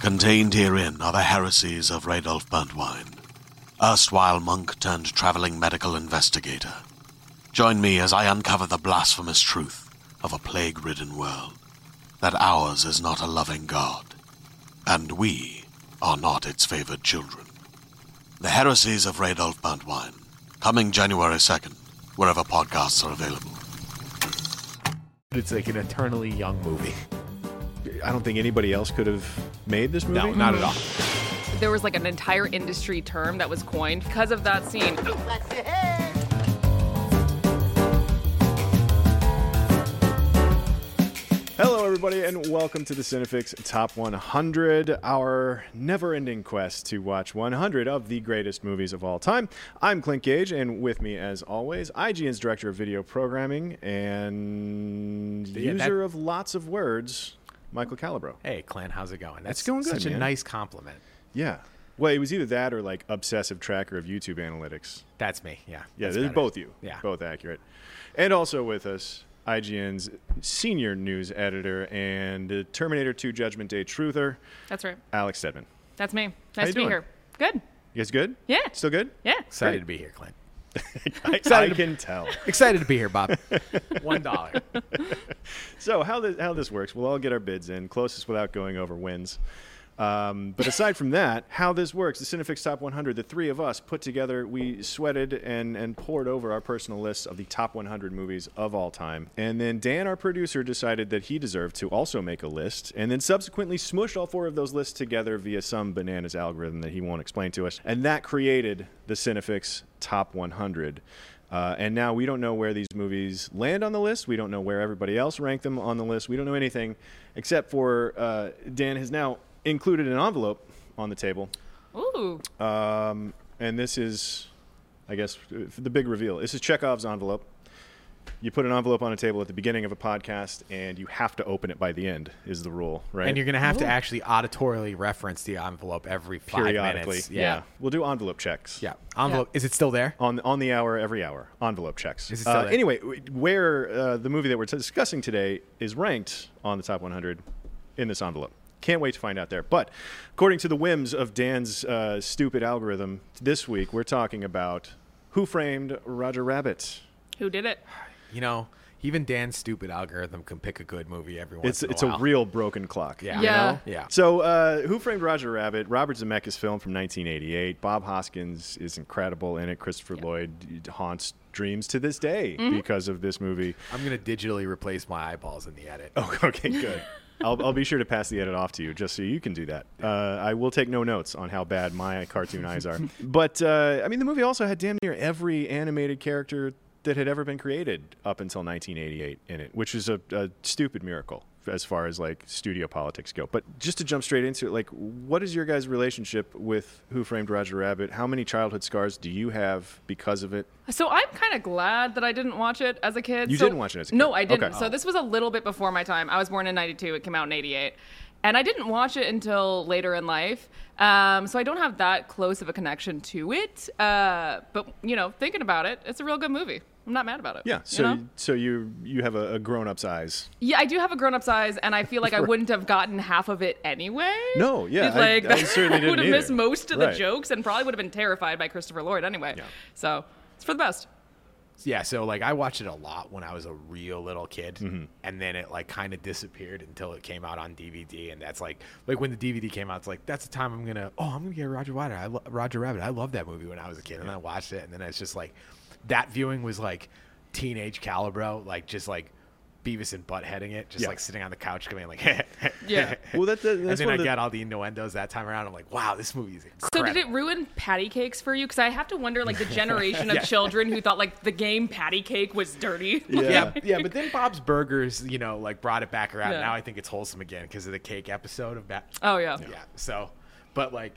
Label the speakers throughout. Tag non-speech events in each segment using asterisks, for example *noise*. Speaker 1: Contained herein are the heresies of Radolf Buntwine, erstwhile monk turned traveling medical investigator. Join me as I uncover the blasphemous truth of a plague ridden world that ours is not a loving God, and we are not its favored children. The heresies of Radolf Buntwine, coming January 2nd, wherever podcasts are available.
Speaker 2: It's like an eternally young movie.
Speaker 3: I don't think anybody else could have made this movie.
Speaker 2: No, not at all.
Speaker 4: There was like an entire industry term that was coined because of that scene.
Speaker 3: *laughs* Hello, everybody, and welcome to the Cinefix Top 100, our never ending quest to watch 100 of the greatest movies of all time. I'm Clint Gage, and with me, as always, IGN's Director of Video Programming and
Speaker 2: Yeah, that-
Speaker 3: user of lots of words, Michael Calabro.
Speaker 2: Hey, Clan, how's it going? That's
Speaker 3: going good,
Speaker 2: Such a
Speaker 3: man.
Speaker 2: nice compliment.
Speaker 3: Yeah. Well, it was either that or like obsessive tracker of YouTube analytics.
Speaker 2: That's me. Yeah.
Speaker 3: Yeah,
Speaker 2: that's
Speaker 3: this is
Speaker 2: better.
Speaker 3: both you.
Speaker 2: Yeah.
Speaker 3: Both accurate. And also with us, IGN's senior news editor and uh, Terminator 2 Judgment Day truther,
Speaker 4: That's right.
Speaker 3: Alex Stedman.
Speaker 4: That's me.
Speaker 3: you
Speaker 4: Nice to be
Speaker 3: doing?
Speaker 4: here. Good.
Speaker 3: You guys good?
Speaker 4: Yeah.
Speaker 3: Still good?
Speaker 4: Yeah.
Speaker 2: Excited to be here, Clint.
Speaker 3: I, I
Speaker 2: *laughs* Excited.
Speaker 3: can tell.
Speaker 2: Excited to be
Speaker 3: *laughs*
Speaker 2: here, Bob. One dollar.
Speaker 3: So how this, how this works, we'll all get our bids in. Closest without going over wins. Um, but aside from that, how this works, the Cinefix Top 100, the three of us put together, we sweated and, and poured over our personal lists of the top 100 movies of all time. And then Dan, our producer, decided that he deserved to also make a list, and then subsequently smushed all four of those lists together via some bananas algorithm that he won't explain to us. And that created the Cinefix Top 100. Uh, and now we don't know where these movies land on the list. We don't know where everybody else ranked them on the list. We don't know anything except for uh, Dan has now included an envelope on the table.
Speaker 4: Ooh.
Speaker 3: Um, and this is, I guess, uh, the big reveal. This is Chekhov's envelope. You put an envelope on a table at the beginning of a podcast, and you have to open it by the end, is the rule, right?
Speaker 2: And you're gonna have to actually auditorily reference the envelope every five
Speaker 3: periodically.
Speaker 2: minutes.
Speaker 3: yeah. We'll do envelope checks.
Speaker 2: Yeah. Envelope. Is it still there?
Speaker 3: on on the hour every hour envelope checks.
Speaker 2: Is it
Speaker 3: Uh,
Speaker 2: still-
Speaker 3: anyway, w- where uh, the movie that we're t- discussing today is ranked on the top 100 in this envelope. Can't wait to find out there. But according to the whims of Dan's uh, stupid algorithm, this week we're talking about Who Framed Roger Rabbit.
Speaker 4: Who did it?
Speaker 2: You know, even Dan's stupid algorithm can pick a good movie every once
Speaker 3: It's
Speaker 2: in a
Speaker 3: it's a
Speaker 2: while.
Speaker 3: real broken clock.
Speaker 2: Yeah.
Speaker 4: Yeah.
Speaker 2: You know? Yeah.
Speaker 3: So, uh, Who Framed Roger Rabbit? Robert Zemeckis film from 1988. Bob Hoskins is incredible in it. Christopher Lloyd haunts dreams to this day
Speaker 2: Mm-hmm.
Speaker 3: because of this movie.
Speaker 2: I'm gonna digitally replace my eyeballs in the edit.
Speaker 3: Oh, *laughs* okay, good. I'll, I'll be sure to pass the edit off to you just so you can do that. Uh, I will take no notes on how bad my cartoon eyes are. But, uh, I mean, the movie also had damn near every animated character that had ever been created up until 1988 in it, which is a, a stupid miracle as far as like studio politics go. But just to jump straight into it, like, what is your guys' relationship with Who Framed Roger Rabbit? How many childhood scars do you have because of it?
Speaker 4: So I'm kind of glad that I didn't watch it as a kid.
Speaker 3: You
Speaker 4: So-
Speaker 3: didn't watch it as a kid?
Speaker 4: No, I didn't.
Speaker 3: Okay.
Speaker 4: So this was a little bit before my time. I was born in 92. It came out in 88. And I didn't watch it until later in life. Um, so I don't have that close of a connection to it. Uh, but, you know, thinking about it, it's a real good movie. I'm not mad about it.
Speaker 3: Yeah,
Speaker 4: you
Speaker 3: so
Speaker 4: know?
Speaker 3: so you you have a, a grown up's eyes.
Speaker 4: Yeah, I do have a grown up's eyes, and I feel
Speaker 3: *laughs*
Speaker 4: like I wouldn't have gotten half of it anyway.
Speaker 3: No, yeah,
Speaker 4: It's
Speaker 3: I-
Speaker 4: like
Speaker 3: I certainly
Speaker 4: *laughs*
Speaker 3: didn't
Speaker 4: would have
Speaker 3: either.
Speaker 4: missed most of the
Speaker 3: Right.
Speaker 4: jokes, and probably would have been terrified by Christopher Lloyd anyway.
Speaker 3: Yeah.
Speaker 4: So it's for the best.
Speaker 2: yeah so like i watched it a lot when i was a real little kid
Speaker 3: Mm-hmm.
Speaker 2: and then it like kind of disappeared until it came out on dvd and that's like like when the dvd came out it's like that's the time i'm gonna oh i'm gonna get roger Water. I lo- roger rabbit i loved that movie when i was a kid and i watched it and then it's just like that viewing was like teenage calibro like just like beavis and butt heading it just
Speaker 3: Yeah.
Speaker 2: like sitting on the couch coming like *laughs*
Speaker 4: Yeah.
Speaker 3: Well, that, that,
Speaker 2: and
Speaker 3: that's
Speaker 2: then
Speaker 3: one
Speaker 2: i
Speaker 3: of the-
Speaker 2: got all the innuendos that time around i'm like wow this movie is
Speaker 4: So
Speaker 2: incredible.
Speaker 4: did it ruin patty cakes for you? Because I have to
Speaker 3: *laughs*
Speaker 4: wonder, like, the generation of children who thought like the game patty cake was dirty.
Speaker 2: yeah, *laughs*
Speaker 3: Yeah.
Speaker 2: yeah. But then Bob's Burgers, you know, like brought it back around.
Speaker 4: Yeah.
Speaker 2: Now I think it's wholesome again because of the cake episode of that.
Speaker 4: Oh yeah.
Speaker 2: yeah. So, but like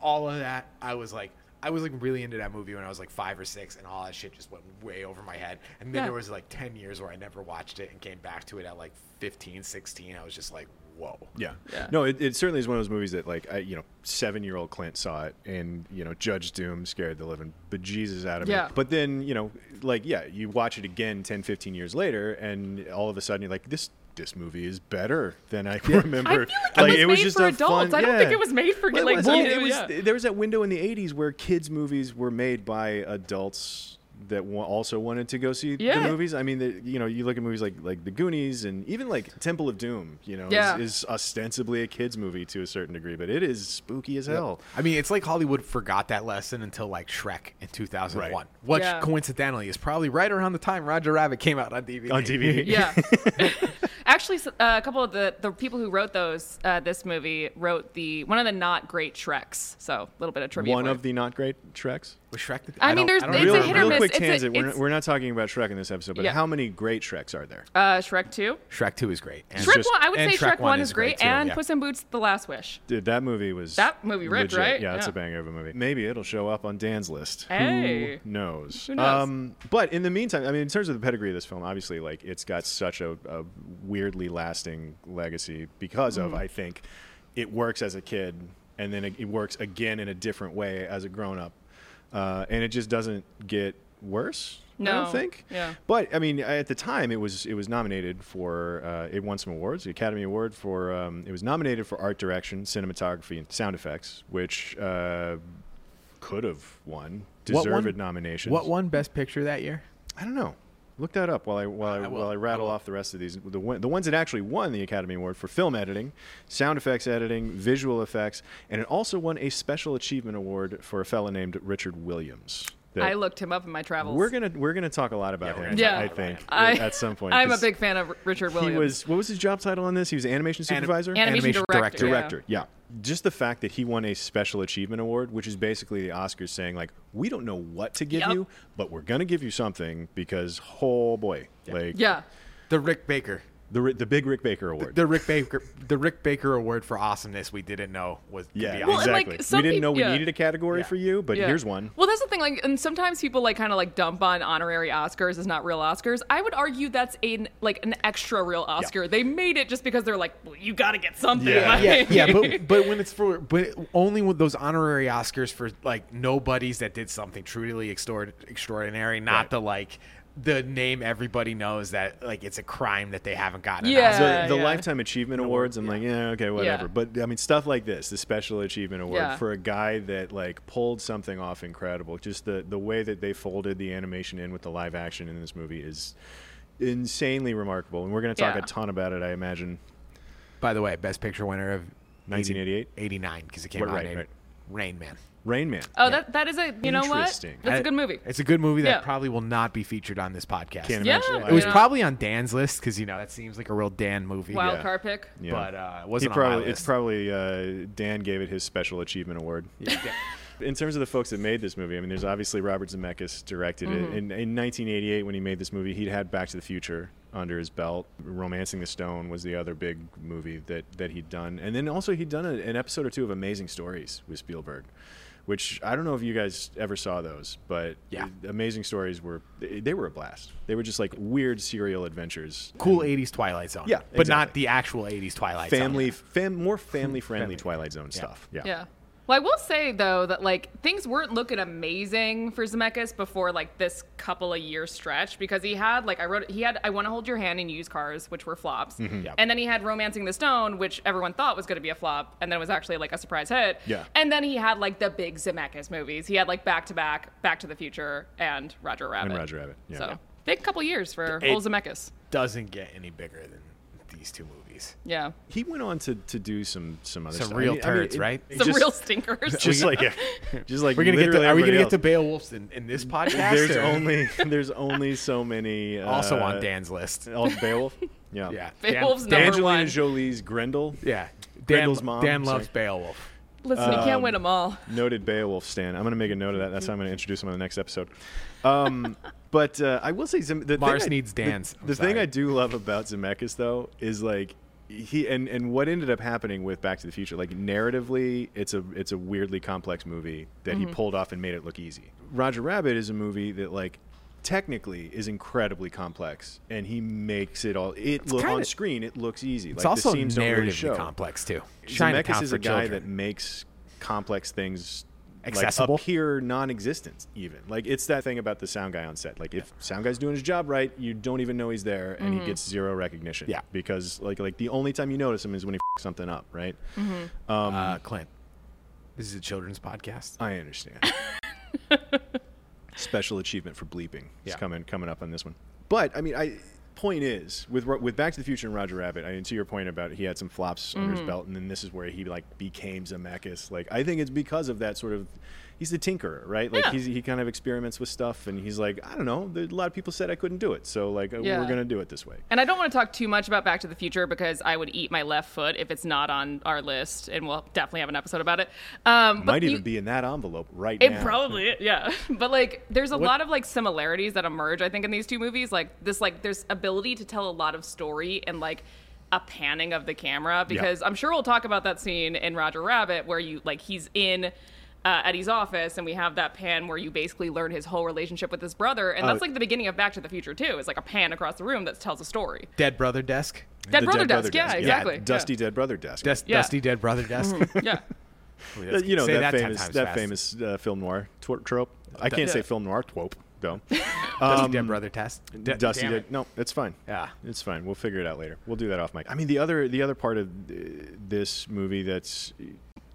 Speaker 2: all of that, I was like, I was like really into that movie when I was like five or six, and all that shit just went way over my head. And then
Speaker 4: Yeah.
Speaker 2: there was like ten years where I never watched it and came back to it at like 15, 16. I was just like, whoa.
Speaker 3: Yeah.
Speaker 4: Yeah.
Speaker 3: No, it, it certainly is one of those movies that, like, I, you know, seven year old Clint saw it and, you know, Judge Doom scared the living bejesus out of
Speaker 4: Yeah.
Speaker 3: me. But then, you know, like, yeah, you watch it again 10, 15 years later, and all of a sudden you're like, this this movie is better than I *laughs* remember.
Speaker 4: *laughs* I feel like, it was made for
Speaker 3: a
Speaker 4: adults.
Speaker 3: fun-
Speaker 4: I don't think
Speaker 3: yeah.
Speaker 4: it was made for
Speaker 3: Well, it
Speaker 4: like
Speaker 3: was-
Speaker 4: well,
Speaker 3: I mean, it was-
Speaker 4: yeah.
Speaker 3: There was that window in the '80s where kids' movies were made by adults that wa- also wanted to go see
Speaker 4: Yeah.
Speaker 3: the movies. I mean, the, you know, you look at movies like like The Goonies and even like Temple of Doom. You know, is-
Speaker 4: Yeah.
Speaker 3: is, ostensibly a kids' movie to a certain degree, but it is spooky as hell.
Speaker 2: I mean, it's like Hollywood forgot that lesson until like Shrek in 2001,
Speaker 3: Right.
Speaker 2: which
Speaker 4: Yeah.
Speaker 2: coincidentally is probably right around the time Roger Rabbit came out on DVD. *laughs*
Speaker 3: On DVD,
Speaker 4: *laughs* Yeah.
Speaker 3: *laughs*
Speaker 4: Actually, s- uh, a couple of the, the people who wrote those, uh, this movie, wrote the one of the not great Shreks. So a little bit of
Speaker 3: *laughs*
Speaker 4: trivia.
Speaker 3: one
Speaker 4: for
Speaker 3: of
Speaker 4: it.
Speaker 3: the not great Shreks.
Speaker 2: Was Shrek the,
Speaker 4: I
Speaker 2: don't-
Speaker 4: mean, there's-
Speaker 2: don't
Speaker 4: it's
Speaker 3: real,
Speaker 2: remember.
Speaker 4: a hit or
Speaker 3: real
Speaker 4: miss.
Speaker 3: quick
Speaker 4: It's a-
Speaker 3: tangent. we're,
Speaker 4: it's-
Speaker 3: we're not talking about Shrek in this episode, but
Speaker 4: Yeah.
Speaker 3: how many great Shreks are there?
Speaker 4: uh, Shrek Two.
Speaker 2: Shrek 2 is great. And
Speaker 4: Shrek
Speaker 3: just-
Speaker 4: One. I would
Speaker 2: and
Speaker 4: say Shrek, One, is great,
Speaker 2: too,
Speaker 4: and
Speaker 2: yeah.
Speaker 4: Puss in Boots: The Last Wish.
Speaker 3: Dude, that movie was
Speaker 4: That movie ripped,
Speaker 3: legit.
Speaker 4: right?
Speaker 3: Yeah, it's
Speaker 4: Yeah.
Speaker 3: a banger of a movie. Maybe it'll show up on Dan's list.
Speaker 4: Hey.
Speaker 3: Who knows? Um,
Speaker 4: Who knows?
Speaker 3: but in the meantime, I mean, in terms of the pedigree of this film, obviously, like it's got such a, a weirdly lasting legacy because
Speaker 4: Mm-hmm.
Speaker 3: of I think it works as a kid, and then it, it works again in a different way as a grown up, uh, and it just doesn't get worse. I
Speaker 4: No.
Speaker 3: don't think.
Speaker 4: Yeah.
Speaker 3: But I mean, at the time, it was it was nominated for uh, it won some awards, the Academy Award for um, it was nominated for art direction, cinematography, and sound effects, which uh, could have won
Speaker 2: What
Speaker 3: deserved
Speaker 2: won-
Speaker 3: nominations.
Speaker 2: What won Best Picture that year?
Speaker 3: I don't know. Look that up while I while I,
Speaker 2: I will.
Speaker 3: while I rattle off the rest of these. The one- the ones that actually won the Academy Award for film editing, sound effects editing, visual effects, and it also won a special achievement award for a fellow named Richard Williams. that-
Speaker 4: I looked him up in my travels.
Speaker 3: we're gonna we're gonna talk a lot about
Speaker 2: Yeah, we're
Speaker 3: him.
Speaker 4: gonna talk
Speaker 3: I
Speaker 4: about
Speaker 3: think
Speaker 4: *laughs* I-
Speaker 3: at some point.
Speaker 4: I'm a
Speaker 3: 'cause
Speaker 4: big fan of R- Richard
Speaker 3: He
Speaker 4: Williams.
Speaker 3: was what was his job title on this? He was animation
Speaker 2: Anim-
Speaker 3: supervisor,
Speaker 4: animation,
Speaker 2: Animation director.
Speaker 4: director. yeah.
Speaker 3: director. Yeah. Just the fact that he won a special achievement award, which is basically the Oscars saying like, we don't know what to give
Speaker 4: Yep.
Speaker 3: you, but we're gonna give you something because oh boy, like
Speaker 4: Yeah.
Speaker 2: The Rick Baker.
Speaker 3: the Ri- the big Rick Baker award.
Speaker 2: The Rick Baker the Rick Baker Award for awesomeness we didn't know was to
Speaker 3: yeah,
Speaker 2: be
Speaker 4: Well,
Speaker 2: awesome.
Speaker 4: and, like,
Speaker 3: exactly.
Speaker 4: some
Speaker 3: we didn't
Speaker 4: peop-
Speaker 3: know we
Speaker 4: yeah.
Speaker 3: needed a category
Speaker 2: Yeah.
Speaker 3: for you, but
Speaker 4: Yeah.
Speaker 3: here's one.
Speaker 4: Well, that's the thing. Like, and sometimes people like kind of like dump on honorary Oscars as not real Oscars. I would argue that's a like an extra real Oscar. They made it just because they're like, well, you got to get something.
Speaker 3: Yeah.
Speaker 4: Like-
Speaker 2: yeah,
Speaker 4: *laughs*
Speaker 2: yeah, but but when it's for but only with those honorary Oscars for like nobodies that did something truly extor- extraordinary, not
Speaker 3: Right.
Speaker 2: the like the name everybody knows that like it's a crime that they haven't gotten. an
Speaker 4: Yeah.
Speaker 2: Oscar.
Speaker 3: the, the
Speaker 4: Uh, yeah.
Speaker 3: lifetime achievement awards i'm like yeah okay whatever
Speaker 4: Yeah.
Speaker 3: but i mean stuff like this the special achievement award
Speaker 4: Yeah.
Speaker 3: for a guy that like pulled something off incredible just the the way that they folded the animation in with the live action in this movie is insanely remarkable and we're going to talk
Speaker 4: Yeah.
Speaker 3: a ton about it i imagine
Speaker 2: By the way, best picture winner of
Speaker 3: 1988?
Speaker 2: 89 because it came
Speaker 3: Right,
Speaker 2: out
Speaker 3: right,
Speaker 2: in 80
Speaker 3: right.
Speaker 2: Rain Man.
Speaker 3: rain man
Speaker 4: Oh, that that is a you know what? That's
Speaker 3: Interesting.
Speaker 4: a good movie.
Speaker 2: It's a good movie that
Speaker 4: Yeah.
Speaker 2: probably will not be featured on this podcast.
Speaker 3: Can't
Speaker 4: yeah,
Speaker 3: imagine why
Speaker 2: it was
Speaker 4: you know,
Speaker 2: probably on Dan's list because you know that seems like a real Dan movie.
Speaker 4: wild
Speaker 3: yeah.
Speaker 4: card pick.
Speaker 3: Yeah.
Speaker 2: But uh, it
Speaker 3: he
Speaker 2: wasn't on
Speaker 3: probably
Speaker 2: my
Speaker 3: it's
Speaker 2: list.
Speaker 3: probably uh, dan gave it his special achievement
Speaker 2: *laughs*
Speaker 3: award *laughs* in terms of the folks that made this movie, I mean, there's obviously Robert Zemeckis directed it. In, in 1988, when he made this movie, he'd had Back to the Future under his belt. Romancing the Stone was the other big movie that, that he'd done. And then also, he'd done a, an episode or two of Amazing Stories with Spielberg, which I don't know if you guys ever saw those, but
Speaker 2: Yeah.
Speaker 3: Amazing Stories were, they, they were a blast. They were just like weird serial adventures.
Speaker 2: cool 80s Twilight Zone.
Speaker 3: Yeah,
Speaker 2: but not
Speaker 3: exactly.
Speaker 2: the actual 80s Twilight Zone.
Speaker 3: Family, fam, more family friendly
Speaker 2: Family.
Speaker 3: Twilight Zone stuff. Yeah.
Speaker 4: Yeah. Well, I will say though that like things weren't looking amazing for Zemeckis before like this couple of year stretch because he had like I wrote he had I Want to Hold Your Hand and Used Cars, which were flops,
Speaker 3: Mm-hmm.
Speaker 2: Yep.
Speaker 4: and then he had Romancing the Stone, which everyone thought was going to be a flop, and then it was actually like a surprise hit.
Speaker 3: Yeah.
Speaker 4: And then he had like the big Zemeckis movies. He had like Back to Back, Back to the Future, and Roger Rabbit.
Speaker 3: Roger Rabbit, yeah.
Speaker 4: So
Speaker 3: Yeah.
Speaker 4: big couple years for
Speaker 2: It-
Speaker 4: old Zemeckis.
Speaker 2: doesn't get any bigger than these two movies.
Speaker 4: Yeah.
Speaker 3: He went on to, to do some some other
Speaker 2: Some
Speaker 3: stuff.
Speaker 2: real turds,
Speaker 3: it-
Speaker 2: right?
Speaker 3: it
Speaker 4: Some
Speaker 3: just-
Speaker 4: real stinkers.
Speaker 3: *laughs* just like a, *laughs* just like
Speaker 2: We're gonna get to,
Speaker 3: literally
Speaker 2: are we gonna
Speaker 3: everybody
Speaker 2: get to
Speaker 3: else.
Speaker 2: Beowulf's in, in this podcast?
Speaker 3: There's
Speaker 2: or- *laughs*
Speaker 3: only there's only so many. Uh, oh.
Speaker 2: also on Dan's list.
Speaker 3: all-
Speaker 2: *laughs*
Speaker 3: Beowulf. Yeah.
Speaker 2: Yeah,
Speaker 4: Beowulf's
Speaker 2: Dan,
Speaker 4: number
Speaker 2: Dan,
Speaker 4: one.
Speaker 3: Angelina Jolie's Grendel.
Speaker 2: Yeah, Dan,
Speaker 3: Grendel's mom,
Speaker 2: Dan
Speaker 3: sorry.
Speaker 2: loves Beowulf.
Speaker 4: Listen, he
Speaker 3: um,
Speaker 4: can't win them all.
Speaker 3: Noted Beowulf Stan. I'm gonna make a note of that. That's how I'm gonna introduce him on the next episode. Um, but uh, I will say Zem- the
Speaker 2: Mars
Speaker 3: thing I-
Speaker 2: needs
Speaker 3: the-
Speaker 2: Dan's. I'm
Speaker 3: The, thing
Speaker 2: sorry.
Speaker 3: I do love about Zemeckis though is like he and and what ended up happening with Back to the Future. Like narratively, it's a it's a weirdly complex movie that he pulled off and made it look easy. Roger Rabbit is a movie that like technically is incredibly complex and he makes it all it look on
Speaker 2: kinda-
Speaker 3: screen it looks easy
Speaker 2: It's
Speaker 3: like
Speaker 2: also
Speaker 3: the scenes don't really
Speaker 2: narratively
Speaker 3: show
Speaker 2: complex too.
Speaker 3: Zemeckis
Speaker 2: Chinatown
Speaker 3: is
Speaker 2: for
Speaker 3: a guy
Speaker 2: children.
Speaker 3: that makes complex things
Speaker 2: Accessible?
Speaker 3: like up here non-existent even like it's that thing about the sound guy on set like if sound guy's doing his job right you don't even know he's there and he gets zero recognition
Speaker 2: Yeah.
Speaker 3: because like like the only time you notice him is when he f- something up right
Speaker 2: uh, Clint, this is a children's podcast.
Speaker 3: i understand special achievement for bleeping is
Speaker 2: Yeah.
Speaker 3: coming coming up on this one but i mean i point is with Ro- with back to the future and roger rabbit i mean to your point about he had some flops under
Speaker 4: Mm-hmm.
Speaker 3: his belt and then this is where he like became zemeckis like i think it's because of that sort of he's the tinkerer right like
Speaker 4: Yeah.
Speaker 3: he's, he kind of experiments with stuff and he's like i don't know there, a lot of people said i couldn't do it so like uh,
Speaker 4: Yeah.
Speaker 3: we're gonna do it this way
Speaker 4: And I don't want to talk too much about Back to the Future because I would eat my left foot if it's not on our list, and we'll definitely have an episode about it. Um, but
Speaker 3: might
Speaker 4: you-
Speaker 3: even be in that envelope right
Speaker 4: It
Speaker 3: now
Speaker 4: probably yeah. *laughs* But like there's a lot of like similarities that emerge I think in these two movies. Like this like there's ability to tell a lot of story and like a panning of the camera because I'm sure we'll talk about that scene in Roger Rabbit where you like he's in uh, Eddie's office and we have that pan where you basically learn his whole relationship with his brother and that's
Speaker 3: Oh.
Speaker 4: like the beginning of Back to the Future too. It's like a pan across the room that tells a story.
Speaker 2: Dead brother desk.
Speaker 4: Dead
Speaker 3: The
Speaker 4: brother desk. Yeah, exactly.
Speaker 3: dusty dead brother desk
Speaker 2: Des-
Speaker 4: Yeah.
Speaker 2: Dusty dead brother desk. *laughs*
Speaker 4: *laughs* Yeah. yeah.
Speaker 3: Uh, you know
Speaker 2: Say
Speaker 3: that,
Speaker 2: that 10
Speaker 3: famous
Speaker 2: times
Speaker 3: that
Speaker 2: fast.
Speaker 3: famous uh, film noir tw- trope. I
Speaker 2: Du-
Speaker 3: can't say
Speaker 4: Yeah.
Speaker 3: film noir trope
Speaker 2: *laughs*
Speaker 3: though.
Speaker 2: Dusty dead brother test. Um, D-
Speaker 3: Dusty,
Speaker 2: damn
Speaker 3: did-
Speaker 2: it.
Speaker 3: no, it's fine.
Speaker 2: Yeah.
Speaker 3: it's fine. We'll figure it out later. We'll do that off mic. I mean, the other the other part of uh, this movie that's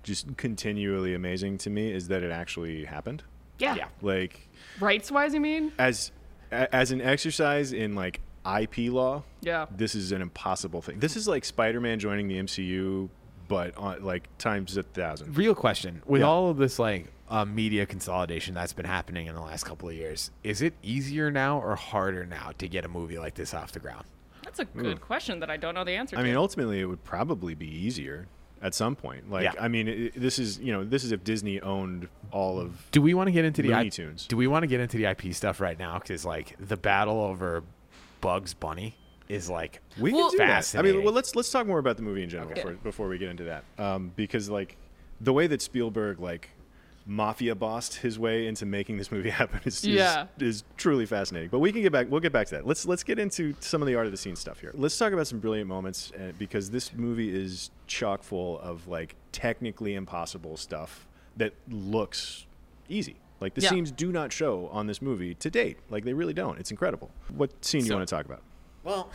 Speaker 3: just continually amazing to me is that it actually happened.
Speaker 2: Yeah.
Speaker 3: Like
Speaker 4: Rights wise, you mean?
Speaker 3: as a- as an exercise in like IP law.
Speaker 4: Yeah.
Speaker 3: This is an impossible thing. This is like Spider-Man joining the MCU, but on, like times a thousand.
Speaker 2: Real question: With
Speaker 3: Yeah.
Speaker 2: all of this like uh, media consolidation that's been happening in the last couple of years, is it easier now or harder now to get a movie like this off the ground?
Speaker 4: That's a good question that I don't know the answer
Speaker 3: I
Speaker 4: to.
Speaker 3: mean, ultimately, it would probably be easier at some point. Like,
Speaker 2: Yeah.
Speaker 3: I mean, it, this is you know, this is if Disney owned all of.
Speaker 2: Do we want to get into the
Speaker 3: Looney
Speaker 2: I-
Speaker 3: Tunes.
Speaker 2: Do we want to get into the IP stuff right now? Because like the battle over Bugs Bunny is like
Speaker 3: We
Speaker 4: Well-
Speaker 3: can do that. I mean,
Speaker 2: Fascinating.
Speaker 3: well, let's let's talk more about the movie in general
Speaker 4: Okay.
Speaker 3: before, before we get into that, um, because like the way that Spielberg like mafia bossed his way into making this movie *laughs* happen is,
Speaker 4: Yeah.
Speaker 3: is is truly fascinating. But we can get back. We'll get back to that. Let's let's get into some of the art of the scene stuff here. Let's talk about some brilliant moments uh, because this movie is chock full of like technically impossible stuff that looks easy. Like the
Speaker 4: Yeah.
Speaker 3: scenes do not show on this movie to date. Like they really don't. It's incredible. What scene do you
Speaker 2: So-
Speaker 3: want to talk about?
Speaker 2: Well,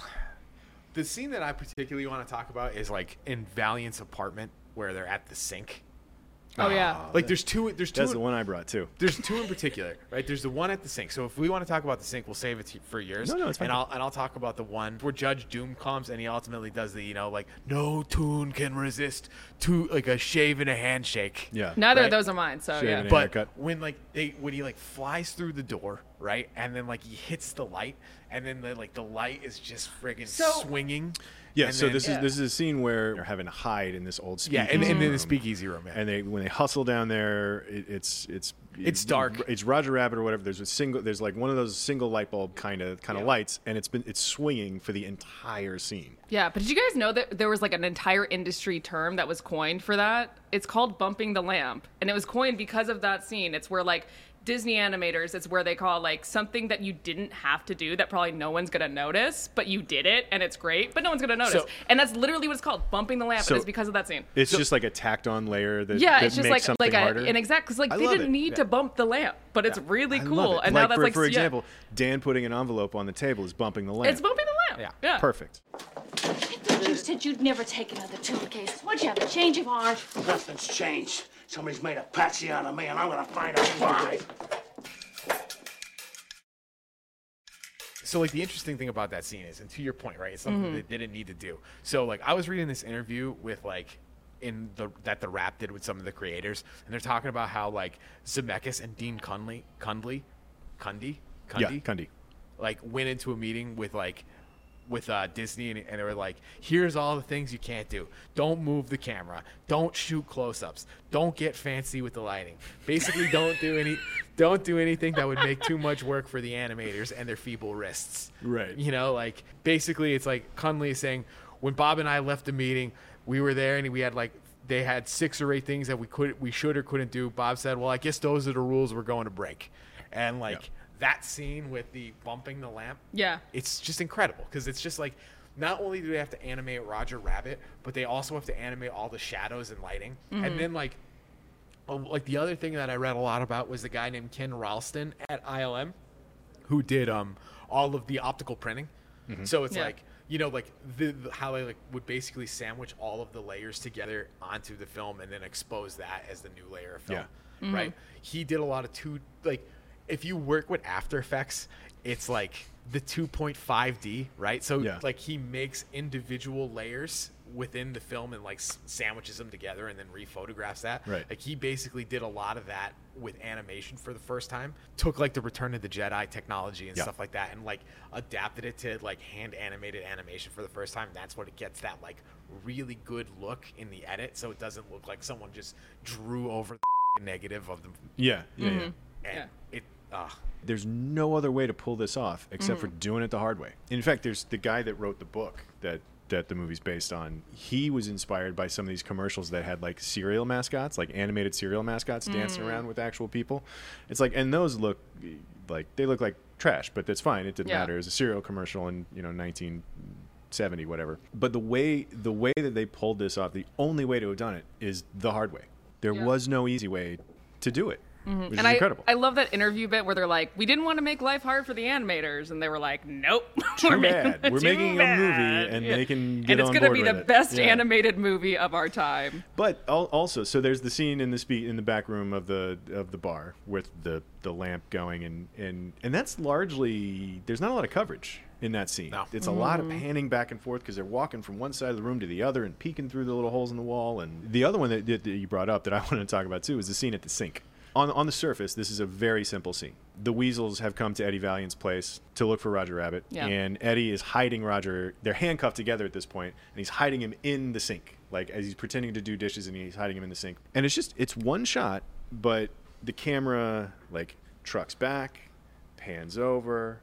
Speaker 2: the scene that I particularly want to talk about is like in Valiant's apartment where they're at the sink.
Speaker 4: oh yeah.
Speaker 2: Like there's two there's two
Speaker 3: That's the one I brought too.
Speaker 2: there's two in particular, right? There's the one at the sink. So if we want to talk about the sink, we'll save it to- for yours.
Speaker 3: No, no, it's fine.
Speaker 2: And I'll and I'll talk about the one where Judge Doom comes and he ultimately does the you know like no tune can resist to like a shave and a handshake.
Speaker 3: Yeah.
Speaker 4: Neither
Speaker 2: Right.
Speaker 4: of those are mine, so
Speaker 3: Shaving
Speaker 4: yeah.
Speaker 3: it.
Speaker 2: but
Speaker 3: haircut.
Speaker 2: when like they when he like flies through the door right and then like he hits the light and then the, like the light is just friggin'
Speaker 4: So-
Speaker 2: swinging
Speaker 3: Yeah,
Speaker 2: and
Speaker 3: so
Speaker 2: then-
Speaker 3: this
Speaker 4: Yeah.
Speaker 3: is this is a scene where they're having to hide in this old
Speaker 2: yeah
Speaker 3: speakeasy
Speaker 2: and, Mm-hmm. and then
Speaker 3: room.
Speaker 2: the speakeasy room yeah.
Speaker 3: and they when they hustle down there, it, it's it's
Speaker 2: It's dark.
Speaker 3: It's Roger Rabbit or whatever. There's a single. There's like one of those single light bulb kind of kind of lights, and it's been it's swinging for the entire scene.
Speaker 4: Yeah, but did you guys know that there was like an entire industry term that was coined for that? It's called bumping the lamp, and it was coined because of that scene. It's where like Disney animators, it's where they call like something that you didn't have to do that probably no one's gonna notice, but you did it and it's great, but no one's gonna notice.
Speaker 2: So-
Speaker 4: and that's literally what it's called, bumping the lamp.
Speaker 3: So-
Speaker 4: and it's because of that scene.
Speaker 3: It's just like a tacked on layer that
Speaker 4: yeah,
Speaker 3: that
Speaker 4: it's just
Speaker 3: makes
Speaker 4: like
Speaker 3: something
Speaker 4: like a,
Speaker 3: harder.
Speaker 4: an exact because like
Speaker 3: I
Speaker 4: they
Speaker 3: love
Speaker 4: didn't
Speaker 3: it.
Speaker 4: need to bump the lamp, but it's really
Speaker 3: I love
Speaker 4: cool.
Speaker 3: it.
Speaker 4: And now
Speaker 3: Like,
Speaker 4: that's
Speaker 3: for,
Speaker 4: like
Speaker 3: for
Speaker 4: yeah,
Speaker 3: example, Dan putting an envelope on the table is bumping the lamp.
Speaker 4: it's bumping the lamp.
Speaker 2: Yeah.
Speaker 4: yeah.
Speaker 3: perfect.
Speaker 5: I thought you said you'd never take another toolcase. What'd you have, a change of heart?
Speaker 6: Nothing's changed. Somebody's made a patsy out of me, and I'm gonna find out why.
Speaker 2: so like the interesting thing about that scene is and to your point right it's something that they didn't need to do so like i was reading this interview with like in the that the rap did with some of the creators and they're talking about how like zemeckis and dean cundley cundley cundy cundy
Speaker 3: Yeah, Cundy.
Speaker 2: like went into a meeting with like with uh, Disney and, and they were like, "Here's all the things you can't do. Don't move the camera. Don't shoot close-ups. Don't get fancy with the lighting. Basically, don't do any, don't do anything that would make too much work for the animators and their feeble wrists.
Speaker 3: Right.
Speaker 2: You know, like basically, it's like Conley is saying, when Bob and I left the meeting, we were there and we had like they had six or eight things that we could we should or couldn't do. Bob said, "Well, I guess those are the rules we're going to break," and like that scene with the bumping the lamp.
Speaker 4: Yeah.
Speaker 2: it's just incredible because it's just like. Not only do they have to animate Roger Rabbit, but they also have to animate all the shadows and lighting. And then, like, oh, like the other thing that I read a lot about was the guy named Ken Ralston at ILM, who did um all of the optical printing. So it's
Speaker 4: Yeah.
Speaker 2: like you know like the, the how they like would basically sandwich all of the layers together onto the film and then expose that as the new layer of film.
Speaker 3: Mm-hmm.
Speaker 2: Right. He did a lot of two like if you work with After Effects, it's like the 2.5D, right? So
Speaker 3: Yeah.
Speaker 2: like he makes individual layers within the film and like s- sandwiches them together and then rephotographs that.
Speaker 3: Right.
Speaker 2: Like he basically did a lot of that with animation for the first time. Took like the Return of the Jedi technology and
Speaker 3: Yeah.
Speaker 2: stuff like that and like adapted it to like hand animated animation for the first time. That's what it gets that like really good look in the edit so it doesn't look like someone just drew over the negative of the
Speaker 3: Yeah, yeah, yeah.
Speaker 4: Mm-hmm.
Speaker 2: and it uh
Speaker 3: There's no other way to pull this off except
Speaker 4: Mm.
Speaker 3: for doing it the hard way. In fact, there's the guy that wrote the book that that the movie's based on. He was inspired by some of these commercials that had like cereal mascots, like animated cereal mascots dancing
Speaker 4: Mm.
Speaker 3: around with actual people. It's like and those look like they look like trash, but that's fine. It didn't
Speaker 4: Yeah.
Speaker 3: matter. It was a cereal commercial in, you know, 19 70 whatever but the way the way that they pulled this off the only way to have done it is the hard way there
Speaker 4: Yeah. Mm-hmm.
Speaker 3: was no easy way to do it which is
Speaker 4: And I,
Speaker 3: incredible
Speaker 4: I love that interview bit where they're like, "We didn't want to make life hard for the animators," and they were like, "Nope, *laughs*
Speaker 3: Too bad. We're
Speaker 4: too
Speaker 3: making a movie, and
Speaker 4: Yeah.
Speaker 3: they can get
Speaker 4: and it's
Speaker 3: on
Speaker 4: gonna
Speaker 3: board
Speaker 4: be
Speaker 3: with
Speaker 4: the
Speaker 3: it.
Speaker 4: best
Speaker 3: Yeah.
Speaker 4: animated movie of our time."
Speaker 3: But al- also, so there's the scene in the spe- in the back room of the of the bar with the the lamp going, and and and that's largely there's not a lot of coverage in that scene.
Speaker 2: No.
Speaker 3: It's a lot of panning back and forth because they're walking from one side of the room to the other and peeking through the little holes in the wall. And the other one that, that you brought up that I *laughs* wanted to talk about too is the scene at the sink. On, on the surface, this is a very simple scene. The weasels have come to Eddie Valiant's place to look for Roger Rabbit,
Speaker 4: Yeah.
Speaker 3: and and Eddie is hiding Roger. They're handcuffed together at this point, and he's hiding him in the sink, like as he's pretending to do dishes, and he's hiding him in the sink. And it's just it's one shot, but the camera like trucks back, pans over,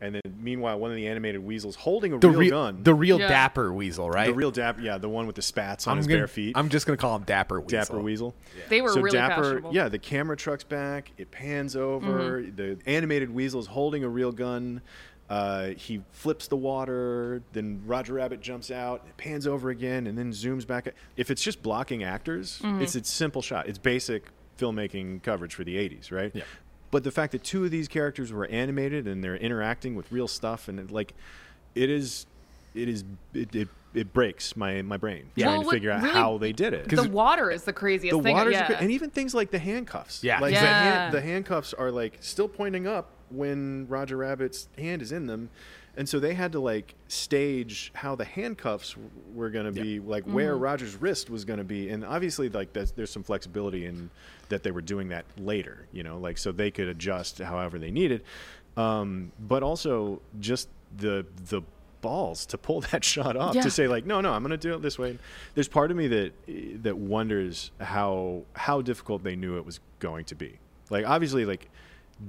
Speaker 3: and then meanwhile one of the animated weasels holding a real gun,
Speaker 2: the real
Speaker 4: Yeah.
Speaker 2: dapper weasel, right?
Speaker 3: the real dap, yeah, the one with the spats on his
Speaker 2: gonna,
Speaker 3: bare feet,
Speaker 2: I'm just gonna call him Dapper Weasel.
Speaker 3: dapper weasel.
Speaker 4: They were
Speaker 3: so
Speaker 4: really
Speaker 3: dapper,
Speaker 4: fashionable. Mm-hmm.
Speaker 3: yeah. The camera trucks back. It pans over. The animated weasel's holding a real gun. Uh, he flips the water. Then Roger Rabbit jumps out. It pans over again, and then zooms back. If it's just blocking actors,
Speaker 4: Mm-hmm.
Speaker 3: it's a simple shot. It's basic filmmaking coverage for the '80s, right?
Speaker 2: Yeah.
Speaker 3: But the fact that two of these characters were animated and they're interacting with real stuff, and like, it is, it is, it, it, it breaks my my brain
Speaker 4: Yeah.
Speaker 3: trying
Speaker 4: Well,
Speaker 3: to
Speaker 4: what
Speaker 3: figure out
Speaker 4: really-
Speaker 3: how they did it
Speaker 4: The water is the craziest
Speaker 3: the
Speaker 4: thing.
Speaker 3: waters
Speaker 4: yeah.
Speaker 3: are good. and even things like the handcuffs
Speaker 2: Yeah.
Speaker 3: like The,
Speaker 4: Yeah.
Speaker 3: hand, the handcuffs are like still pointing up when roger rabbit's hand is in them and so they had to like stage how the handcuffs w- were going to be like where
Speaker 4: Mm-hmm.
Speaker 3: roger's wrist was going to be and obviously like that's, there's some flexibility in that they were doing that later you know like so they could adjust however they needed um, but also just the the balls to pull *laughs* that shot off
Speaker 4: Yeah.
Speaker 3: to say like no no i'm going to do it this way there's part of me that that wonders how how difficult they knew it was going to be like obviously like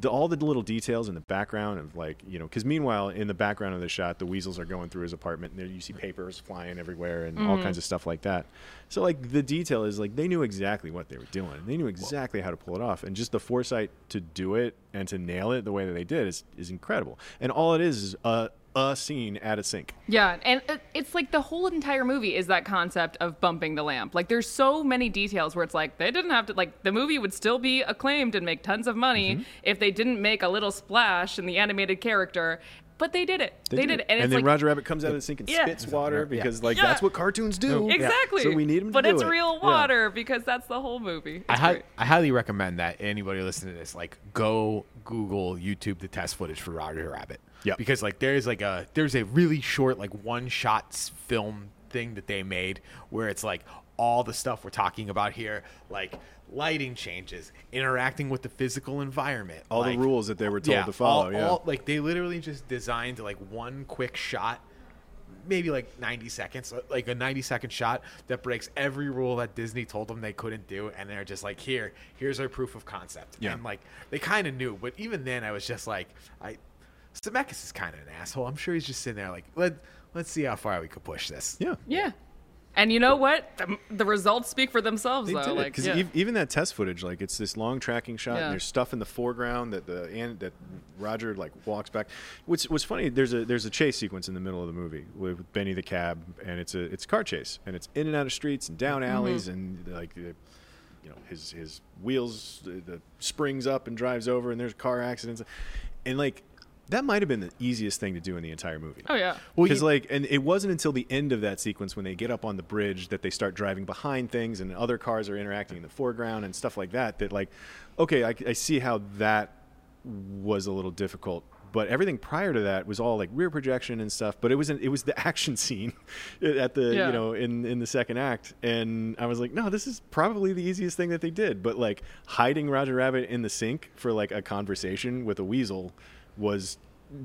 Speaker 3: the, all the little details in the background of like you know because meanwhile in the background of the shot the weasels are going through his apartment and there you see papers flying everywhere and all kinds of stuff like that so like the detail is like they knew exactly what they were doing they knew exactly how to pull it off and just the foresight to do it and to nail it the way that they did is is incredible and all it is is a a scene at a sink
Speaker 4: Yeah, and it, it's like the whole entire movie is that concept of bumping the lamp. Like, there's so many details where it's like they didn't have to. Like, the movie would still be acclaimed and make tons of money
Speaker 3: Mm-hmm.
Speaker 4: if they didn't make a little splash in the animated character. But they did it. They, did, it, and, it's
Speaker 3: then
Speaker 4: like,
Speaker 3: Roger Rabbit comes out of the sink and
Speaker 4: Yeah.
Speaker 3: spits water because, like,
Speaker 4: Yeah.
Speaker 3: that's what cartoons do.
Speaker 4: exactly.
Speaker 3: So we need him to
Speaker 4: but
Speaker 3: do
Speaker 4: it's
Speaker 3: it.
Speaker 4: real
Speaker 3: Yeah.
Speaker 4: water because that's the whole movie.
Speaker 2: I,
Speaker 4: It's
Speaker 2: hi-
Speaker 4: great.
Speaker 2: I highly recommend that anybody listening to this, like, go Google YouTube the test footage for Roger Rabbit.
Speaker 3: Yep.
Speaker 2: Because like there's like a there's a really short like one shot film thing that they made where it's like all the stuff we're talking about here, like lighting changes, interacting with the physical environment,
Speaker 3: All the
Speaker 2: like-
Speaker 3: rules that they were told to follow.
Speaker 2: all-
Speaker 3: yeah.
Speaker 2: all- like they literally just designed like one quick shot, maybe like 90 seconds, uh, like a 90 second shot that breaks every rule that Disney told them they couldn't do. And they're just like, here, here's our proof of concept.
Speaker 3: Yeah.
Speaker 2: And like they kind of knew, but even then I was just like, I, Zemeckis is kind of an asshole. I'm sure he's just sitting there like, let, let's see how far we could push this.
Speaker 3: yeah.
Speaker 4: yeah, and you know what? The, the results speak for themselves,
Speaker 3: They
Speaker 4: though.
Speaker 3: did it.
Speaker 4: like,
Speaker 3: 'Cause
Speaker 4: yeah.
Speaker 3: ev- even that test footage, like it's this long tracking shot,
Speaker 4: Yeah.
Speaker 3: and there's stuff in the foreground that the and that Roger like walks back. What's what's funny? There's a there's a chase sequence in the middle of the movie with Benny the
Speaker 4: Mm-hmm.
Speaker 3: cab, and it's a it's a car chase, and it's in and out of streets and down alleys, and like the you know his his wheels the, the springs up and drives over, and there's car accidents, and like that might have been the easiest thing to do in the entire movie.
Speaker 4: Oh, yeah.
Speaker 2: Well,
Speaker 3: because
Speaker 2: you-
Speaker 3: like, and it wasn't until the end of that sequence when they get up on the bridge that they start driving behind things, and other cars are interacting in the foreground and stuff like that. That like, okay, I, I see how that was a little difficult. But everything prior to that was all like rear projection and stuff. But it was not it was the *laughs* action scene at the
Speaker 4: Yeah.
Speaker 3: you know in in the second act, and I was like, no, this is probably the easiest thing that they did. But like hiding Roger Rabbit in the sink for like a conversation with a weasel was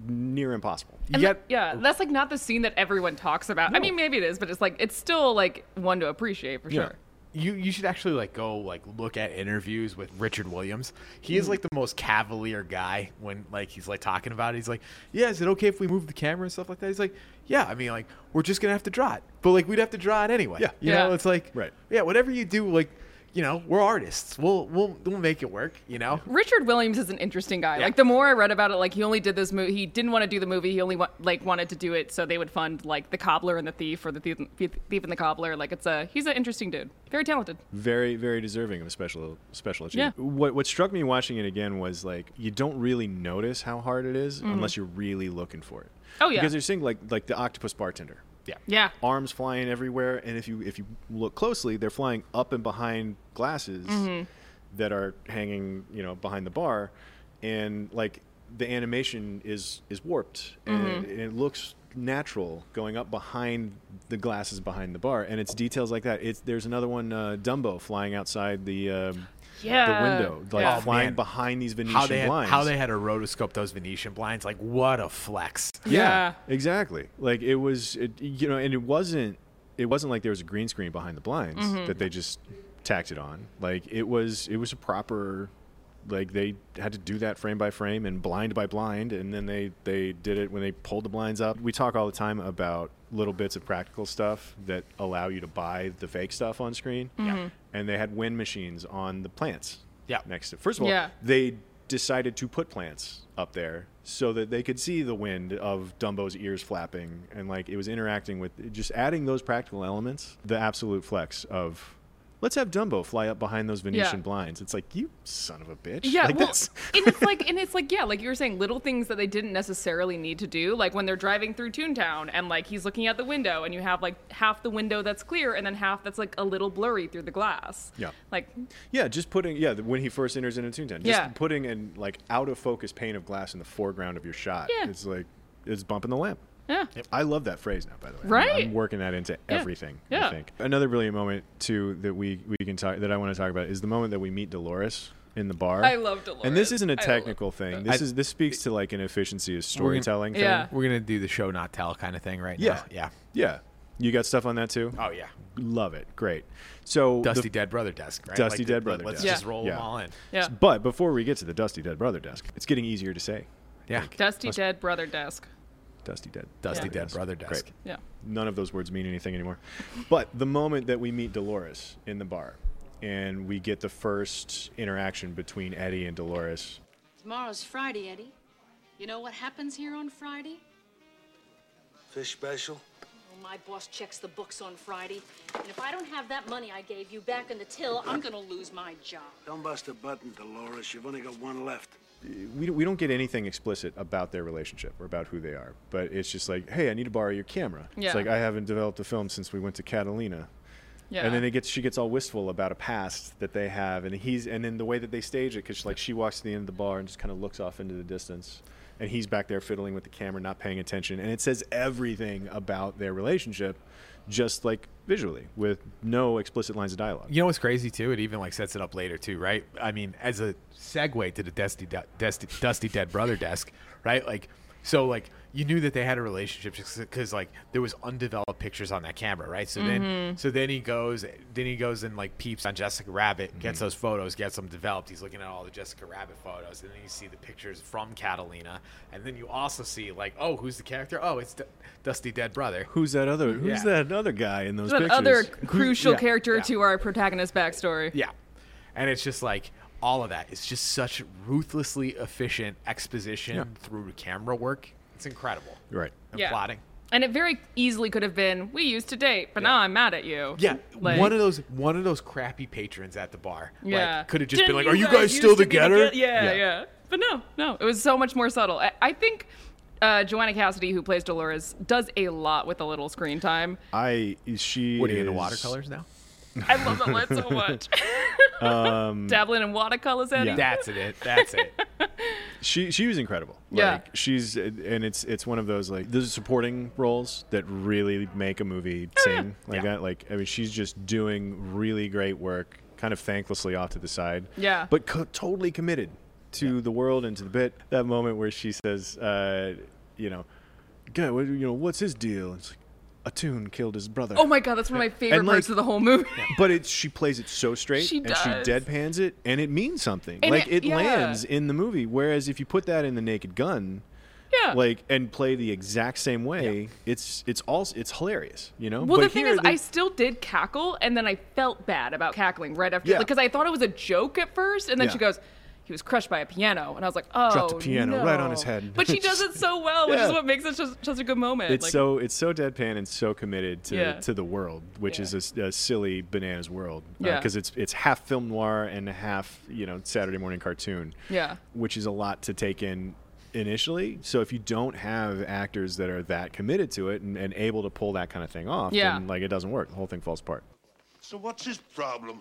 Speaker 3: near impossible.
Speaker 4: And
Speaker 2: Yet-
Speaker 4: that- yeah, that's like not the scene that everyone talks about. I mean, maybe it is, but it's like it's still like one to appreciate for sure.
Speaker 2: You you should actually like go like look at interviews with Richard Williams. He is like the most cavalier guy when like he's like talking about it. He's like, "Yeah, is it okay if we move the camera and stuff like that?" He's like, "Yeah, I mean like we're just going to have to draw it." But like we'd have to draw it anyway.
Speaker 3: Yeah.
Speaker 2: You know,
Speaker 4: Yeah.
Speaker 2: it's like
Speaker 3: Right.
Speaker 2: Yeah, whatever you do like, you know, we're artists. We'll we'll we'll make it work, you know.
Speaker 4: Richard Williams is an interesting guy.
Speaker 2: Yeah.
Speaker 4: Like the more I read about it, like he only did this movie. He didn't want to do the movie. He only wa- like wanted to do it so they would fund like the cobbler and the thief or the thief, thief and the cobbler. Like it's a he's an interesting dude, very talented.
Speaker 3: very very deserving of a special special achievement. What what struck me watching it again was like you don't really notice how hard it is unless you're really looking for it.
Speaker 4: Mm-hmm. Oh, yeah.
Speaker 3: because you're seeing like like the octopus bartender,
Speaker 2: Yeah.
Speaker 4: Yeah,
Speaker 3: arms flying everywhere, and if you if you look closely, they're flying up and behind glasses
Speaker 4: Mm-hmm.
Speaker 3: that are hanging you know behind the bar, and like the animation is is warped
Speaker 4: Mm-hmm.
Speaker 3: and, and it looks natural going up behind the glasses behind the bar and it's details like that it's there's another one uh, dumbo flying outside the um,
Speaker 4: yeah.
Speaker 3: the window, like
Speaker 4: yeah.
Speaker 3: flying
Speaker 2: man.
Speaker 3: behind these Venetian
Speaker 2: How they had,
Speaker 3: blinds.
Speaker 2: how they had to rotoscope those Venetian blinds. Like what a flex.
Speaker 4: Yeah.
Speaker 3: exactly. Like it was, it, you know, and it wasn't, it wasn't like there was a green screen behind the blinds that they just tacked it on. Like it was, it was a proper, like they had to do that frame by frame and blind by blind, and then they they did it when they pulled the blinds up. We talk all the time about little bits of practical stuff that allow you to buy the fake stuff on screen. Yeah. And they had wind machines on the plants.
Speaker 2: Yeah.
Speaker 3: Next to first of all,
Speaker 4: Yeah.
Speaker 3: they decided to put plants up there so that they could see the wind of Dumbo's ears flapping and like it was interacting with just adding those practical elements. The absolute flex of let's have Dumbo fly up behind those Venetian
Speaker 4: Yeah.
Speaker 3: blinds. It's like you son of a bitch.
Speaker 4: Yeah,
Speaker 3: like,
Speaker 4: well,
Speaker 3: that's-
Speaker 4: *laughs* and it's like, and it's like, yeah, like you were saying, little things that they didn't necessarily need to do, like when they're driving through Toontown and like he's looking out the window, and you have like half the window that's clear, and then half that's like a little blurry through the glass.
Speaker 3: Yeah.
Speaker 4: like
Speaker 3: yeah, just putting yeah the- when he first enters into Toontown, just
Speaker 4: Yeah.
Speaker 3: putting an like out of focus pane of glass in the foreground of your shot.
Speaker 4: Yeah.
Speaker 3: It's like it's bumping the lamp.
Speaker 4: yeah,
Speaker 3: I love that phrase now, by the way. I'm-
Speaker 4: Right?
Speaker 3: I'm, working that into everything. I
Speaker 4: Yeah.
Speaker 3: think another brilliant moment too that we we can talk that I want to talk about is the moment that we meet Dolores in the bar.
Speaker 4: I love
Speaker 3: And this
Speaker 4: Dolores.
Speaker 3: isn't
Speaker 4: I
Speaker 3: a
Speaker 4: love
Speaker 3: technical thing. This
Speaker 2: I-
Speaker 3: is this speaks to like an efficiency
Speaker 2: Mm-hmm.
Speaker 3: of storytelling thing.
Speaker 4: Yeah.
Speaker 2: We're going to do the show not tell kind of thing right
Speaker 3: Yeah.
Speaker 2: now. Yeah.
Speaker 3: Yeah. You got stuff on that too?
Speaker 2: Oh yeah.
Speaker 3: Love it. Great. So the-
Speaker 2: Dusty Dead Brother Desk, right?
Speaker 3: Dusty Dead
Speaker 2: let-
Speaker 3: Brother
Speaker 2: Let's
Speaker 3: Desk.
Speaker 2: just
Speaker 4: Yeah.
Speaker 2: roll
Speaker 3: Yeah.
Speaker 2: them all in.
Speaker 4: yeah.
Speaker 3: But before we get to the Dusty Dead Brother desk, it's getting easier to say.
Speaker 2: Yeah.
Speaker 4: Dusty Dead Brother Desk.
Speaker 3: Dusty Dead.
Speaker 2: Dusty
Speaker 4: Yeah.
Speaker 2: Dead Brother
Speaker 3: Great.
Speaker 2: Desk.
Speaker 4: Yeah.
Speaker 3: none of those words mean anything anymore. But the moment that we meet Dolores in the bar and we get the first interaction between Eddie and Dolores,
Speaker 5: Tomorrow's Friday, Eddie. You know what happens here on Friday?
Speaker 6: Fish special?
Speaker 5: Well, my boss checks the books on Friday, and if I don't have that money I gave you back in the till, I'm gonna lose my job.
Speaker 6: Don't bust a button, Dolores. You've only got one left.
Speaker 3: we, we don't get anything explicit about their relationship or about who they are. But it's just like, hey, I need to borrow your camera.
Speaker 4: Yeah.
Speaker 3: It's like, I haven't developed a film since we went to Catalina.
Speaker 4: Yeah.
Speaker 3: And then it gets she gets all wistful about a past that they have, and he's and then the way that they stage it, because like she walks to the end of the bar and just kind of looks off into the distance, and he's back there fiddling with the camera, not paying attention, and it says everything about their relationship, just like visually, with no explicit lines of dialogue.
Speaker 2: You know what's crazy too? It even like sets it up later too, right? I mean, as a segue to the Dusty De- Dusty, Dusty Dead Brother Desk, right? Like, so like you knew that they had a relationship because like there was undeveloped pictures on that camera, right? So
Speaker 4: Mm-hmm.
Speaker 2: then, so then he goes, then he goes and like peeps on Jessica
Speaker 3: Mm-hmm.
Speaker 2: Rabbit, gets those photos, gets them developed. He's looking at all the Jessica Rabbit photos, and then you see the pictures from Catalina, and then you also see like, oh, who's the character? Oh, it's D- Dusty Dead Brother.
Speaker 3: Who's that other? Who's
Speaker 2: Yeah.
Speaker 3: that other guy in those
Speaker 4: That
Speaker 3: pictures?
Speaker 4: other crucial
Speaker 2: yeah,
Speaker 4: character
Speaker 2: yeah.
Speaker 4: to our protagonist backstory.
Speaker 2: Yeah. And it's just like all of that. It's just such ruthlessly efficient exposition through camera work. It's incredible.
Speaker 3: Right.
Speaker 2: And
Speaker 4: Yeah.
Speaker 2: plotting.
Speaker 4: And it very easily could have been, we used to date, but now I'm mad at you.
Speaker 2: Yeah,
Speaker 4: Like-
Speaker 2: one of those one of those crappy patrons at the bar.
Speaker 4: Yeah.
Speaker 2: like, could have just
Speaker 4: Didn't
Speaker 2: been like, "Are you guys still
Speaker 4: used to be
Speaker 2: together?"
Speaker 4: toge- Yeah, yeah, But no, no. It was so much more subtle. I, I think uh, Joanna Cassidy, who plays Dolores, does a lot with a little screen time.
Speaker 3: I she
Speaker 2: What are you into
Speaker 3: is-
Speaker 2: watercolors now?
Speaker 4: I love that line
Speaker 2: *laughs*
Speaker 4: so much.
Speaker 2: Um,
Speaker 4: *laughs* Dabbling in watercolors, Eddie.
Speaker 3: yeah.
Speaker 2: That's it. That's
Speaker 4: *laughs*
Speaker 2: it.
Speaker 3: She she was incredible.
Speaker 4: Yeah.
Speaker 3: Like she's and it's it's one of those like those supporting roles that really make a movie
Speaker 4: Oh,
Speaker 3: sing like
Speaker 2: Yeah.
Speaker 3: that. Like I mean she's just doing really great work, kind of thanklessly off to the side.
Speaker 4: Yeah.
Speaker 3: But co- totally committed to the world and to the bit. That moment where she says, uh, you know, guy, what, you know, what's his deal? It's like a tune killed his brother.
Speaker 4: Oh my god, that's one of my favorite
Speaker 3: And, like-
Speaker 4: parts of the whole movie.
Speaker 3: But it's she plays it so straight
Speaker 4: She
Speaker 3: and
Speaker 4: does.
Speaker 3: she deadpans it and it means something.
Speaker 4: And
Speaker 3: like
Speaker 4: it-
Speaker 3: it,
Speaker 4: yeah.
Speaker 3: lands in the movie. Whereas if you put that in the Naked Gun,
Speaker 4: *laughs* yeah.
Speaker 3: like and play the exact same way, it's it's all it's hilarious, you know.
Speaker 4: Well,
Speaker 3: but
Speaker 4: the thing
Speaker 3: here,
Speaker 4: is,
Speaker 3: they-
Speaker 4: I still did cackle, and then I felt bad about cackling right after
Speaker 3: Yeah.
Speaker 4: because I thought it was a joke at first, and then
Speaker 3: Yeah.
Speaker 4: she goes, "He was crushed by a piano," and I was like, "Oh,
Speaker 3: the piano right on
Speaker 4: no."
Speaker 3: his head.
Speaker 4: But she does it so well, which is
Speaker 3: Yeah.
Speaker 4: what makes it such, such a good moment.
Speaker 3: it's
Speaker 4: like,
Speaker 3: so it's so deadpan and so committed to
Speaker 4: Yeah.
Speaker 3: to the world, which
Speaker 4: Yeah.
Speaker 3: is a s- a, silly bananas world
Speaker 4: Yeah.
Speaker 3: because it's it's half film noir and half you know Saturday morning cartoon,
Speaker 4: Yeah.
Speaker 3: which is a lot to take in initially. So if you don't have actors that are that committed to it and, and able to pull that kind of thing off,
Speaker 4: Yeah.
Speaker 3: then like it doesn't work. The whole thing falls apart.
Speaker 6: So what's his problem?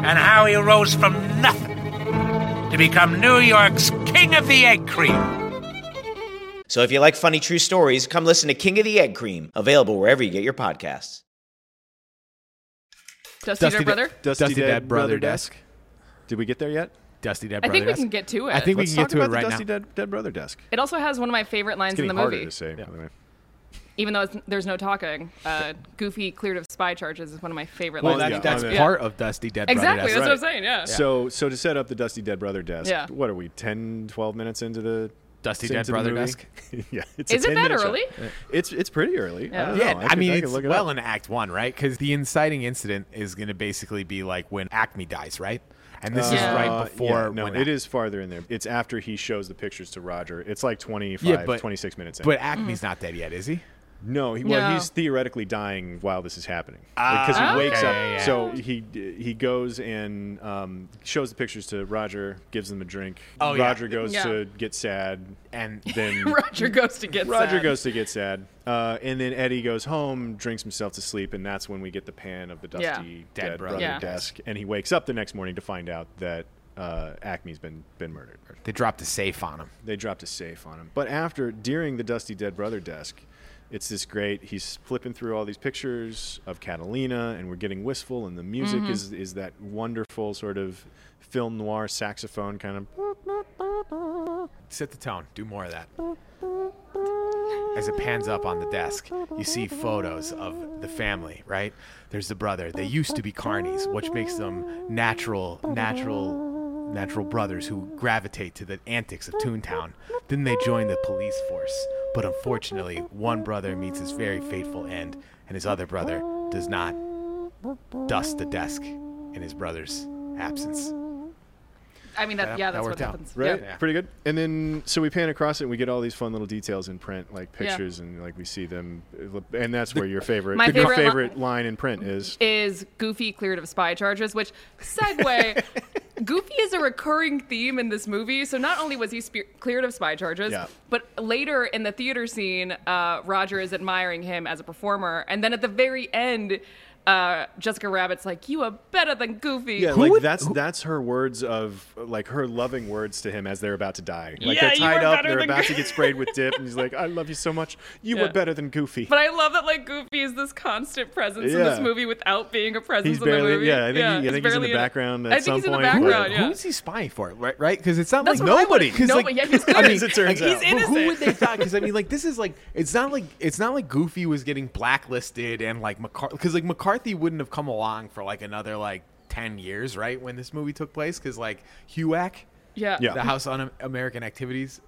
Speaker 7: and how he rose from nothing to become New York's king of the egg cream.
Speaker 8: So if you like funny true stories, come listen to King of the Egg Cream, available wherever you get your podcasts.
Speaker 4: Dusty, Dead
Speaker 2: Dusty
Speaker 4: brother.
Speaker 2: Dead-
Speaker 3: Dusty Dead Brother
Speaker 2: Desk.
Speaker 3: Did we get there yet?
Speaker 2: Dusty Dead
Speaker 4: I
Speaker 2: brother.
Speaker 4: think we
Speaker 2: Desk.
Speaker 4: can get to it.
Speaker 2: I think we
Speaker 3: Let's
Speaker 2: can
Speaker 3: talk
Speaker 2: get to
Speaker 3: about
Speaker 2: it right
Speaker 3: the
Speaker 2: now.
Speaker 3: Dusty Dead, Dead Brother desk.
Speaker 4: it also has one of my favorite lines in
Speaker 3: Getting
Speaker 4: the
Speaker 3: harder
Speaker 4: movie.
Speaker 3: to say, by the way.
Speaker 4: Even though it's, there's no talking, uh, Goofy cleared of spy charges is one of my favorite
Speaker 3: Oh,
Speaker 2: Well,
Speaker 4: lines. in
Speaker 2: that's,
Speaker 4: the
Speaker 2: that's
Speaker 4: movie.
Speaker 2: part of Dusty Dead
Speaker 4: Yeah.
Speaker 2: brother.
Speaker 4: Exactly,
Speaker 2: Desk.
Speaker 4: that's what I'm saying. Yeah.
Speaker 3: So, so to set up the Dusty Dead Brother desk,
Speaker 4: Yeah.
Speaker 3: what are we, 10, 12 minutes into the
Speaker 2: Dusty
Speaker 3: into
Speaker 2: Dead
Speaker 3: the
Speaker 2: Brother
Speaker 3: movie?
Speaker 2: desk?
Speaker 3: *laughs* yeah, it's
Speaker 4: Is
Speaker 3: a
Speaker 4: it that
Speaker 3: 10-minute shot.
Speaker 4: early?
Speaker 3: It's it's pretty early. I don't know.
Speaker 2: Yeah,
Speaker 3: Oh, I,
Speaker 2: I,
Speaker 3: could-
Speaker 2: mean,
Speaker 3: I could
Speaker 2: it's
Speaker 3: look it
Speaker 2: well
Speaker 3: up.
Speaker 2: in Act One, right? Because the inciting incident is going to basically be like when Acme dies, right? And this is
Speaker 4: Yeah.
Speaker 2: right
Speaker 3: Uh,
Speaker 2: before.
Speaker 3: yeah, no,
Speaker 2: when
Speaker 3: it
Speaker 2: Ac-
Speaker 3: is farther in there. It's after he shows the pictures to Roger. It's like 25,
Speaker 2: Yeah, but-
Speaker 3: 26 minutes in.
Speaker 2: But Acme's not dead yet, is he?
Speaker 3: no, he, well,
Speaker 4: No.
Speaker 3: he's theoretically dying while this is happening because he wakes up.
Speaker 2: Ah, okay, yeah.
Speaker 3: So he he goes and um, shows the pictures to Roger, gives them a drink.
Speaker 2: Oh, yeah.
Speaker 3: Roger goes
Speaker 4: Yeah.
Speaker 3: to get
Speaker 2: *laughs*
Speaker 3: sad,
Speaker 2: And
Speaker 3: then
Speaker 4: *laughs* Roger goes to get
Speaker 3: Roger
Speaker 4: sad.
Speaker 3: goes to get sad, uh, and then Eddie goes home, drinks himself to sleep, and that's when we get the pan of the dusty
Speaker 4: Yeah.
Speaker 3: dead, brother
Speaker 2: Dead
Speaker 4: brother. Yeah.
Speaker 3: desk, and he wakes up the next morning to find out that uh, Acme's been been murdered.
Speaker 2: they dropped a safe on him.
Speaker 3: They dropped a safe on him, but after during the dusty dead brother desk. It's this great. He's flipping through all these pictures of Catalina, and we're getting wistful, and the music
Speaker 4: Mm-hmm.
Speaker 3: is is that wonderful sort of film noir saxophone kind of
Speaker 2: Set the tone. Do more of that. As it pans up on the desk, you see photos of the family, right? There's the brother. They used to be carnies, which makes them natural, natural, natural brothers who gravitate to the antics of Toontown. Then they join the police force. But unfortunately, one brother meets his very fateful end, and his other brother does not dust the desk in his brother's absence.
Speaker 4: I mean, that,
Speaker 2: That-
Speaker 4: yeah,
Speaker 2: that
Speaker 4: that's what
Speaker 2: worked out,
Speaker 4: happens.
Speaker 3: right?
Speaker 4: Yeah.
Speaker 3: Pretty good. And then so we pan across it and we get all these fun little details in print, like pictures and like we see them, uh, and that's where your favorite,
Speaker 4: My
Speaker 3: your
Speaker 4: favorite
Speaker 3: favorite,
Speaker 4: li-
Speaker 3: line in print is. *laughs*
Speaker 4: is Goofy cleared of spy charges, which segue Goofy is a recurring theme in this movie. So not only was he spe- cleared of spy charges,
Speaker 3: Yeah.
Speaker 4: but later in the theater scene, uh, Roger is admiring him as a performer, and then at the very end, uh, Jessica Rabbit's like, "You are better than Goofy."
Speaker 3: Yeah, like that's that's her words of like her loving words to him as they're about to die. Like
Speaker 4: Yeah,
Speaker 3: they're
Speaker 4: you
Speaker 3: tied
Speaker 4: were
Speaker 3: up,
Speaker 4: better
Speaker 3: they're
Speaker 4: than
Speaker 3: about to
Speaker 4: Goo-
Speaker 3: get sprayed with dip, and he's like, "I love you so much. You were
Speaker 4: Yeah.
Speaker 3: better than Goofy."
Speaker 4: But I love that like Goofy is this constant presence in this
Speaker 3: Yeah.
Speaker 4: movie without being a presence
Speaker 3: He's
Speaker 4: in
Speaker 3: barely-
Speaker 4: the movie.
Speaker 3: yeah, I think he- I think he's in
Speaker 4: barely
Speaker 3: the background
Speaker 4: I
Speaker 3: at
Speaker 4: think
Speaker 3: some
Speaker 4: he's in the
Speaker 3: point, but-
Speaker 4: background. Yeah.
Speaker 2: Who is he spying for? Right, right? Because it's not
Speaker 4: That's
Speaker 2: like
Speaker 4: what I
Speaker 2: nobody.
Speaker 4: would've-
Speaker 2: 'cause,
Speaker 4: *laughs* no,
Speaker 2: like,
Speaker 4: but yeah, he's
Speaker 2: I mean,
Speaker 4: clear.
Speaker 3: it *laughs* turns
Speaker 2: like,
Speaker 3: out.
Speaker 2: who- Who
Speaker 4: innocent.
Speaker 2: would *laughs* they thought? Because I mean, like, this is like, it's not like, it's not like Goofy was getting blacklisted and like McCarthy, because like McCarthy wouldn't have come along for like another like ten years, right? When this movie took place, because like HUAC,
Speaker 4: Yeah. Yeah.
Speaker 2: the House on American Activities.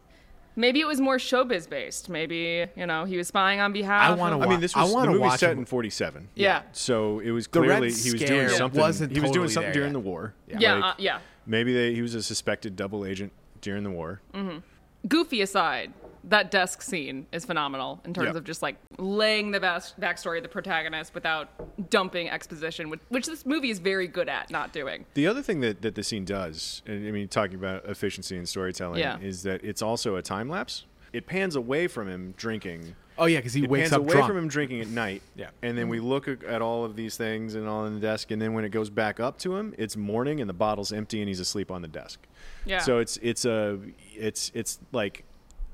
Speaker 4: Maybe it was more showbiz based. Maybe you know he was spying on behalf.
Speaker 2: I wanna
Speaker 4: of-
Speaker 3: I mean, this
Speaker 2: I
Speaker 3: was the
Speaker 2: wanna
Speaker 3: movie
Speaker 2: watch
Speaker 3: set
Speaker 2: him-
Speaker 3: in '47.
Speaker 4: Yeah.
Speaker 3: So it was
Speaker 2: The Red
Speaker 3: clearly he was doing
Speaker 2: Scare
Speaker 3: something.
Speaker 2: wasn't
Speaker 3: he was doing
Speaker 2: totally
Speaker 3: something
Speaker 2: there
Speaker 3: during
Speaker 2: yet.
Speaker 3: the war.
Speaker 4: Yeah,
Speaker 3: Like,
Speaker 4: uh, yeah.
Speaker 3: Maybe they, he was a suspected double agent during the war.
Speaker 4: Mhm. Goofy aside, that desk scene is phenomenal in terms
Speaker 3: Yeah.
Speaker 4: of just like laying the best backstory of the protagonist without dumping exposition, which, which this movie is very good at not doing.
Speaker 3: The other thing that, that the scene does, and I mean, talking about efficiency and storytelling,
Speaker 4: Yeah.
Speaker 3: is that it's also a time lapse. It pans away from him drinking.
Speaker 2: Oh, yeah, 'cause he
Speaker 3: it
Speaker 2: wakes
Speaker 3: pans
Speaker 2: up
Speaker 3: away
Speaker 2: drunk.
Speaker 3: from him drinking at night.
Speaker 2: Yeah.
Speaker 3: and then we look a- at all of these things and all on the desk, and then when it goes back up to him, it's morning and the bottle's empty and he's asleep on the desk.
Speaker 4: Yeah.
Speaker 3: So it's it's a it's it's like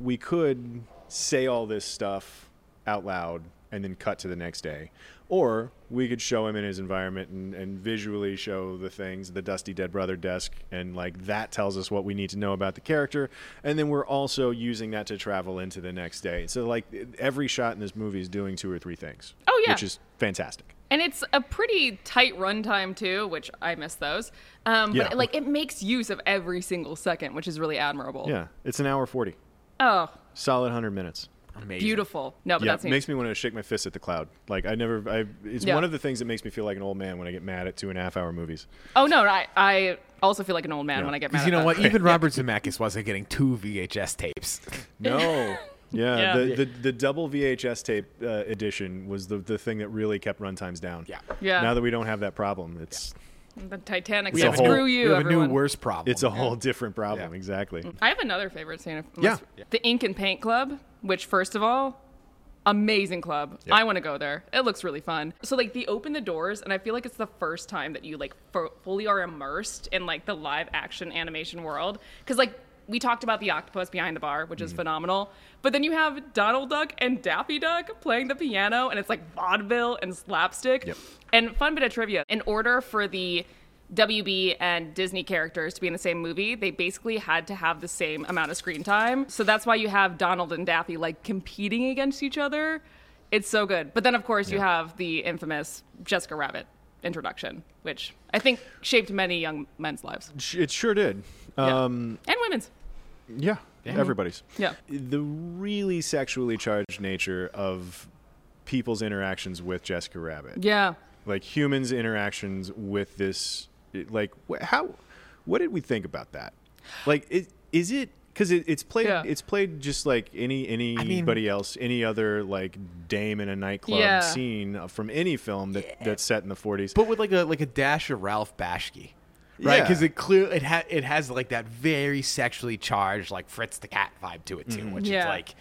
Speaker 3: we could say all this stuff out loud and then cut to the next day. Or we could show him in his environment and, and visually show the things, the dusty dead brother desk, and like that tells us what we need to know about the character. And then we're also using that to travel into the next day. So like every shot in this movie is doing two or three things.
Speaker 4: Oh, yeah.
Speaker 3: Which is fantastic.
Speaker 4: And it's a pretty tight runtime too, which I miss those. Um,
Speaker 3: Yeah.
Speaker 4: But like it makes use of every single second, which is really admirable.
Speaker 3: Yeah. It's an hour forty.
Speaker 4: Oh,
Speaker 3: Solid hundred minutes.
Speaker 4: beautiful. No, but
Speaker 3: yeah,
Speaker 4: that's
Speaker 3: it makes me want to shake my fist at the cloud. Like I never, I it's
Speaker 4: Yeah.
Speaker 3: one of the things that makes me feel like an old man when I get mad at two and a half hour movies.
Speaker 4: *laughs* Oh no, I I also feel like an old man when I get mad.
Speaker 2: Because
Speaker 4: At
Speaker 2: you know
Speaker 4: that.
Speaker 2: what? *laughs* Even Robert Zemeckis wasn't getting two VHS tapes.
Speaker 3: No,
Speaker 2: Yeah.
Speaker 3: yeah, The, the the double VHS tape uh, edition was the the thing that really kept runtimes down. Yeah,
Speaker 4: Yeah.
Speaker 3: Now that we don't have that problem, it's
Speaker 4: the Titanic
Speaker 3: We
Speaker 4: said,
Speaker 3: have a new-
Speaker 4: "Screw you,
Speaker 2: we have a
Speaker 4: everyone."
Speaker 2: new worse problem.
Speaker 3: it's a whole different problem. Exactly.
Speaker 4: I have another favorite scene. If,
Speaker 3: Yeah.
Speaker 4: yeah. The Ink and Paint Club, which, first of all, amazing club. I want to go there. It looks really fun. So, like, they open the doors, and I feel like it's the first time that you, like, fu- fully are immersed in, like, the live action animation world. Because, like, we talked about the octopus behind the bar, which is
Speaker 3: Mm-hmm.
Speaker 4: phenomenal. But then you have Donald Duck and Daffy Duck playing the piano, and it's like vaudeville and slapstick. And fun bit of trivia in order for the WB and Disney characters to be in the same movie, they basically had to have the same amount of screen time. So that's why you have Donald and Daffy like competing against each other. It's so good. But then, of course, you have the infamous Jessica Rabbit introduction, which I think shaped many young men's lives
Speaker 3: Sh- It sure did. Um,
Speaker 4: and women's.
Speaker 3: yeah. everybody's.
Speaker 4: Yeah.
Speaker 3: The really sexually charged nature of people's interactions with Jessica Rabbit.
Speaker 4: Yeah.
Speaker 3: like humans interactions with this it- like wh- how what did we think about that like it, is it because it, it's played
Speaker 4: Yeah.
Speaker 3: it's played just like any anybody else any other like dame in a nightclub
Speaker 4: Yeah.
Speaker 3: scene uh, from any film that that's set in the 40s
Speaker 2: but with like a like a dash of Ralph Bashki, right?
Speaker 3: Yeah.
Speaker 2: Because it clear it ha- it has like that very sexually charged like Fritz the Cat vibe to it too,
Speaker 3: Mhm.
Speaker 2: which is
Speaker 4: Yeah.
Speaker 2: like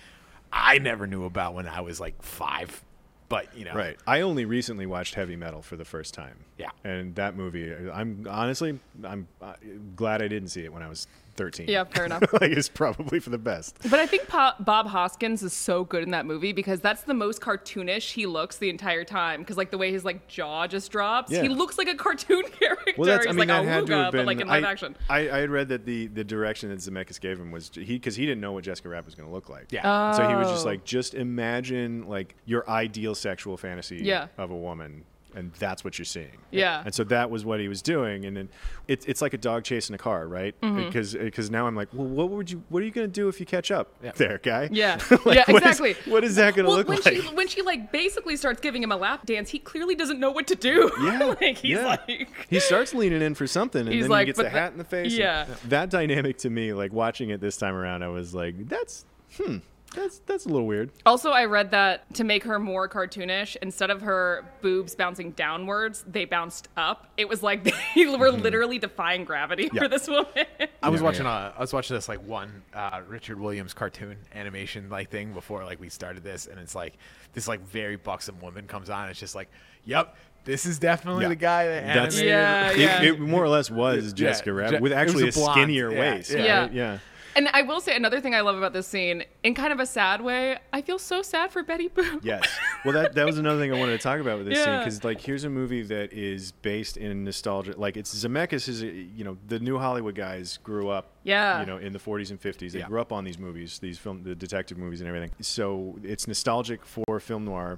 Speaker 2: I never knew about when I was like five, but you know,
Speaker 3: right i only recently watched heavy metal for the first time
Speaker 2: Yeah.
Speaker 3: and that movie i'm honestly i'm uh, glad i didn't see it when i was 13
Speaker 4: Yeah, fair enough.
Speaker 3: *laughs* like it's probably for the best
Speaker 4: But I think po- Bob Hoskins is so good in that movie because that's the most cartoonish he looks the entire time. Because like the way his like jaw just drops,
Speaker 3: Yeah.
Speaker 4: he looks like a cartoon *laughs* character.
Speaker 3: Well, that's,
Speaker 4: He's
Speaker 3: I mean,
Speaker 4: like
Speaker 3: that
Speaker 4: a
Speaker 3: had to have been.
Speaker 4: but like in live
Speaker 3: I,
Speaker 4: action.
Speaker 3: I, I had read that the, the direction that Zemeckis gave him was he because he didn't know what Jessica Rabbit was going to look like.
Speaker 4: Yeah.
Speaker 3: So he was just
Speaker 4: Oh.
Speaker 3: like, just imagine like your ideal sexual fantasy
Speaker 4: Yeah.
Speaker 3: of a woman, and that's what you're seeing.
Speaker 4: Yeah.
Speaker 3: And so that was what he was doing, and then it's it's like a dog chasing a car, right? Uh,
Speaker 4: Mhm.
Speaker 3: Because because now I'm like, well, what would you what are you going to do if you catch up there, guy?
Speaker 4: Yeah.
Speaker 3: *laughs* Like,
Speaker 4: yeah,
Speaker 3: what is-
Speaker 4: exactly.
Speaker 3: *laughs* what is that going to
Speaker 4: well,
Speaker 3: look
Speaker 4: when
Speaker 3: like?
Speaker 4: she when she like basically starts giving him a lap dance, he clearly doesn't know what to do. *laughs*
Speaker 3: Yeah,
Speaker 4: like he's
Speaker 3: yeah.
Speaker 4: like
Speaker 3: he starts leaning in for something, and
Speaker 4: He's
Speaker 3: then he
Speaker 4: like,
Speaker 3: gets
Speaker 4: but
Speaker 3: the
Speaker 4: the-
Speaker 3: hat in the face.
Speaker 4: yeah.
Speaker 3: and that dynamic to me, like watching it this time around, I was like, "That's hmm, That's that's a little weird.
Speaker 4: Also, I read that to make her more cartoonish, instead of her boobs bouncing downwards, they bounced up. It was like *laughs* they were
Speaker 3: Mm-hmm.
Speaker 4: literally defying gravity
Speaker 2: Yeah.
Speaker 4: for this woman.
Speaker 2: I was watching uh, I was watching this like one uh, Richard Williams cartoon animation like thing before like we started this, and it's like this like very buxom woman comes on. And it's just like, yep, this is definitely
Speaker 3: Yeah.
Speaker 2: the guy that
Speaker 3: That's
Speaker 2: animated.
Speaker 4: Oh,
Speaker 3: it, it more or less was
Speaker 2: Yeah,
Speaker 3: Jessica Rabbit
Speaker 2: Je-
Speaker 3: with
Speaker 2: it was
Speaker 3: actually
Speaker 2: a
Speaker 3: a,
Speaker 2: blonde,
Speaker 3: skinnier
Speaker 2: yeah,
Speaker 3: waist.
Speaker 2: yeah.
Speaker 3: right?
Speaker 4: Yeah.
Speaker 3: yeah.
Speaker 4: And I will say another thing I love about this scene, in kind of a sad way, I feel so sad for Betty Boop.
Speaker 3: Yes. Well, that that was another thing I wanted to talk about with this scene
Speaker 4: Yeah.
Speaker 3: because, like, here's a movie that is based in nostalgia. Like, it's Zemeckis is, uh, you know, the new Hollywood guys grew up,
Speaker 4: Yeah.
Speaker 3: you know, in the 40s and 50s. They
Speaker 2: Yeah.
Speaker 3: grew up on these movies, these film, the detective movies and everything. So it's nostalgic for film noir,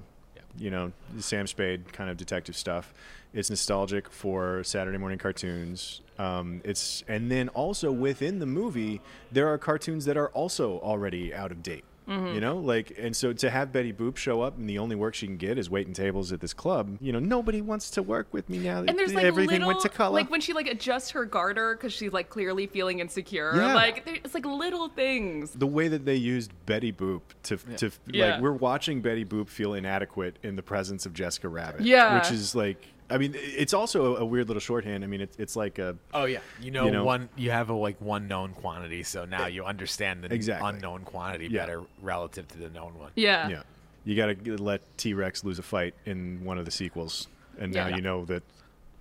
Speaker 3: you know, Sam Spade kind of detective stuff. It's nostalgic for Saturday morning cartoons. Um, it's and then also within the movie, there are cartoons that are also already out of date.
Speaker 4: Mm-hmm.
Speaker 9: Mhm.
Speaker 3: You know, like, and so to have Betty Boop show up and the only work she can get is waiting tables at this club. You know, nobody wants to work with me now. that
Speaker 4: And there's like
Speaker 3: everything
Speaker 4: little,
Speaker 3: went to color.
Speaker 4: like when she like adjusts her garter because she's like clearly feeling insecure.
Speaker 3: Yeah.
Speaker 4: Like there, it's like little things.
Speaker 3: the way that they used Betty Boop to to like
Speaker 4: Yeah.
Speaker 3: we're watching Betty Boop feel inadequate in the presence of Jessica Rabbit.
Speaker 2: Yeah.
Speaker 3: which is like I mean it's also a weird little shorthand. I mean it's it's like a
Speaker 2: Oh yeah, you know,
Speaker 3: You know-
Speaker 2: one you have a like one known quantity, so now you understand the
Speaker 3: Exactly.
Speaker 2: unknown quantity
Speaker 3: Yeah.
Speaker 2: better relative to the known one.
Speaker 4: Yeah.
Speaker 3: yeah. You got to let T Rex lose a fight in one of the sequels, and now
Speaker 4: Yeah.
Speaker 3: you know that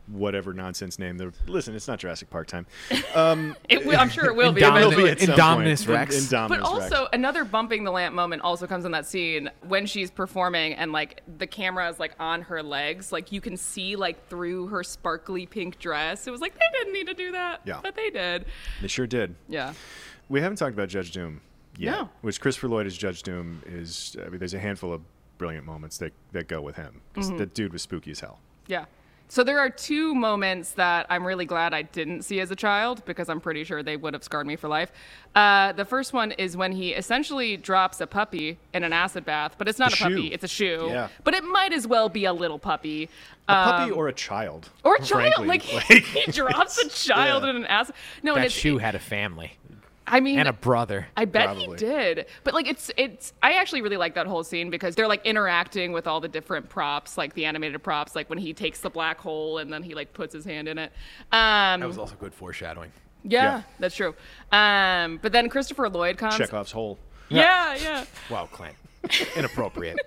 Speaker 3: whatever nonsense name. They're, listen, it's not Jurassic Park time. Um,
Speaker 4: It will, I'm sure it will be.
Speaker 3: It will
Speaker 4: eventually.
Speaker 3: be at some point.
Speaker 2: Indominus Rex.
Speaker 3: In- Indominus
Speaker 4: But
Speaker 3: Rex.
Speaker 4: also another bumping the lamp moment also comes in that scene when she's performing and like the camera is like on her legs, like you can see like through her sparkly pink dress. It was like they didn't need to do that,
Speaker 3: Yeah.
Speaker 4: but they did.
Speaker 3: They sure did.
Speaker 4: Yeah.
Speaker 3: We haven't talked about Judge Doom yet,
Speaker 4: No.
Speaker 3: which Christopher Lloyd as Judge Doom is. I mean, there's a handful of brilliant moments that, that go with him. 'cause
Speaker 4: Mhm.
Speaker 3: That dude was spooky as hell.
Speaker 4: Yeah. So there are two moments that I'm really glad I didn't see as a child because I'm pretty sure they would have scarred me for life. Uh, the first one is when he essentially drops a puppy in an acid bath, but it's not
Speaker 3: The
Speaker 4: a puppy;
Speaker 3: shoe.
Speaker 4: it's a shoe.
Speaker 3: Yeah.
Speaker 4: But it might as well be a little puppy.
Speaker 3: A puppy
Speaker 4: Um,
Speaker 3: or a child.
Speaker 4: or a child.
Speaker 3: frankly.
Speaker 4: Like, *laughs* he drops a child in an acid. No, and
Speaker 2: that
Speaker 4: it's.
Speaker 2: shoe had a family
Speaker 4: I mean,
Speaker 2: and a brother.
Speaker 4: I bet he did. But like it's it's I actually really like that whole scene because they're like interacting with all the different props, like the animated props, like when he takes the black hole and then he like puts his hand in it. Um
Speaker 2: that was also good foreshadowing.
Speaker 4: yeah, that's true. Um but then Christopher Lloyd
Speaker 3: *laughs*
Speaker 4: comes.
Speaker 3: Chekhov's hole.
Speaker 4: Yeah, yeah.
Speaker 2: Wow,
Speaker 4: *laughs*
Speaker 2: Clint. Inappropriate.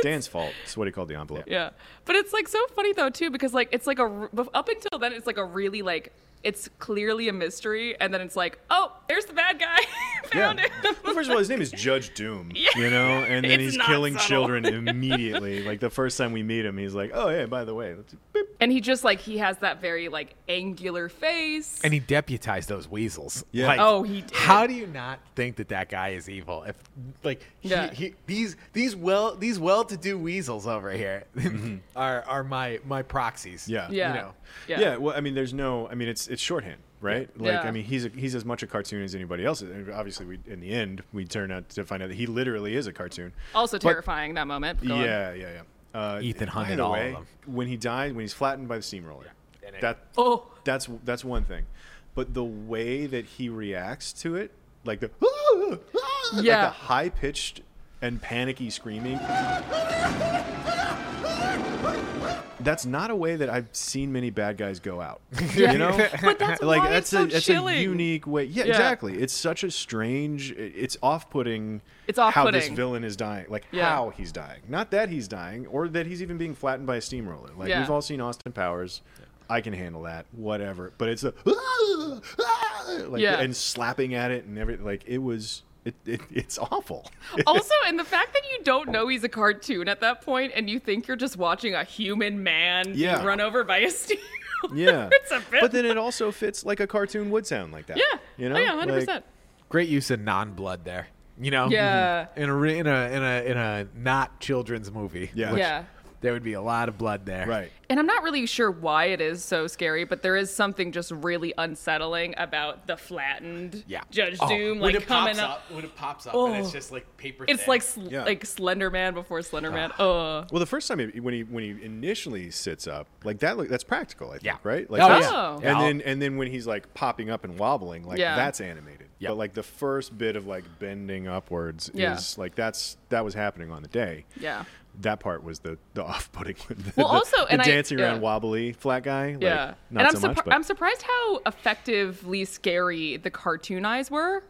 Speaker 3: Stan's fault. That's what he called the envelope.
Speaker 4: Yeah. But it's like so funny though too because like it's like a r- bef- up until then it's like a really like it's clearly a mystery and then it's like, "Oh, there's the bad guy." *laughs* Found
Speaker 3: it. *laughs* Well, first of all, his name is Judge Doom.
Speaker 4: *laughs* Yeah.
Speaker 3: You know, and then
Speaker 4: It's
Speaker 3: he's
Speaker 4: not
Speaker 3: killing
Speaker 4: subtle. *laughs*
Speaker 3: children immediately. like the first time we meet him, he's like, "Oh yeah, by the way, let's
Speaker 4: and he just like he has that very like angular face.
Speaker 2: And he deputized those weasels.
Speaker 3: Yeah.
Speaker 2: Like,
Speaker 4: Oh, he did.
Speaker 2: How do you not think that that guy is evil? If like he-
Speaker 4: Yeah.
Speaker 2: he, these these well these well-to-do weasels over here *laughs* are are my my proxies.
Speaker 3: Mm-hmm. Yeah.
Speaker 2: You know.
Speaker 3: yeah. Well, I mean, there's no. I mean, it's it's shorthand, right?
Speaker 2: Yeah.
Speaker 3: Like,
Speaker 2: Yeah.
Speaker 3: I mean, he's a, he's as much a cartoon as anybody else. is. And obviously, we in the end we turn out to find out that he literally is a cartoon.
Speaker 4: Also
Speaker 3: But-
Speaker 4: terrifying that moment. Go on.
Speaker 3: yeah, yeah, yeah. Uh,
Speaker 2: Ethan
Speaker 3: by
Speaker 2: hunted
Speaker 3: the
Speaker 2: all of
Speaker 3: way,
Speaker 2: them.
Speaker 3: When he died, when he's flattened by the steamroller,
Speaker 2: And it-
Speaker 3: that
Speaker 4: oh,
Speaker 3: that's that's one thing. But the way that he reacts to it, like the like
Speaker 4: Yeah.
Speaker 3: the high pitched and panicky screaming. That's not a way that I've seen many bad guys
Speaker 9: *laughs*
Speaker 3: go out.
Speaker 9: Yeah.
Speaker 3: You know,
Speaker 9: But that's
Speaker 3: *laughs* like
Speaker 9: why
Speaker 3: that's
Speaker 9: it's so
Speaker 3: a that's a
Speaker 9: chilling.
Speaker 3: unique way. Yeah,
Speaker 9: Yeah.
Speaker 3: exactly. It's such a strange. it- It's off-putting.
Speaker 9: It's
Speaker 3: how this
Speaker 9: off-putting.
Speaker 3: villain is dying, like
Speaker 9: Yeah.
Speaker 3: how he's dying, not that he's dying or that he's even being flattened by a steamroller. Like
Speaker 9: Yeah.
Speaker 3: we've all seen Austin Powers. I can handle that, whatever. But it's a *laughs* like
Speaker 4: Yeah.
Speaker 3: and slapping at it and everything. Like it was, it, it it's
Speaker 4: *laughs*
Speaker 3: awful.
Speaker 4: also, and the fact that you don't know he's a cartoon at that point, and you think you're just watching a human man be
Speaker 3: Yeah.
Speaker 4: run over by a steam.
Speaker 3: *laughs* yeah,
Speaker 4: *laughs* It's a bit-
Speaker 3: but then it also fits like a cartoon would sound like that.
Speaker 4: Yeah.
Speaker 3: you
Speaker 4: Oh,
Speaker 3: know,
Speaker 4: yeah, 100%.
Speaker 3: Like,
Speaker 2: Great use of non-blood there. You know. Mm-hmm.
Speaker 4: Yeah.
Speaker 2: In a re- in a in a in a not children's movie.
Speaker 3: Yeah.
Speaker 2: which
Speaker 4: Yeah.
Speaker 2: there would be a lot of blood there.
Speaker 3: Right.
Speaker 4: And I'm not really sure why it is so scary, but there is something just really unsettling about the flattened
Speaker 2: Yeah.
Speaker 4: Judge
Speaker 2: Oh,
Speaker 4: Doom,
Speaker 2: when
Speaker 4: like
Speaker 2: it
Speaker 4: coming
Speaker 2: pops
Speaker 4: up.
Speaker 2: up- when it pops up
Speaker 4: oh.
Speaker 2: and it's just, like, paper
Speaker 4: It's
Speaker 2: thin.
Speaker 4: like sl-
Speaker 3: Yeah. Ah,
Speaker 4: like Slender Man before Slender Man. Oh,
Speaker 3: Well, the first time he, when he when he initially sits up, like that, look- that's practical, I think,
Speaker 2: Yeah.
Speaker 3: right? Like
Speaker 2: Oh,
Speaker 3: that's-
Speaker 4: yeah.
Speaker 3: And
Speaker 2: Yeah.
Speaker 3: then and then when he's like popping up and wobbling, like
Speaker 4: Yeah.
Speaker 3: that's animated. But like the first bit of like bending upwards
Speaker 4: Yeah.
Speaker 3: is like that's that was happening on the day.
Speaker 4: Yeah.
Speaker 3: That part was the the *laughs* off-putting. the,
Speaker 4: Well,
Speaker 3: the-
Speaker 4: also-
Speaker 3: the
Speaker 4: and I-
Speaker 3: dancing around
Speaker 4: yeah.
Speaker 3: wobbly flat guy. Like,
Speaker 4: yeah.
Speaker 3: Not
Speaker 4: and I'm,
Speaker 3: so much,
Speaker 4: surpri-
Speaker 3: but
Speaker 4: I'm surprised how effectively scary the cartoon eyes were.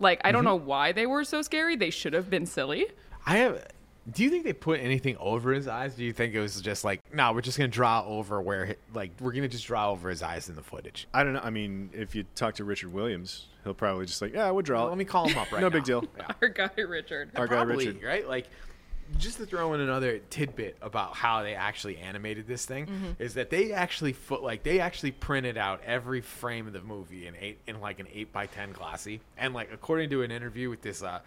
Speaker 4: Like, I don't
Speaker 3: Mm-hmm.
Speaker 2: Mhm.
Speaker 4: know why they were so scary. They should have been silly.
Speaker 2: I have. Do you think they put anything over his eyes? Do you think it was just like, no, we're just gonna draw over where, he- like, we're gonna just draw over his eyes in the footage?
Speaker 3: I don't know. I mean, if you talk to Richard Williams, he'll probably just like, yeah, we'll draw. it."
Speaker 2: Let me call him up right
Speaker 3: no
Speaker 2: now.
Speaker 3: big deal.
Speaker 4: *laughs* Our guy Richard.
Speaker 3: Our guy
Speaker 2: Probably,
Speaker 3: Richard.
Speaker 2: right? Like, just to throw in another tidbit about how they actually animated this thing
Speaker 4: Mhm.
Speaker 2: is that they actually foot like they actually printed out every frame of the movie in eight in like an eight by ten glossy, and like according to an interview with this uh,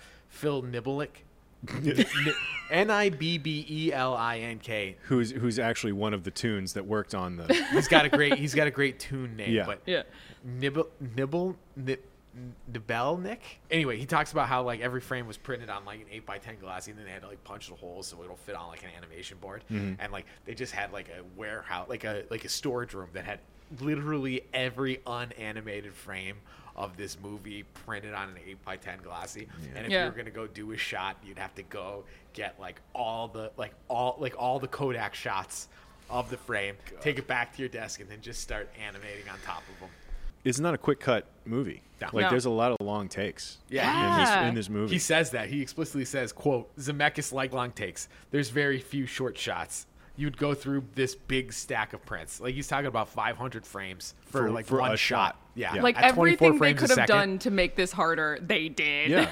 Speaker 3: *laughs*
Speaker 2: Phil Nibelick, N I B B E L I N K,
Speaker 3: Who's who's actually one of the tunes that worked on
Speaker 4: *laughs*
Speaker 3: the
Speaker 2: he's got a great he's got a great tune name.
Speaker 3: Yeah.
Speaker 2: But
Speaker 4: yeah.
Speaker 2: Nibble Nibble Nib, Nibelnik. Anyway, he talks about how like every frame was printed on like an eight by ten glassy, and then they had to like punch the holes so it'll fit on like an animation board.
Speaker 9: Mhm.
Speaker 2: And like they just had like a warehouse, like a like a storage room that had literally every unanimated frame of this movie printed on an 8 by 10 glossy and if
Speaker 4: Yeah.
Speaker 2: you were going to go do a shot you'd have to go get like all the like all like all the kodak shots of the frame take it back to your desk and then just start animating on top of them
Speaker 3: it's not a quick cut movie.
Speaker 2: No.
Speaker 3: Like
Speaker 2: No.
Speaker 3: there's a lot of long takes. In, this, in this movie.
Speaker 2: He says that. He explicitly says, quote, Zemeckis like long takes. There's very few short shots. You'd go through this big stack of prints. Like he's talking about 500 frames for,
Speaker 3: For-
Speaker 2: like
Speaker 3: for
Speaker 2: one
Speaker 3: a
Speaker 2: shot.
Speaker 3: shot.
Speaker 2: Yeah.
Speaker 3: Yeah.
Speaker 4: Like
Speaker 2: At 24
Speaker 4: everything they
Speaker 2: frames a
Speaker 4: could have
Speaker 2: second.
Speaker 4: done to make this harder, they did.
Speaker 3: Yeah.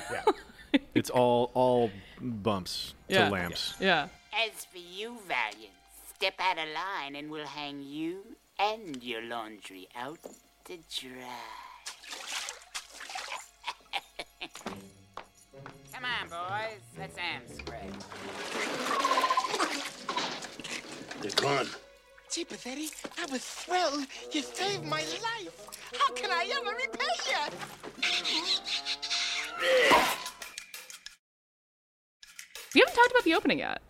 Speaker 3: it's all all bumps
Speaker 4: Yeah.
Speaker 3: to lamps.
Speaker 4: *laughs* yeah.
Speaker 10: As for you, Valiant, step out of line and we'll hang you and your laundry out to dry. *laughs* Come on, boys. Let's am spread.
Speaker 6: They're gone.
Speaker 11: Chipathetti, I was thrilled. You saved my life. How can I ever repay you?
Speaker 4: We haven't talked about the opening yet.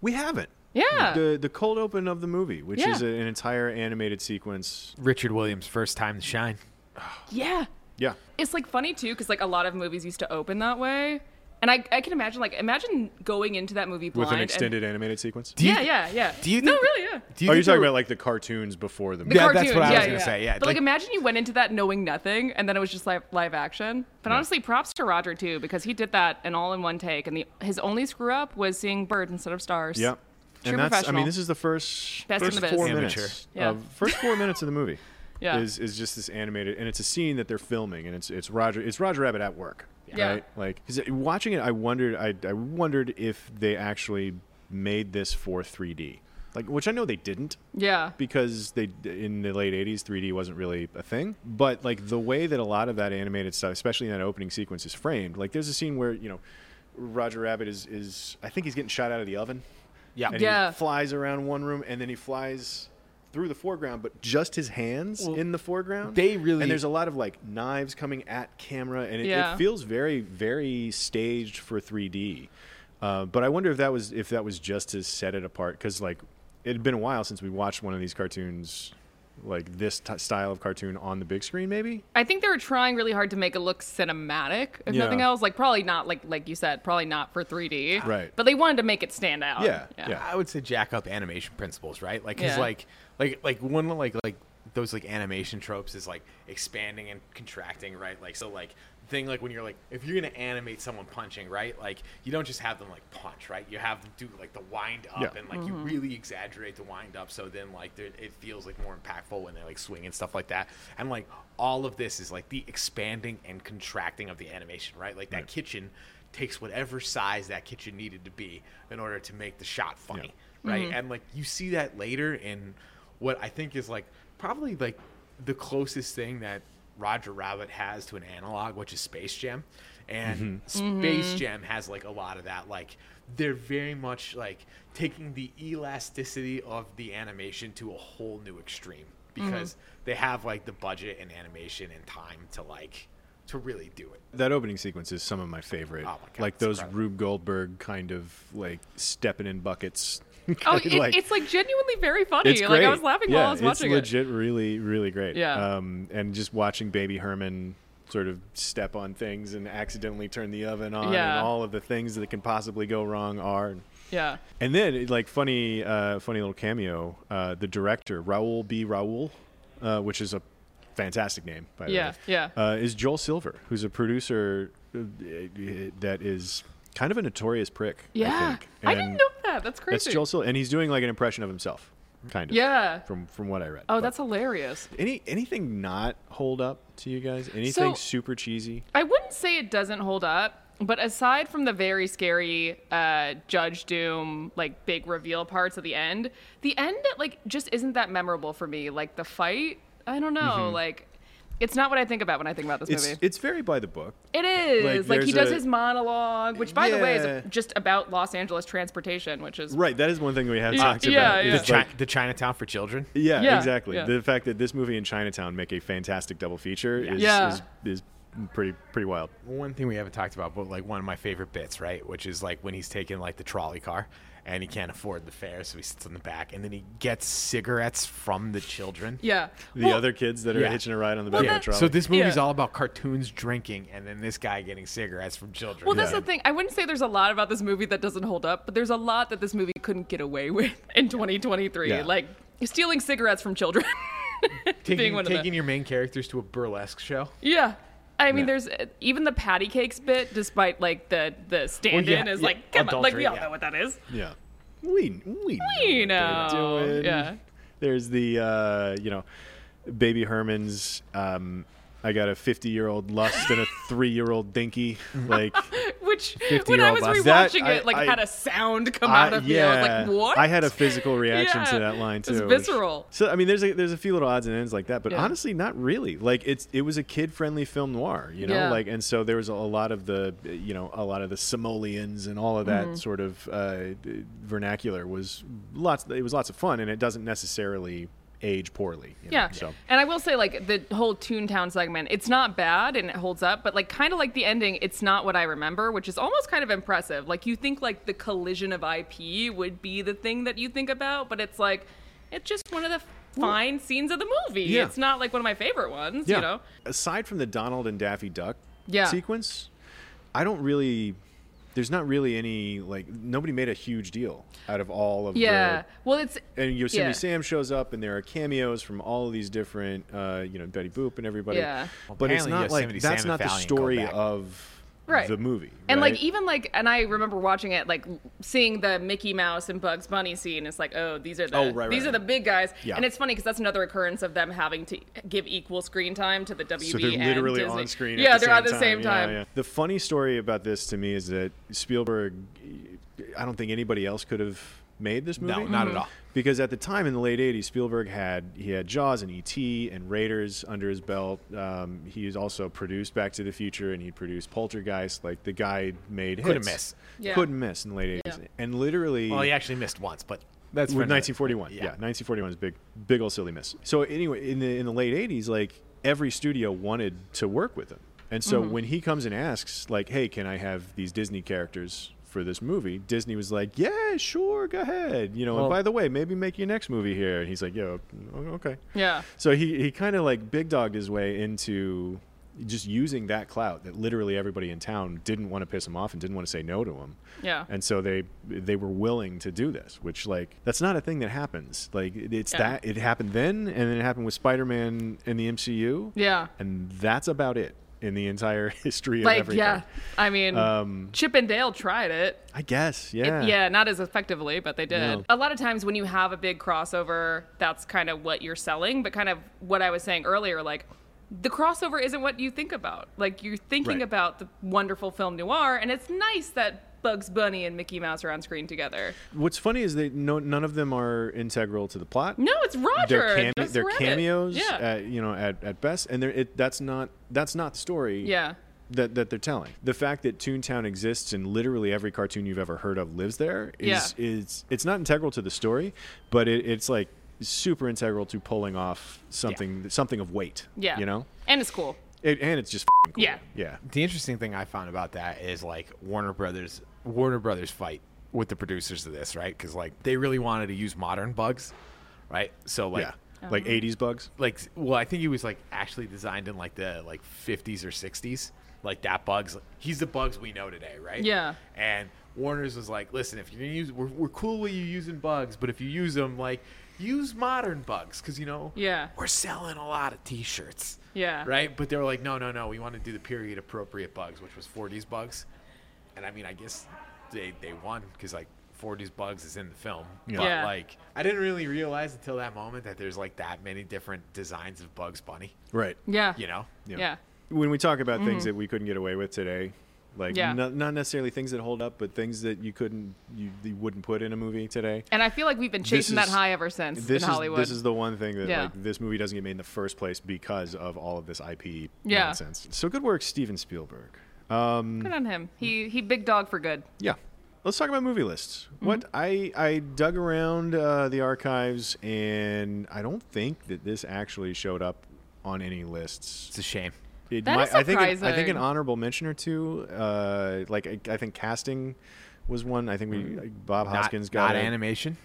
Speaker 3: We haven't.
Speaker 4: Yeah.
Speaker 3: The the cold open of the movie, which is
Speaker 4: Yeah.
Speaker 3: a, an entire animated sequence.
Speaker 2: Richard Williams' first time to shine.
Speaker 4: Yeah.
Speaker 3: Yeah.
Speaker 4: It's like funny too, because like a lot of movies used to open that way. And I, I can imagine, like, imagine going into that movie blind.
Speaker 3: With an
Speaker 4: and-
Speaker 3: extended animated sequence.
Speaker 4: yeah, yeah, yeah.
Speaker 2: do you
Speaker 4: no, really, yeah.
Speaker 3: Are you Oh, talking about like the cartoons before the
Speaker 4: The
Speaker 3: movie?
Speaker 4: cartoons, But like, imagine you went into that knowing nothing, and then it was just live, live action. But
Speaker 3: Yeah.
Speaker 4: honestly, props to Roger too, because he did that in all in one take, and the, his only screw up was seeing birds instead of stars.
Speaker 3: Yeah.
Speaker 4: True
Speaker 3: and that's I
Speaker 4: professional.
Speaker 3: mean this is the first
Speaker 4: Best in
Speaker 3: first
Speaker 4: the biz.
Speaker 3: four
Speaker 4: Amateur.
Speaker 3: minutes
Speaker 4: Yeah.
Speaker 3: of, first four minutes of the movie.
Speaker 4: *laughs* Yeah.
Speaker 3: Is is just this animated and it's a scene that they're filming and it's it's Roger it's Roger Rabbit at work.
Speaker 4: Yeah.
Speaker 3: Right? Like 'cause it- watching it I wondered I I wondered if they actually made this for 3D. Like which I know they didn't.
Speaker 4: Yeah.
Speaker 3: because they in the late 80s 3d wasn't really a thing but like the way that a lot of that animated stuff especially in that opening sequence is framed like there's a scene where you know roger rabbit is is i think he's getting shot out of the oven
Speaker 2: Yeah.
Speaker 3: and
Speaker 2: Yeah.
Speaker 3: he flies around one room and then he flies through the foreground but just his hands
Speaker 2: Well,
Speaker 3: in the foreground
Speaker 2: they really-
Speaker 3: and there's a lot of like knives coming at camera and it,
Speaker 2: Yeah.
Speaker 3: it feels very very staged for 3d uh, but i wonder if that was if that was just to set it apart because like it had been a while since we watched one of these cartoons like this t- style of cartoon on the big screen maybe
Speaker 4: I think they were trying really hard to make it look cinematic, if
Speaker 3: Yeah.
Speaker 4: nothing else. Like probably not like like you said, probably not for 3D.
Speaker 2: Right.
Speaker 4: But they wanted to make it stand
Speaker 2: Um,
Speaker 4: out.
Speaker 2: I would say jack up animation principles, right? Like, cause
Speaker 4: Yeah.
Speaker 2: like, like, like one of, like like those like animation tropes is like expanding and contracting, right? Like, so like thing like when you're like if you're gonna animate someone punching, right? Like you don't just have them like punch, right? You have them do like the wind up
Speaker 3: Yeah.
Speaker 2: and like you
Speaker 3: Mhm.
Speaker 2: really exaggerate the wind up, so then like there- it feels like more impactful when they like swing and stuff like that. And like all of this is like the expanding and contracting of the animation, right? Like that
Speaker 3: Right.
Speaker 2: kitchen takes whatever size that kitchen needed to be in order to make the shot funny, right?
Speaker 3: Mhm.
Speaker 2: And like you see that later in what I think is like probably like the closest thing that Roger Rabbit has to an analog, which is Space Jam. And
Speaker 9: Mhm.
Speaker 2: Space
Speaker 9: Mhm.
Speaker 2: Jam has like a lot of that. Like they're very much like taking the elasticity of the animation to a whole new extreme because they have like the budget and animation and time to like to really do it.
Speaker 3: That opening sequence is some of my favorite. like
Speaker 2: Oh it's
Speaker 3: those
Speaker 2: incredible.
Speaker 3: Rube Goldberg kind of like stepping in buckets. *laughs*
Speaker 4: Oh,
Speaker 3: kind of
Speaker 4: it, it's like genuinely very *laughs* funny.
Speaker 3: It's
Speaker 4: Like I
Speaker 3: great.
Speaker 4: was laughing
Speaker 3: yeah,
Speaker 4: while I was watching
Speaker 3: it's
Speaker 4: it.
Speaker 3: legit really, really great.
Speaker 4: Yeah.
Speaker 3: Um, and just watching Baby Herman sort of step on things and accidentally turn the oven on
Speaker 4: Yeah.
Speaker 3: and all of the things that can possibly go wrong are.
Speaker 4: Yeah.
Speaker 3: And then, it- like funny, uh, funny little cameo. Uh, the director Raul B. Raul, uh, which is a fantastic name, by the
Speaker 4: Yeah,
Speaker 3: way.
Speaker 4: yeah.
Speaker 3: Uh, is Joel Silver, who's a producer uh, that is kind of a notorious prick. I
Speaker 4: Yeah.
Speaker 3: think.
Speaker 4: I, didn't
Speaker 3: And
Speaker 4: know that. That's crazy.
Speaker 3: That's Joel Silver, and he's doing like an impression of himself, kind of.
Speaker 4: Yeah.
Speaker 3: From from what I read.
Speaker 4: Oh,
Speaker 3: But
Speaker 4: that's hilarious.
Speaker 3: any anything not hold up to you guys? Anything
Speaker 4: So-
Speaker 3: super cheesy?
Speaker 4: I wouldn't say it doesn't hold up, but aside from the very scary uh, Judge Doom like big reveal parts at the end, the end like just isn't that memorable for me. Like the fight, I don't know.
Speaker 3: Mhm.
Speaker 4: Like it's not what I think about when I think about this
Speaker 3: It's
Speaker 4: movie.
Speaker 3: it's very by the book.
Speaker 4: It is
Speaker 3: Like,
Speaker 4: like, he
Speaker 3: there's
Speaker 4: does
Speaker 3: a-
Speaker 4: his monologue, which by the way is
Speaker 3: Yeah.
Speaker 4: just about Los Angeles transportation, which is
Speaker 3: Right, that is one thing we have
Speaker 4: Yeah,
Speaker 3: talked
Speaker 4: yeah,
Speaker 3: about.
Speaker 4: yeah.
Speaker 3: is,
Speaker 4: The Chi-
Speaker 3: like-
Speaker 2: The Chinatown for children.
Speaker 3: Yeah,
Speaker 4: Yeah,
Speaker 3: exactly.
Speaker 4: yeah.
Speaker 3: The fact that this movie and Chinatown make a fantastic double feature is,
Speaker 2: Yeah.
Speaker 3: is is pretty pretty wild.
Speaker 2: One thing we haven't talked about, but like one of my favorite bits, right? Which is like when he's taking like the trolley car and he can't afford the fare, so he sits in the back and then he gets cigarettes from the children.
Speaker 4: Yeah.
Speaker 3: The other kids that are hitching a ride on the back of a trolley.
Speaker 2: So this movie's
Speaker 4: Yeah.
Speaker 2: all about cartoons drinking and then this guy getting cigarettes from children.
Speaker 4: Well, that's the thing. I wouldn't say there's a lot about this movie that doesn't hold up, but there's a lot that this movie couldn't get away *laughs* with in 2023,
Speaker 2: Yeah.
Speaker 4: like stealing cigarettes from children. *laughs*
Speaker 2: Taking,
Speaker 4: Being one of the-
Speaker 2: taking your main characters to a burlesque show.
Speaker 4: Yeah. I mean,
Speaker 2: Yeah.
Speaker 4: there's uh, even the patty cakes bit, despite like the the stand-in
Speaker 2: yeah,
Speaker 4: is
Speaker 2: yeah,
Speaker 4: like, come on, like
Speaker 2: adultery,
Speaker 4: we all
Speaker 2: yeah.
Speaker 4: know what that is. *laughs*
Speaker 3: Yeah. We we
Speaker 4: We
Speaker 3: know.
Speaker 4: know.
Speaker 3: doing.
Speaker 4: Yeah.
Speaker 3: There's the uh, you know, baby Herman's. Um, I got a 50 year old lust and a three year old dinky. Like
Speaker 4: Which
Speaker 3: 50
Speaker 4: when
Speaker 3: year
Speaker 4: I
Speaker 3: old
Speaker 4: was
Speaker 3: bus.
Speaker 4: rewatching
Speaker 3: That-
Speaker 4: it,
Speaker 3: I-
Speaker 4: like
Speaker 3: I-
Speaker 4: had a sound come
Speaker 3: I-
Speaker 4: out of me. I was like, what?
Speaker 3: I had a physical reaction
Speaker 4: *laughs* Yeah.
Speaker 3: to that line
Speaker 4: It's
Speaker 3: too. which-
Speaker 4: visceral.
Speaker 3: so I mean, there's a, there's a few little odds and ends like that, but
Speaker 4: Yeah.
Speaker 3: honestly, not really. Like it's it was a kid friendly film noir, you know.
Speaker 4: Yeah.
Speaker 3: Like and so there was a, lot of the you know a lot of the simoleons and all of that
Speaker 4: Mhm.
Speaker 3: sort of uh, vernacular was lots. It was lots of fun, and it doesn't necessarily age poorly. you know,
Speaker 4: Yeah.
Speaker 3: So
Speaker 4: And I will say, like, the whole Toontown segment, it's not bad and it holds up, but, like, kind of like the ending, it's not what I remember, which is almost kind of impressive. Like, you think, like, the collision of IP would be the thing that you think about, but it's like, it's just one of the fine scenes of the movie.
Speaker 3: yeah.
Speaker 4: It's not, like, one of my favorite ones, you know?
Speaker 3: Aside from the Donald and Daffy Duck
Speaker 4: Yeah.
Speaker 3: sequence, I don't really. There's not really any like nobody made a huge deal out of all of
Speaker 4: Yeah.
Speaker 3: the
Speaker 4: Well, it's.
Speaker 3: and Yosemite
Speaker 4: yeah.
Speaker 3: Sam shows up, and there are cameos from all of these different, uh, you know, Betty Boop and everybody.
Speaker 4: Yeah.
Speaker 2: Well,
Speaker 3: but it's
Speaker 2: apparently
Speaker 3: not
Speaker 2: Yosemite
Speaker 3: like that's
Speaker 2: Sam
Speaker 3: not the
Speaker 2: and Valiant go
Speaker 3: story
Speaker 2: back.
Speaker 3: of
Speaker 4: Right.
Speaker 3: the movie.
Speaker 4: And
Speaker 3: right?
Speaker 4: like even like and I remember watching it like seeing the Mickey Mouse and Bugs Bunny scene. It's like oh these are the
Speaker 3: Oh, right, right,
Speaker 4: these
Speaker 3: right.
Speaker 4: are the big guys.
Speaker 3: Yeah.
Speaker 4: And it's funny because that's another occurrence of them having to give equal screen time to the WB.
Speaker 3: so they're
Speaker 4: and
Speaker 3: literally
Speaker 4: Disney.
Speaker 3: on screen.
Speaker 4: Yeah,
Speaker 3: at the
Speaker 4: they're
Speaker 3: same
Speaker 4: at the same
Speaker 3: Yeah,
Speaker 4: time.
Speaker 3: yeah. The funny story about this to me is that Spielberg, I don't think anybody else could have made this
Speaker 2: No,
Speaker 3: movie.
Speaker 2: not
Speaker 4: Mm-hmm.
Speaker 2: at Mhm. all.
Speaker 3: Because at the time in the late '80s, Spielberg had he had Jaws and E.T. and Raiders under his belt. Um, he's also produced Back to the Future and he produced Poltergeist. Like the guy made
Speaker 2: Couldn't
Speaker 3: hits.
Speaker 2: miss.
Speaker 4: Yeah.
Speaker 3: couldn't miss in the late '80s, and literally.
Speaker 2: Well, he actually missed once, but
Speaker 3: That's
Speaker 2: that's
Speaker 3: with
Speaker 2: for another-
Speaker 3: 1941. Yeah. 1941 is big, big old silly miss. So anyway, in the in the late 80s, like every studio wanted to work with him, and so
Speaker 2: Mhm.
Speaker 3: when he comes and asks, like, "Hey, can I have these Disney characters for this movie?" Disney was like, "Yeah, sure, go ahead." You know,
Speaker 2: Well-
Speaker 3: and by the way, maybe make your next movie here. And he's like, "Yo, o- okay."
Speaker 4: Yeah.
Speaker 3: So he he kind of like big dogged his way into just using that clout that literally everybody in town didn't want to piss him off and didn't want to say no to him
Speaker 4: Yeah.
Speaker 3: and so they they were willing to do this which like that's not a thing that happens like it- it's
Speaker 4: Yeah.
Speaker 3: that it happened then and then it happened with spider-man in the mcu
Speaker 4: Yeah.
Speaker 3: and that's about it in the entire *laughs* history of
Speaker 4: Like
Speaker 3: everything
Speaker 4: yeah, I mean
Speaker 3: Um,
Speaker 4: Chip and Dale tried it.
Speaker 3: i guess
Speaker 4: It-
Speaker 3: yeah
Speaker 4: not as effectively, but they did.
Speaker 3: No.
Speaker 4: A lot of times when you have a big crossover, that's kind of what you're selling, but kind of what I was saying earlier, like the crossover isn't what you think about. Like you're thinking
Speaker 12: Right.
Speaker 4: about the wonderful film noir, and it's nice that Bugs Bunny and Mickey Mouse are on screen together.
Speaker 3: What's funny is that no, none of them are integral to the plot.
Speaker 4: No, it's Roger.
Speaker 3: They're, came-
Speaker 4: Just
Speaker 3: they're
Speaker 4: read it.
Speaker 3: cameos,
Speaker 4: Yeah.
Speaker 3: at, you know, at, at best, and they're, it, that's not that's not the story.
Speaker 4: Yeah.
Speaker 3: That, that they're telling the fact that Toontown exists and literally every cartoon you've ever heard of lives there is
Speaker 4: Yeah.
Speaker 3: is it's not integral to the story, but it, it's like super integral to pulling off something something of weight.
Speaker 4: Yeah.
Speaker 3: you know,
Speaker 4: And it's cool.
Speaker 3: it, and it's just f***ing cool.
Speaker 4: Yeah.
Speaker 3: yeah.
Speaker 2: The interesting thing I found about that is like Warner Brothers, Warner Brothers fight with the producers of this, right? Because like they really wanted to use modern bugs, right? So like,
Speaker 3: Yeah. Like Oh. 80s bugs.
Speaker 2: Like, well, I think he was like actually designed in like the like 50s or 60s. Like that bugs, he's the bugs we know today, right?
Speaker 4: Yeah.
Speaker 2: And Warner's was like, listen, if you're gonna use, we're, we're cool with you using bugs, but if you use them, like use modern bugs, because you know,
Speaker 4: Yeah.
Speaker 2: we're selling a lot of T-shirts.
Speaker 4: Yeah.
Speaker 2: Right? But they were like, no, no, no. We want to do the period appropriate bugs, which was 40s bugs. And I mean, I guess they, they won because, like, 40s bugs is in the film.
Speaker 3: Yeah.
Speaker 2: But,
Speaker 3: Yeah.
Speaker 2: like, I didn't really realize until that moment that there's, like, that many different designs of Bugs Bunny.
Speaker 3: Right.
Speaker 4: Yeah.
Speaker 2: You know?
Speaker 4: Ah. Yeah.
Speaker 3: When we talk about things
Speaker 4: Mhm.
Speaker 3: that we couldn't get away with today, like
Speaker 4: Yeah.
Speaker 3: no- not necessarily things that hold up, but things that you couldn't, you, you wouldn't put in a movie today.
Speaker 4: And I feel like we've been
Speaker 3: This
Speaker 4: chasing that
Speaker 3: is-
Speaker 4: high ever since
Speaker 3: This
Speaker 4: in
Speaker 3: is
Speaker 4: Hollywood.
Speaker 3: this is the one thing that
Speaker 4: Yeah.
Speaker 3: like this movie doesn't get made in the first place because of all of this IP
Speaker 4: Yeah.
Speaker 3: nonsense. So good work, Steven Spielberg. Um,
Speaker 4: Good on him. He he big dog for good.
Speaker 3: yeah. Let's talk about movie lists.
Speaker 4: Mm-hmm.
Speaker 3: What I I dug around uh, the archives and I don't think that this actually showed up on any lists. It's
Speaker 2: a shame.
Speaker 3: It
Speaker 4: That
Speaker 3: might-
Speaker 4: is
Speaker 3: I think an, I think
Speaker 4: surprising.
Speaker 3: an honorable mention or two. Uh, like I, I think casting was one. I think we Bob
Speaker 2: Mm. Not-
Speaker 3: Hoskins got
Speaker 2: not
Speaker 3: a-
Speaker 2: animation?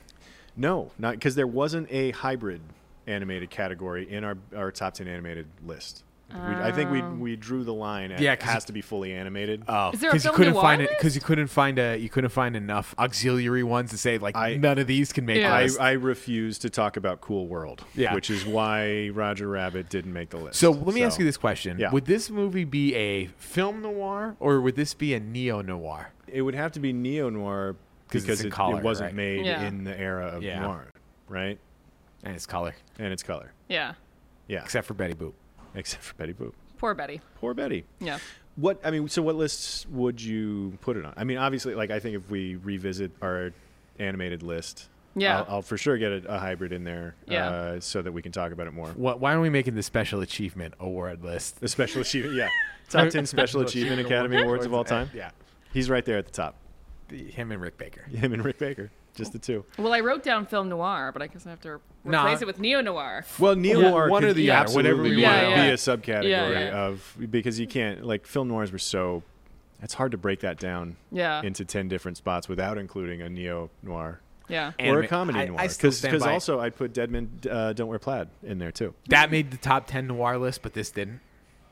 Speaker 3: No, not because there wasn't a hybrid animated category in our, our top ten animated list. We, I think we
Speaker 2: Oh.
Speaker 3: we drew the line. At,
Speaker 2: Yeah,
Speaker 3: it
Speaker 2: 'cause
Speaker 3: has
Speaker 2: it-
Speaker 3: to be fully animated.
Speaker 2: Oh,
Speaker 4: Is there a
Speaker 2: you
Speaker 4: film
Speaker 2: couldn't
Speaker 4: noir
Speaker 2: find it because you couldn't find a you couldn't find enough auxiliary ones to say like none of these can make a
Speaker 3: I,
Speaker 2: list.
Speaker 3: I refuse to talk about Cool World,
Speaker 2: Yeah.
Speaker 3: which is why Roger Rabbit didn't make the list.
Speaker 2: So let me ask you this question:
Speaker 3: Yeah.
Speaker 2: Would this movie be a film noir or would this be a neo noir?
Speaker 3: It would have to be neo noir
Speaker 2: 'Cause it's
Speaker 3: because
Speaker 2: in
Speaker 3: it,
Speaker 2: color,
Speaker 3: it wasn't
Speaker 2: right?
Speaker 3: made
Speaker 4: Yeah.
Speaker 3: in the era of
Speaker 2: Yeah.
Speaker 3: noir, right?
Speaker 2: And it's color.
Speaker 3: And it's color.
Speaker 4: Yeah.
Speaker 3: Yeah.
Speaker 2: Except for Betty Boop.
Speaker 3: *laughs* Except for Betty Boop.
Speaker 4: Poor Betty.
Speaker 3: Poor Betty.
Speaker 4: Yeah.
Speaker 3: What I mean, so what lists would you put it on? I mean, obviously, like I think if we revisit our animated list,
Speaker 4: Yeah.
Speaker 3: I'll, I'll for sure get a, a hybrid in there,
Speaker 4: Yeah.
Speaker 3: uh, so that we can talk about it more.
Speaker 2: What, why aren't we making the special achievement award list?
Speaker 3: The special achievement, yeah.
Speaker 2: *laughs*
Speaker 3: Top ten Special Achievement Academy Awards of all time.
Speaker 2: Yeah,
Speaker 3: he's right there at the top.
Speaker 2: him and Rick Baker.
Speaker 3: Him and Rick Baker, just the two.
Speaker 4: Well, I wrote down film noir, but I guess I have to re-
Speaker 3: Nah.
Speaker 4: replace it with neo noir.
Speaker 3: Well, neo noir
Speaker 2: one
Speaker 3: could
Speaker 2: or the other,
Speaker 3: absolutely
Speaker 2: whatever we
Speaker 3: be,
Speaker 4: want.
Speaker 3: be
Speaker 4: Yeah, yeah.
Speaker 3: a subcategory
Speaker 4: Yeah, yeah.
Speaker 3: of because you can't like film noirs were so. It's hard to break that down
Speaker 4: Yeah.
Speaker 3: into ten different spots without including a neo noir.
Speaker 4: Yeah.
Speaker 3: or a
Speaker 2: Anime-
Speaker 3: comedy
Speaker 2: I-
Speaker 3: noir.
Speaker 2: I still
Speaker 3: Because
Speaker 2: stand by it.
Speaker 3: also I'd put Dead Men uh, Don't Wear Plaid in there too.
Speaker 2: That made the top ten noir list, but this didn't.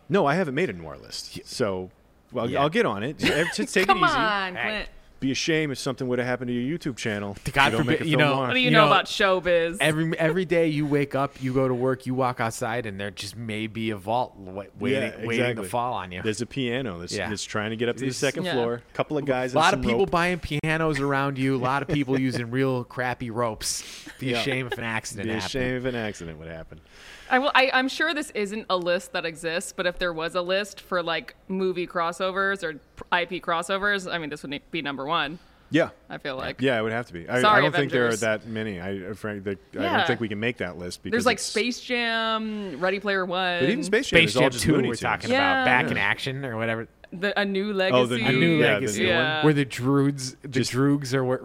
Speaker 3: No, I haven't made a noir list, so well, I'll get on it. Just just take *laughs*
Speaker 4: Come
Speaker 3: it easy.
Speaker 4: on, Clint.
Speaker 3: Be a shame if something would have happened to your YouTube channel. if you
Speaker 2: God
Speaker 3: don't
Speaker 2: forbid-
Speaker 3: make a
Speaker 2: you
Speaker 3: film
Speaker 2: know-
Speaker 3: noir.
Speaker 4: What do you,
Speaker 2: You
Speaker 4: know,
Speaker 2: know-
Speaker 4: about showbiz?
Speaker 2: Every every day you wake up, you go to work, you walk outside, and there just may be a vault wa- waiting
Speaker 3: Yeah,
Speaker 2: waiting to
Speaker 3: exactly.
Speaker 2: fall on you.
Speaker 3: There's a piano that's,
Speaker 2: Yeah.
Speaker 3: that's trying to get up to the
Speaker 2: This-
Speaker 3: second
Speaker 2: Yeah.
Speaker 3: floor. A couple of guys.
Speaker 2: a lot
Speaker 3: and
Speaker 2: of
Speaker 3: some
Speaker 2: people
Speaker 3: rope.
Speaker 2: buying pianos around you. A lot
Speaker 3: *laughs*
Speaker 2: of people using real crappy ropes. Be
Speaker 3: Yeah.
Speaker 2: a shame if an accident
Speaker 3: Be a
Speaker 2: happened.
Speaker 3: shame if an accident would happen.
Speaker 4: I will. I, I'm sure this isn't a list that exists, but if there was a list for like movie crossovers or IP crossovers, I mean, this would be number one.
Speaker 3: Yeah.
Speaker 4: I feel like.
Speaker 3: Yeah, it would have to be. I, I
Speaker 4: Sorry,
Speaker 3: don't think there are
Speaker 4: Avengers.
Speaker 3: that many. I, frankly, I
Speaker 4: Yeah.
Speaker 3: don't think we can make that list because
Speaker 4: There's like
Speaker 3: it's-
Speaker 4: Space Jam, Ready Player One.
Speaker 3: But even Space Jam is all just Looney
Speaker 2: we we're
Speaker 3: Tunes.
Speaker 2: talking
Speaker 4: Yeah.
Speaker 2: about back
Speaker 4: Yeah.
Speaker 2: in action or whatever.
Speaker 4: The, a new legacy.
Speaker 3: Oh, the new-
Speaker 2: a new
Speaker 3: yeah, the
Speaker 2: legacy
Speaker 3: new
Speaker 2: one.
Speaker 4: one.
Speaker 2: where the droogs the droogs are, where-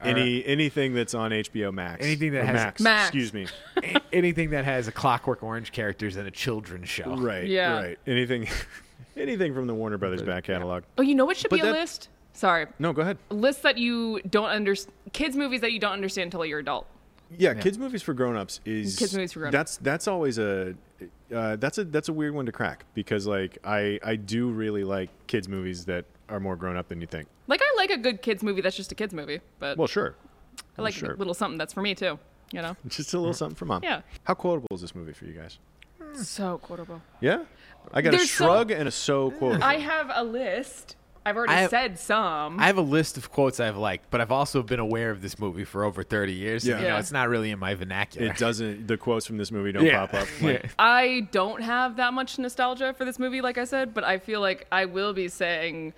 Speaker 2: are
Speaker 3: Any anything that's on HBO Max.
Speaker 2: anything that
Speaker 3: Or
Speaker 2: has
Speaker 3: Max, Excuse
Speaker 4: *laughs*
Speaker 3: me.
Speaker 2: a- anything that has a Clockwork Orange characters in a children's show.
Speaker 3: Right.
Speaker 4: Yeah.
Speaker 3: Right. Anything, *laughs* anything from the Warner Brothers back catalog.
Speaker 4: Oh, you know what should
Speaker 3: But
Speaker 4: be a
Speaker 3: that-
Speaker 4: list? Sorry.
Speaker 3: No, go ahead.
Speaker 4: Lists that you don't understand. Kids movies that you don't understand until you're adult.
Speaker 3: Yeah, kids movies for grown-ups is
Speaker 4: Kids movies for grown-ups.
Speaker 3: That's that's always a uh, that's a that's a weird one to crack because like I I do really like kids movies that are more grown up than you think.
Speaker 4: Like I like a good kids movie that's just a kids movie, but
Speaker 3: Well, sure.
Speaker 4: I like
Speaker 3: sure. Hmm.
Speaker 4: a little something that's for me too. You know.
Speaker 3: Just a little something for mom.
Speaker 4: Yeah.
Speaker 3: How quotable is this movie for you guys?
Speaker 4: So quotable.
Speaker 3: Yeah. I got a
Speaker 4: There's so-
Speaker 3: shrug and a so quotable.
Speaker 4: *laughs* I have a list. I've already
Speaker 2: I have-
Speaker 4: said some.
Speaker 2: I have a list of quotes I've liked, but I've also been aware of this movie for over 30 years.
Speaker 3: Yeah.
Speaker 2: And, you know,
Speaker 4: Yeah.
Speaker 2: it's not really in my vernacular.
Speaker 3: it doesn't. The quotes from this movie don't
Speaker 2: Yeah. *laughs*
Speaker 3: pop up. Like,
Speaker 4: I don't have that much nostalgia for this movie, like I said, but I feel like I will be saying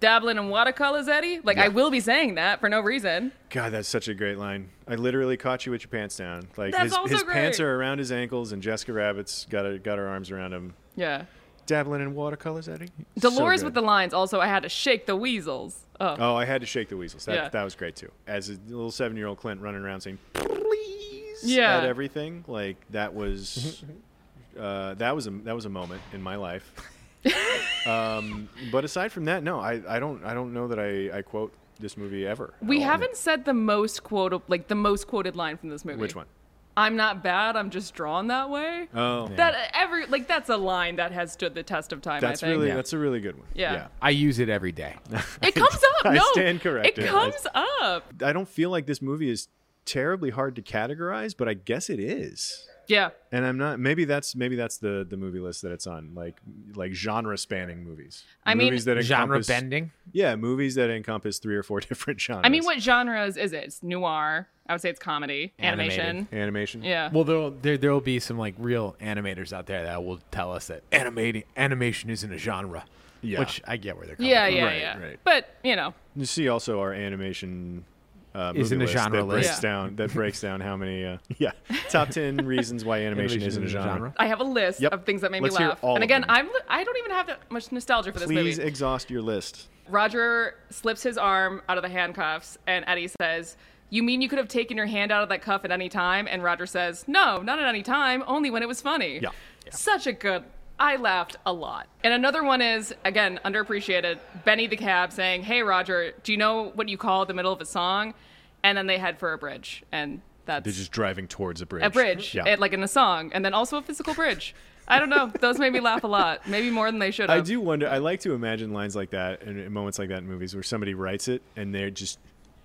Speaker 4: dabbling in watercolors, Eddie. Like I will be saying that for no reason.
Speaker 3: God, that's such a great line. I literally caught you with your pants down. Like
Speaker 4: That's
Speaker 3: his,
Speaker 4: also
Speaker 3: his pants
Speaker 4: great.
Speaker 3: are around his ankles, and Jessica Rabbit's got her, got her arms around him.
Speaker 4: Yeah.
Speaker 3: Dabbling in watercolors, Eddie. So
Speaker 4: Dolores
Speaker 3: good.
Speaker 4: with the lines. Also, I had to shake the weasels. Oh,
Speaker 3: Oh, I had to shake the weasels. That,
Speaker 4: Yeah.
Speaker 3: that was great too. As a little seven-year-old Clint running around saying
Speaker 4: yeah.
Speaker 3: at everything, like that was *laughs* uh, that was a that was a moment in my
Speaker 4: *laughs*
Speaker 3: life. um, but aside from that, no, I, I don't I don't know that I, I quote this movie ever.
Speaker 4: we haven't said the most quoted, like the most quoted line from this movie.
Speaker 3: Which one?
Speaker 4: I'm not bad. I'm just drawn that way.
Speaker 3: Oh,
Speaker 4: That uh, every like that's a line that has stood the test of time.
Speaker 2: That's
Speaker 4: I think.
Speaker 2: really-
Speaker 3: that's a really good one.
Speaker 4: Yeah.
Speaker 2: I use *laughs* it every day.
Speaker 4: It comes
Speaker 3: *laughs*
Speaker 4: up.
Speaker 3: I
Speaker 4: no,
Speaker 3: stand corrected.
Speaker 4: It comes up.
Speaker 3: I don't feel like this movie is terribly hard to categorize, but I guess it is.
Speaker 4: Yeah.
Speaker 3: And I'm not. Maybe that's maybe that's the the movie list that it's on. Like like genre spanning movies.
Speaker 4: I mean-
Speaker 3: movies that
Speaker 2: Genre
Speaker 3: encompass-
Speaker 2: bending?
Speaker 3: Yeah, movies that encompass three or four *laughs* different genres.
Speaker 4: I mean, what genres is it? It's noir. I would say it's comedy, animation.
Speaker 3: animation.
Speaker 4: Yeah.
Speaker 2: Well, there'll, there there will be some like real animators out there that will tell us that animating animation isn't a genre.
Speaker 3: Yeah.
Speaker 2: Which I get where they're coming
Speaker 4: Yeah,
Speaker 2: from.
Speaker 4: yeah, yeah. But you know,
Speaker 3: You see also our animation uh, movie
Speaker 2: Is in the
Speaker 3: list
Speaker 2: genre
Speaker 3: that
Speaker 2: list.
Speaker 3: breaks
Speaker 2: Yeah.
Speaker 3: down that breaks down how many
Speaker 2: *laughs*
Speaker 3: uh, yeah top ten reasons why animation,
Speaker 2: Animation
Speaker 3: isn't a
Speaker 2: isn't a
Speaker 3: genre.
Speaker 2: genre.
Speaker 4: I have a list
Speaker 3: Yep.
Speaker 4: of things that made
Speaker 3: Let's
Speaker 4: me
Speaker 3: hear
Speaker 4: laugh.
Speaker 3: all
Speaker 4: and
Speaker 3: of
Speaker 4: again, I'm I don't even have that much nostalgia for this
Speaker 3: Please
Speaker 4: movie.
Speaker 3: exhaust your list.
Speaker 4: Roger slips his arm out of the handcuffs, and Eddie says, "You mean you could have taken your hand out of that cuff at any time?" And Roger says, "No, not at any time. Only when it was funny."
Speaker 3: Yeah.
Speaker 4: Such a good. I laughed a lot. And another one is, again, underappreciated Benny the Cab saying, Hey, Roger, do you know what you call the middle of a song? And then they head for a bridge. And that's
Speaker 3: They're just driving towards a bridge.
Speaker 4: a bridge,
Speaker 3: Yeah.
Speaker 4: it- like in a song. And then also a physical bridge. I don't know. Those made me laugh a lot. Maybe more than they should have.
Speaker 3: I do wonder. I like to imagine lines like that and and moments like that in movies where somebody writes it and they're just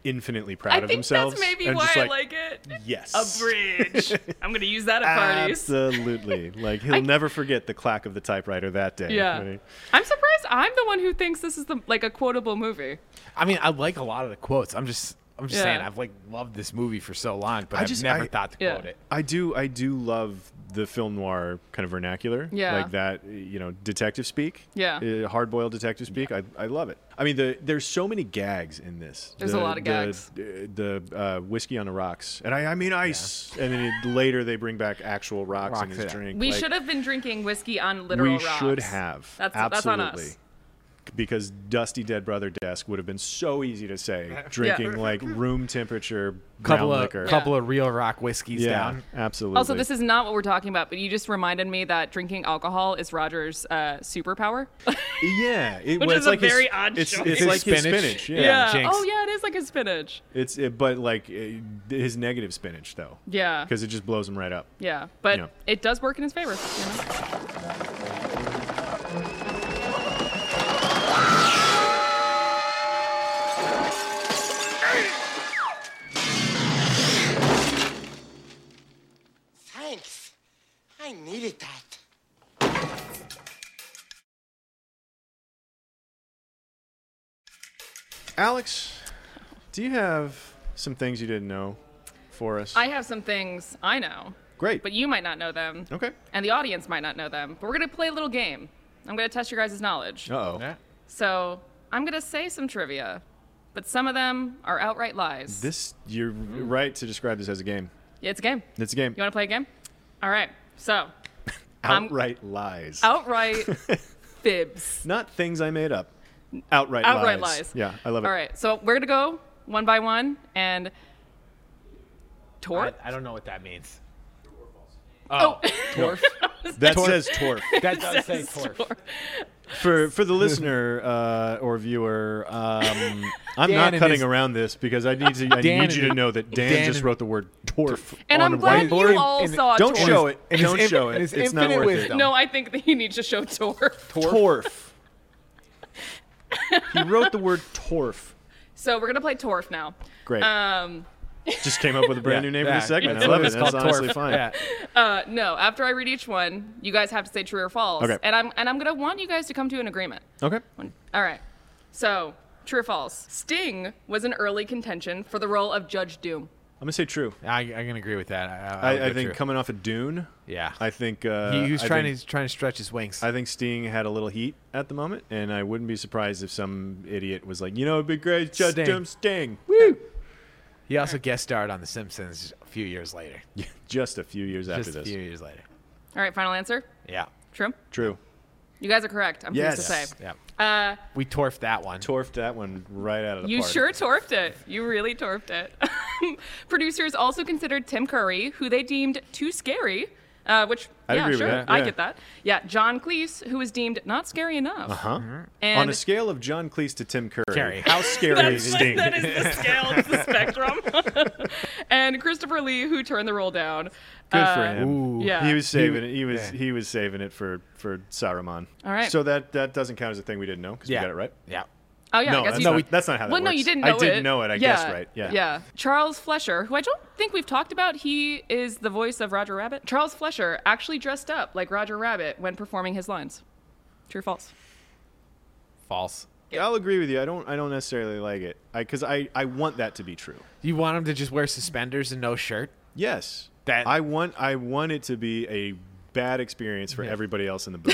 Speaker 3: infinitely proud
Speaker 4: I
Speaker 3: of
Speaker 4: think
Speaker 3: themselves.
Speaker 4: that's maybe
Speaker 3: and
Speaker 4: why
Speaker 3: just
Speaker 4: I
Speaker 3: like,
Speaker 4: like it.
Speaker 3: Yes. *laughs*
Speaker 4: A bridge. I'm going to use that at parties.
Speaker 3: Absolutely.
Speaker 4: *laughs*
Speaker 3: like he'll never forget the clack of the typewriter that day.
Speaker 4: Yeah.
Speaker 3: when he-
Speaker 4: I'm surprised I'm the one who thinks this is the like a quotable movie.
Speaker 2: I mean, I like a lot of the quotes. I'm just I'm just
Speaker 4: Yeah.
Speaker 2: saying I've like loved this movie for so long, but
Speaker 3: I
Speaker 2: I've
Speaker 3: just-
Speaker 2: never
Speaker 3: I-
Speaker 2: thought to
Speaker 4: Yeah.
Speaker 2: quote it.
Speaker 3: I do I do love the film noir kind of vernacular.
Speaker 2: Yeah.
Speaker 3: Like that, you know, detective speak.
Speaker 2: Yeah.
Speaker 3: Uh, hard boiled detective speak. I, I love it. I mean, the, there's so many gags in this.
Speaker 4: There's a
Speaker 3: The-
Speaker 4: lot of
Speaker 3: the-
Speaker 4: gags.
Speaker 3: The, uh, whiskey on the rocks. And I, I mean ice. And then it- later they bring back actual rocks, in
Speaker 2: Rocks,
Speaker 3: his
Speaker 2: yeah.
Speaker 3: drink.
Speaker 4: We
Speaker 3: Like,
Speaker 4: should have been drinking whiskey on literal
Speaker 3: we
Speaker 4: rocks.
Speaker 3: should have.
Speaker 4: That's that's on
Speaker 3: Absolutely.
Speaker 4: us.
Speaker 3: Because Dusty Dead Brother Desk would have been so easy to
Speaker 2: *laughs*
Speaker 3: say, drinking like room temperature
Speaker 2: Couple
Speaker 3: brown
Speaker 2: of
Speaker 3: liquor.
Speaker 2: couple of real rock whiskeys
Speaker 3: yeah,
Speaker 2: down.
Speaker 3: absolutely.
Speaker 4: Also, this is not what we're talking about, but you just reminded me that drinking alcohol is Roger's uh, superpower. *laughs*
Speaker 3: Yeah, it,
Speaker 4: Which
Speaker 3: well,
Speaker 4: is
Speaker 3: it's
Speaker 4: a
Speaker 3: like
Speaker 4: very
Speaker 3: his,
Speaker 4: odd
Speaker 3: It's,
Speaker 4: choice.
Speaker 3: it's
Speaker 4: His
Speaker 3: like his
Speaker 2: spinach.
Speaker 3: spinach. Yeah,
Speaker 4: yeah. Oh yeah, it is like a spinach.
Speaker 3: It's it, but like uh, his negative spinach though.
Speaker 4: Yeah.
Speaker 3: because it just blows him right up.
Speaker 4: Yeah, but
Speaker 3: Yeah.
Speaker 4: it does work in his favor. you know?
Speaker 11: Thanks. I needed that.
Speaker 3: Alex, do you have some things you didn't know for us?
Speaker 4: I have some things I know.
Speaker 3: Great.
Speaker 4: But you might not know them.
Speaker 3: Okay.
Speaker 4: And the audience might not know them. But we're going to play a little game. I'm going to test your guys' knowledge.
Speaker 3: Uh oh.
Speaker 4: So I'm going to say some trivia, but some of them are outright lies.
Speaker 3: This you're right to describe this as a game.
Speaker 4: Yeah, it's a game.
Speaker 3: It's a game.
Speaker 4: You want to play a game? All right. So
Speaker 3: *laughs*
Speaker 4: I'm-
Speaker 3: Outright lies. *laughs*
Speaker 4: outright fibs.
Speaker 3: Not things I made up. Outright,
Speaker 4: outright
Speaker 3: lies.
Speaker 4: lies.
Speaker 3: Yeah, I love it.
Speaker 4: All right. So we're going to go one by one and. Torp?
Speaker 2: I, I don't know what that means.
Speaker 4: Oh, *laughs*
Speaker 2: torf.
Speaker 3: That says torf.
Speaker 2: That does say torf.
Speaker 3: for
Speaker 2: *laughs*
Speaker 3: for the listener uh, or viewer, um, I'm
Speaker 2: Dan
Speaker 3: not
Speaker 2: and
Speaker 3: cutting
Speaker 2: his-
Speaker 3: around this because I need to. I
Speaker 2: Dan
Speaker 3: need you to
Speaker 2: and-
Speaker 3: know that Dan,
Speaker 2: Dan
Speaker 3: just
Speaker 2: and-
Speaker 3: wrote the word torf
Speaker 4: And
Speaker 3: on
Speaker 4: I'm
Speaker 3: a
Speaker 4: glad
Speaker 3: whiteboard.
Speaker 4: you all saw
Speaker 3: Don't
Speaker 4: torf.
Speaker 3: show it.
Speaker 2: And his
Speaker 3: Don't
Speaker 2: inf-
Speaker 3: show
Speaker 2: and
Speaker 3: it.
Speaker 2: his
Speaker 3: It's not
Speaker 2: infinite
Speaker 3: worth
Speaker 2: wisdom.
Speaker 3: it.
Speaker 4: No, I think that you need to show
Speaker 2: *laughs*
Speaker 4: torf.
Speaker 3: torf. he wrote the word torf.
Speaker 4: So we're gonna play Torf now.
Speaker 3: Great.
Speaker 4: Um,
Speaker 3: Just came up with a brand
Speaker 2: Yeah,
Speaker 3: new name
Speaker 2: yeah,
Speaker 3: for the segment.
Speaker 2: yeah.
Speaker 3: I love it.
Speaker 2: It's
Speaker 3: That's
Speaker 2: called
Speaker 3: honestly
Speaker 2: torf.
Speaker 3: fine.
Speaker 2: Yeah.
Speaker 4: uh, no, after I read each one, you guys have to say true or false.
Speaker 3: Okay.
Speaker 4: And I'm and I'm gonna want you guys to come to an agreement.
Speaker 3: Okay.
Speaker 4: All right. So true or false? Sting was an early contention for the role of Judge Doom.
Speaker 3: I'm gonna say true.
Speaker 2: I, I can agree with that. I, I,
Speaker 3: I,
Speaker 2: would
Speaker 3: I
Speaker 2: go
Speaker 3: think
Speaker 2: true.
Speaker 3: coming off a Dune,
Speaker 2: Yeah.
Speaker 3: I think uh,
Speaker 2: He- he was
Speaker 3: I
Speaker 2: trying
Speaker 3: think-
Speaker 2: to- trying to stretch his wings.
Speaker 3: I think Sting had a little heat at the moment, and I wouldn't be surprised if some idiot was like, you know, it'd be great, just
Speaker 2: Sting.
Speaker 3: Jim Sting.
Speaker 2: He also guest starred on The Simpsons a few years later.
Speaker 3: Just a few years after
Speaker 2: Just a
Speaker 3: this.
Speaker 2: few years later.
Speaker 4: All right, final answer.
Speaker 2: Yeah.
Speaker 4: True.
Speaker 3: True.
Speaker 4: You guys are correct. I'm pleased to
Speaker 3: Yes.
Speaker 4: say.
Speaker 2: Yeah.
Speaker 4: Uh,
Speaker 2: We torfed that one.
Speaker 3: Torfed that one right out of
Speaker 4: you sure torped it. You really torped it. *laughs* Producers also considered Tim Curry, who they deemed too scary. Uh, which
Speaker 3: I'd
Speaker 4: yeah,
Speaker 3: agree with
Speaker 4: sure,
Speaker 3: that,
Speaker 4: I
Speaker 3: yeah.
Speaker 4: get that. Yeah, John Cleese, who was deemed not scary enough.
Speaker 3: Uh huh.
Speaker 4: And-
Speaker 3: On a scale of John Cleese to Tim Curry,
Speaker 2: Curry. *laughs*
Speaker 3: how scary
Speaker 4: That's-
Speaker 3: is
Speaker 4: *laughs*
Speaker 3: Sting?
Speaker 4: that is the scale, it's the spectrum. *laughs* and Christopher Lee, who turned the role down.
Speaker 3: Good for
Speaker 4: Uh,
Speaker 3: him.
Speaker 4: Yeah.
Speaker 3: He was saving it. He was
Speaker 2: yeah.
Speaker 3: he was saving it for for Saruman.
Speaker 4: All right.
Speaker 3: So that that doesn't count as a thing we didn't know because
Speaker 2: Yeah.
Speaker 3: we got it right.
Speaker 2: Yeah.
Speaker 4: Oh yeah,
Speaker 3: No,
Speaker 4: I guess
Speaker 3: that's
Speaker 4: you
Speaker 3: not-
Speaker 4: did.
Speaker 3: that's not how that
Speaker 4: well, no,
Speaker 3: works.
Speaker 4: you didn't
Speaker 3: I
Speaker 4: know
Speaker 3: did
Speaker 4: it.
Speaker 3: know it, I
Speaker 4: yeah.
Speaker 3: guessed right, yeah.
Speaker 4: Yeah. Charles Flesher, who I don't think we've talked about, he is the voice of Roger Rabbit. Charles Flesher actually dressed up like Roger Rabbit when performing his lines. True or false?
Speaker 2: False.
Speaker 3: I'll agree with you. I don't I don't necessarily like it because I, I want that to be true.
Speaker 2: You want him to just wear suspenders and no shirt?
Speaker 3: Yes.
Speaker 2: That
Speaker 3: I want I want it to be a bad experience for
Speaker 2: Yeah.
Speaker 3: everybody else *laughs* in the booth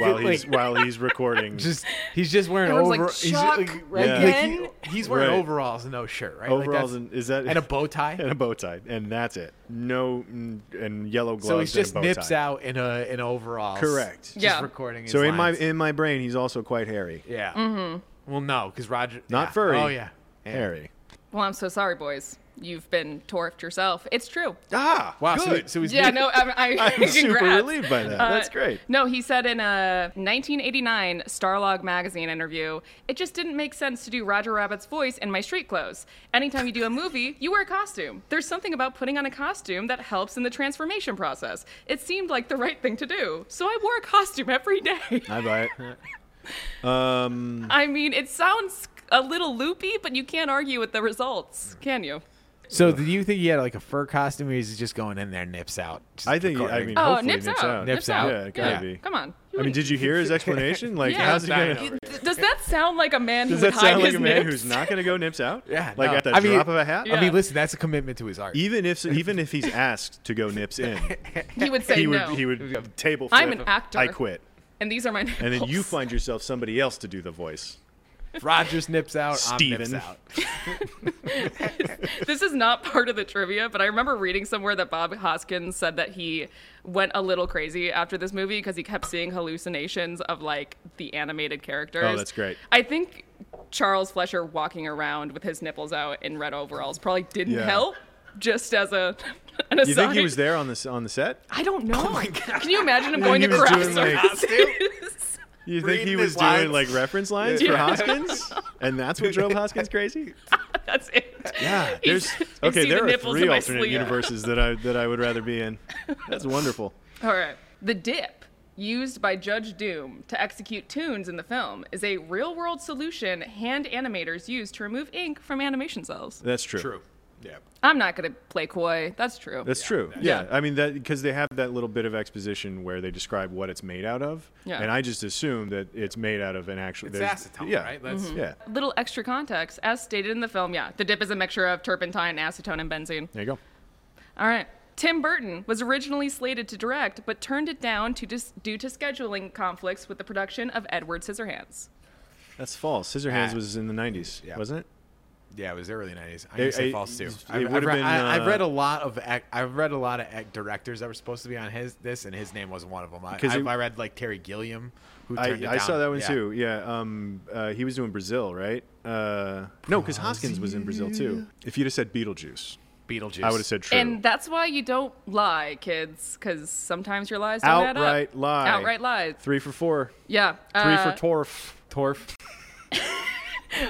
Speaker 3: while
Speaker 2: Like-
Speaker 3: he's while *laughs* he's recording.
Speaker 2: Just he's just wearing
Speaker 4: Everyone's
Speaker 2: over.
Speaker 4: like,
Speaker 2: he's
Speaker 4: "Chuck,
Speaker 2: like-
Speaker 4: right
Speaker 2: like,
Speaker 4: again?"
Speaker 2: he- he's wearing
Speaker 3: Right.
Speaker 2: overalls and no shirt, right? Like,
Speaker 3: Overalls
Speaker 2: that's-
Speaker 3: and is that
Speaker 2: and a
Speaker 3: *laughs*
Speaker 2: bow tie?
Speaker 3: and a bow tie and that's it. No mm, and yellow gloves.
Speaker 2: so he's just
Speaker 3: and a bow
Speaker 2: nips
Speaker 3: tie.
Speaker 2: out in a in overalls.
Speaker 3: Correct.
Speaker 2: Just
Speaker 4: Yeah.
Speaker 2: recording. His
Speaker 3: So in my
Speaker 2: lines.
Speaker 3: in my brain, he's also quite hairy.
Speaker 2: yeah.
Speaker 4: Mm-hmm.
Speaker 2: Well, no, because Roger.
Speaker 3: Not
Speaker 2: yeah.
Speaker 3: furry.
Speaker 2: Oh yeah. Yeah.
Speaker 3: Hairy.
Speaker 4: Well, I'm so sorry, boys. You've been torqued yourself. It's true.
Speaker 3: Ah,
Speaker 2: Wow. So,
Speaker 3: good.
Speaker 2: he- so he's
Speaker 4: yeah, no, I, I,
Speaker 3: *laughs* I'm
Speaker 4: congrats.
Speaker 3: super relieved by that.
Speaker 4: Uh,
Speaker 3: That's great.
Speaker 4: No, he said in a 1989 Starlog magazine interview, it just didn't make sense to do Roger Rabbit's voice in my street clothes. Anytime you do a movie, you wear a costume. There's something about putting on a costume that helps in the transformation process. It seemed like the right thing to do, so I wore a costume every day.
Speaker 3: I *laughs* buy it. um,
Speaker 4: *laughs* I mean, it sounds a little loopy, but you can't argue with the results, can you?
Speaker 2: So do you think he had like a fur costume, or is he just going in there nips out? Just
Speaker 3: I think- I
Speaker 2: recording?
Speaker 3: mean,
Speaker 4: Oh,
Speaker 3: hopefully
Speaker 4: nips,
Speaker 3: nips
Speaker 4: out.
Speaker 3: out.
Speaker 2: Nips out.
Speaker 3: Yeah, it gotta
Speaker 2: Yeah.
Speaker 3: be.
Speaker 4: Come on.
Speaker 3: I mean, did you hear his explanation? Like,
Speaker 4: Yeah.
Speaker 3: how's he
Speaker 2: Dying
Speaker 3: gonna?
Speaker 4: Does that sound like a man
Speaker 3: Does
Speaker 4: who would
Speaker 3: that sound
Speaker 4: hide
Speaker 3: like
Speaker 4: his
Speaker 3: a man
Speaker 4: nips?
Speaker 3: who's not gonna go nips out?
Speaker 2: Yeah,
Speaker 3: like
Speaker 2: no.
Speaker 3: at the
Speaker 2: I
Speaker 3: drop
Speaker 2: mean-
Speaker 3: of a hat.
Speaker 2: I
Speaker 4: Yeah.
Speaker 2: mean, listen, that's a commitment to his art.
Speaker 3: Even if even if he's asked to go nips in, *laughs*
Speaker 4: He would say
Speaker 3: he would
Speaker 4: no.
Speaker 3: he would table. Flip,
Speaker 4: I'm an actor.
Speaker 3: I quit.
Speaker 4: And these are my nipples.
Speaker 3: And then
Speaker 2: *laughs*
Speaker 3: you find yourself somebody else to do the voice.
Speaker 2: Rogers nips out, I'm
Speaker 3: Steven.
Speaker 2: nips out.
Speaker 4: this is not part of the trivia, but I remember reading somewhere that Bob Hoskins said that he went a little crazy after this movie because he kept seeing hallucinations of like the animated characters.
Speaker 3: Oh, that's great.
Speaker 4: I think Charles Flesher walking around with his nipples out in red overalls probably didn't
Speaker 3: Yeah.
Speaker 4: help. Just as a *laughs* an
Speaker 3: You
Speaker 4: aside.
Speaker 3: think he was there on the on the set?
Speaker 4: I don't know. Can you imagine him
Speaker 3: You
Speaker 4: going to
Speaker 3: think he was doing,
Speaker 4: craft
Speaker 3: like-
Speaker 4: services?
Speaker 3: You think he
Speaker 2: Reading
Speaker 3: was
Speaker 2: his
Speaker 3: doing
Speaker 2: lines.
Speaker 3: like reference lines
Speaker 4: Yeah.
Speaker 3: for
Speaker 4: *laughs*
Speaker 3: Hoskins, and that's what drove Hoskins crazy?
Speaker 4: *laughs* That's it.
Speaker 3: Yeah,
Speaker 4: *laughs* He's-
Speaker 3: there's
Speaker 4: I
Speaker 3: okay.
Speaker 4: see the
Speaker 3: There are
Speaker 4: nipples in
Speaker 3: three
Speaker 4: my
Speaker 3: alternate
Speaker 4: sleeve.
Speaker 3: universes that I that I would rather be
Speaker 4: *laughs*
Speaker 3: in. That's wonderful.
Speaker 4: All right. The dip used by Judge Doom to execute tunes in the film is a real world solution hand animators use to remove ink from animation cells.
Speaker 3: That's true.
Speaker 2: Yeah.
Speaker 4: I'm not going to play coy. That's true.
Speaker 3: That's true. Yeah. I mean that because they have that little bit of exposition where they describe what it's made out of,
Speaker 4: Yeah.
Speaker 3: and I just assume that it's made out of an actual.
Speaker 2: It's
Speaker 3: there's-
Speaker 2: acetone,
Speaker 3: yeah,
Speaker 2: right? That's-
Speaker 4: Mm-hmm.
Speaker 3: yeah.
Speaker 4: Little extra context. As stated in the film, yeah, the dip is a mixture of turpentine, acetone, and benzene.
Speaker 3: There you go.
Speaker 4: All right. Tim Burton was originally slated to direct, but turned it down to dis- due to scheduling conflicts with the production of Edward Scissorhands.
Speaker 3: That's false. Scissorhands
Speaker 2: Ah.
Speaker 3: was in the '90s, wasn't it?
Speaker 2: Yeah, it was early '90s. I'm
Speaker 3: It-
Speaker 2: gonna say
Speaker 3: it-
Speaker 2: false too.
Speaker 3: it
Speaker 2: I've, I've,
Speaker 3: would've
Speaker 2: read,
Speaker 3: been,
Speaker 2: I, I've
Speaker 3: uh,
Speaker 2: read a lot of ac- I've read a lot of ac- directors that were supposed to be on his this, and his name wasn't one of them. I,
Speaker 3: 'Cause
Speaker 2: I,
Speaker 3: it-
Speaker 2: I read like Terry Gilliam, who
Speaker 3: I,
Speaker 2: turned it
Speaker 3: I saw
Speaker 2: down.
Speaker 3: that one
Speaker 2: Yeah.
Speaker 3: too. Yeah. Um, uh, he was doing Brazil, right? Uh, no, because Hoskins was in Brazil too. If you'd have said Beetlejuice,
Speaker 2: Beetlejuice.
Speaker 3: I would have said true.
Speaker 4: And that's why you don't lie, kids, because sometimes your lies don't add up.
Speaker 3: Outright lie.
Speaker 4: Outright lies.
Speaker 3: Three for four.
Speaker 4: Yeah.
Speaker 3: Three
Speaker 4: uh,
Speaker 3: for torf.
Speaker 2: Torf.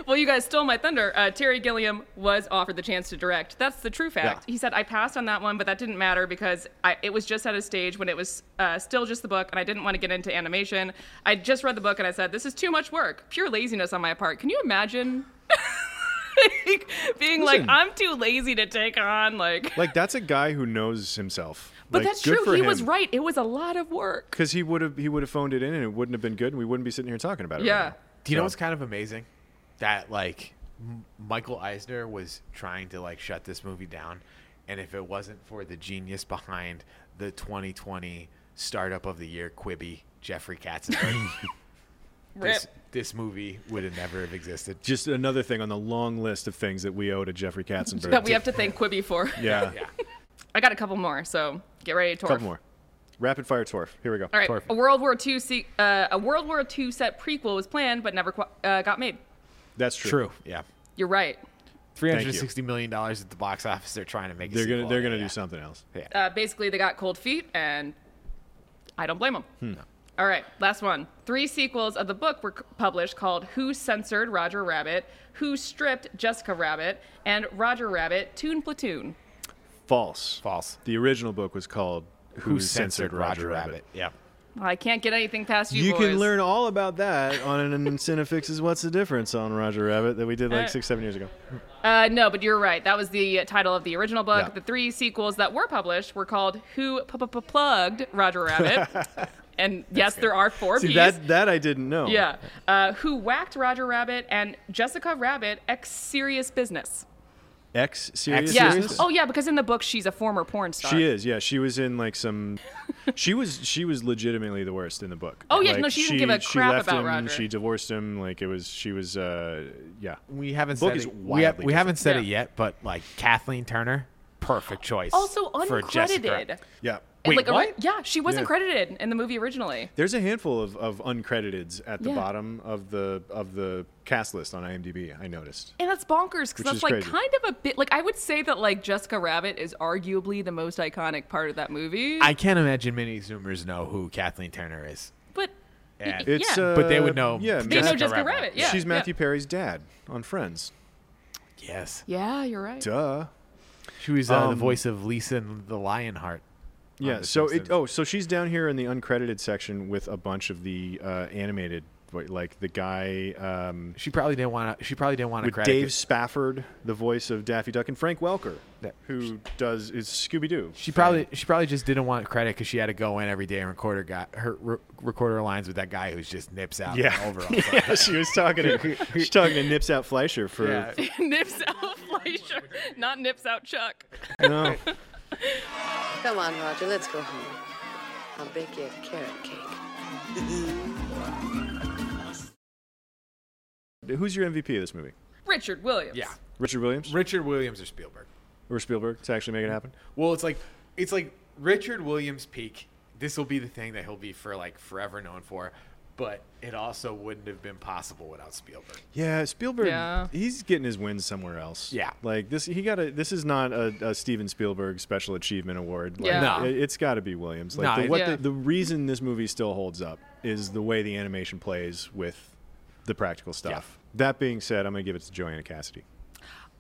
Speaker 4: Well, you guys stole my thunder. Uh, Terry Gilliam was offered the chance to direct. That's the true fact.
Speaker 3: Yeah.
Speaker 4: He said, I passed on that one, but that didn't matter because I, it was just at a stage when it was uh, still just the book, and I didn't want to get into animation. I just read the book and I said, This is too much work. Pure laziness on my part. Can you imagine? *laughs* Like, being
Speaker 3: Listen.
Speaker 4: like, I'm too lazy to take on, like.
Speaker 3: Like that's a guy who knows himself.
Speaker 4: *laughs* But
Speaker 3: Like,
Speaker 4: that's
Speaker 3: good
Speaker 4: true.
Speaker 3: for
Speaker 4: He
Speaker 3: him.
Speaker 4: was right. It was a lot of work.
Speaker 3: Because he would have he would have phoned it in and it wouldn't have been good and we wouldn't be sitting here talking about it.
Speaker 4: Yeah.
Speaker 3: Right
Speaker 2: Do you know
Speaker 3: So-
Speaker 2: what's kind of amazing? That like M- Michael Eisner was trying to like shut this movie down, And if it wasn't for the genius *laughs* behind the 2020 startup of the year, Quibi, Jeffrey
Speaker 3: *laughs*
Speaker 2: Katzenberg, this, this movie would have never have existed.
Speaker 3: Just another thing on the long list of things that we owe to Jeffrey Katzenberg.
Speaker 4: that we have to thank Quibi for.
Speaker 3: Yeah.
Speaker 4: *laughs* I got a couple more, so get ready to torf.
Speaker 3: Couple more. Rapid fire Torf. Here we go.
Speaker 4: All right,
Speaker 3: Torf.
Speaker 4: a World War II se- uh, a World War II set prequel was planned but never qu- uh, got made.
Speaker 3: That's
Speaker 2: true. Yeah.
Speaker 4: You're right.
Speaker 2: Three
Speaker 3: Thank
Speaker 2: hundred
Speaker 3: you.
Speaker 2: sixty million dollars at the box office. They're trying to make.
Speaker 3: They're
Speaker 2: a
Speaker 3: gonna-
Speaker 2: sequel.
Speaker 3: they're gonna do something else.
Speaker 2: Yeah.
Speaker 4: Uh, basically, they got cold feet, and I don't blame them.
Speaker 3: Hmm.
Speaker 4: All right, last one. Three sequels of the book were c- published called Who Censored Roger Rabbit, Who Stripped Jessica Rabbit, and Roger Rabbit Toon Platoon.
Speaker 3: False.
Speaker 2: False.
Speaker 3: The original book was called
Speaker 2: Who Censored Roger Rabbit? Yeah.
Speaker 4: Well, I can't get anything past you,
Speaker 3: You
Speaker 4: boys.
Speaker 3: can learn all about that on an Cinefix's What's the Difference on Roger Rabbit that we did like
Speaker 4: Uh,
Speaker 3: six, seven years ago.
Speaker 4: Uh, no, but you're right. That was the uh, title of the original book.
Speaker 3: Yeah.
Speaker 4: The three sequels that were published were called Who P- P- P- Plugged
Speaker 3: *laughs*
Speaker 4: Roger Rabbit. and yes, there are four
Speaker 3: See,
Speaker 4: Bs.
Speaker 3: that, that I didn't know.
Speaker 4: Yeah. Uh, who Whacked Roger Rabbit and Jessica Rabbit, ex serious business.
Speaker 3: X series?
Speaker 4: yeah. Oh, yeah, because in the book, she's a former porn star.
Speaker 3: She is, yeah. She was in like
Speaker 4: *laughs*
Speaker 3: some. she was she was legitimately the worst in the book.
Speaker 4: Oh, yeah,
Speaker 3: Like,
Speaker 4: no, she didn't give a
Speaker 3: she
Speaker 4: crap
Speaker 3: left
Speaker 4: about
Speaker 3: him,
Speaker 4: Roger.
Speaker 3: She divorced him. Like it was, she was, uh, yeah.
Speaker 2: We haven't
Speaker 3: book
Speaker 2: said
Speaker 3: is
Speaker 2: it. We, have,
Speaker 3: wildly
Speaker 2: we haven't said
Speaker 4: different.
Speaker 2: it yet, but like Kathleen Turner, perfect choice.
Speaker 4: Also
Speaker 2: for Jessica.
Speaker 4: uncredited.
Speaker 3: Yeah.
Speaker 4: And, like, ori- yeah, she wasn't
Speaker 3: Yeah.
Speaker 4: credited in the movie originally.
Speaker 3: There's a handful of, of uncrediteds at the
Speaker 4: Yeah.
Speaker 3: bottom of the of the cast list on IMDb. I noticed.
Speaker 4: And that's bonkers because
Speaker 3: Which
Speaker 4: that's
Speaker 3: is
Speaker 4: like
Speaker 3: crazy.
Speaker 4: kind of a bit. Like I would say that like Jessica Rabbit is arguably the most iconic part of that movie.
Speaker 2: I can't imagine many Zoomers know who Kathleen Turner is.
Speaker 4: But
Speaker 2: Yeah.
Speaker 3: It's,
Speaker 2: Yeah.
Speaker 3: uh,
Speaker 2: But they would know
Speaker 3: Yeah,
Speaker 2: They know Jessica Rabbit. Rabbit, yeah,
Speaker 3: She's
Speaker 2: yeah.
Speaker 3: Matthew Perry's dad on Friends.
Speaker 2: Yes.
Speaker 4: yeah, you're right.
Speaker 3: Duh.
Speaker 2: She was uh, the
Speaker 3: Um,
Speaker 2: voice of Lisa and the Lionheart. on
Speaker 3: Yeah.
Speaker 2: The
Speaker 3: So
Speaker 2: Simpsons.
Speaker 3: it. Oh, so she's down here in the uncredited section with a bunch of the uh, animated, like the guy. Um,
Speaker 2: she probably didn't want to. She probably didn't want to
Speaker 3: with
Speaker 2: credit.
Speaker 3: Dave
Speaker 2: it.
Speaker 3: Spafford, the voice of Daffy Duck, and Frank Welker, who does is Scooby Doo.
Speaker 2: She probably she probably just didn't want credit because she had to go in every day and record her got her re- record her lines with that guy who's just nips
Speaker 3: *laughs*
Speaker 2: out.
Speaker 3: Yeah. *laughs*
Speaker 2: over.
Speaker 3: yeah, she was talking to
Speaker 2: *laughs*
Speaker 3: she's talking to Nips Out Fleischer for
Speaker 4: *laughs* nips out Fleischer, not nips out Chuck.
Speaker 3: no.
Speaker 9: Come on, Roger, let's go home. I'll bake you a carrot cake.
Speaker 3: Who's your MVP of this movie?
Speaker 4: Richard Williams.
Speaker 2: Yeah.
Speaker 3: Richard Williams
Speaker 2: Richard Williams or Spielberg.
Speaker 3: or Spielberg to actually make it happen?
Speaker 2: Well, it's like it's like Richard Williams' peak. This will be the thing that he'll be for like forever known for, but it also wouldn't have been possible without Spielberg.
Speaker 3: Yeah, Spielberg.
Speaker 2: Yeah.
Speaker 3: He's getting his wins somewhere else.
Speaker 2: Yeah.
Speaker 3: like this. He got a. This is not a, a Steven Spielberg Special Achievement Award. Like,
Speaker 2: Yeah. No.
Speaker 3: it, has got to be Williams. Like
Speaker 2: No,
Speaker 3: the, what
Speaker 2: yeah.
Speaker 3: the, the reason this movie still holds up is the way the animation plays with the practical stuff. That being said, I'm gonna give it to Joanna Cassidy.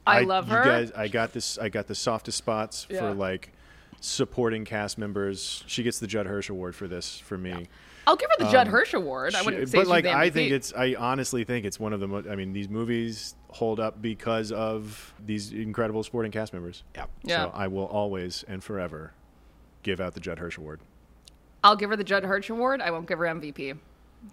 Speaker 4: I love her.
Speaker 3: You guys, I got this. I got the softest spots
Speaker 4: Yeah.
Speaker 3: for like supporting cast members. She gets the Judd Hirsch Award for this for me.
Speaker 4: I'll give her the Judd
Speaker 3: Um,
Speaker 4: Hirsch Award. I
Speaker 3: she-
Speaker 4: wouldn't say
Speaker 3: but
Speaker 4: she's
Speaker 3: like
Speaker 4: the
Speaker 3: I
Speaker 4: MVP.
Speaker 3: think it's I honestly think it's one of the mo- I mean these movies hold up because of these incredible supporting cast members.
Speaker 2: Yep.
Speaker 4: Yeah.
Speaker 3: So I will always and forever give out the Judd Hirsch Award.
Speaker 4: I'll give her the Judd Hirsch Award. I won't give her MVP.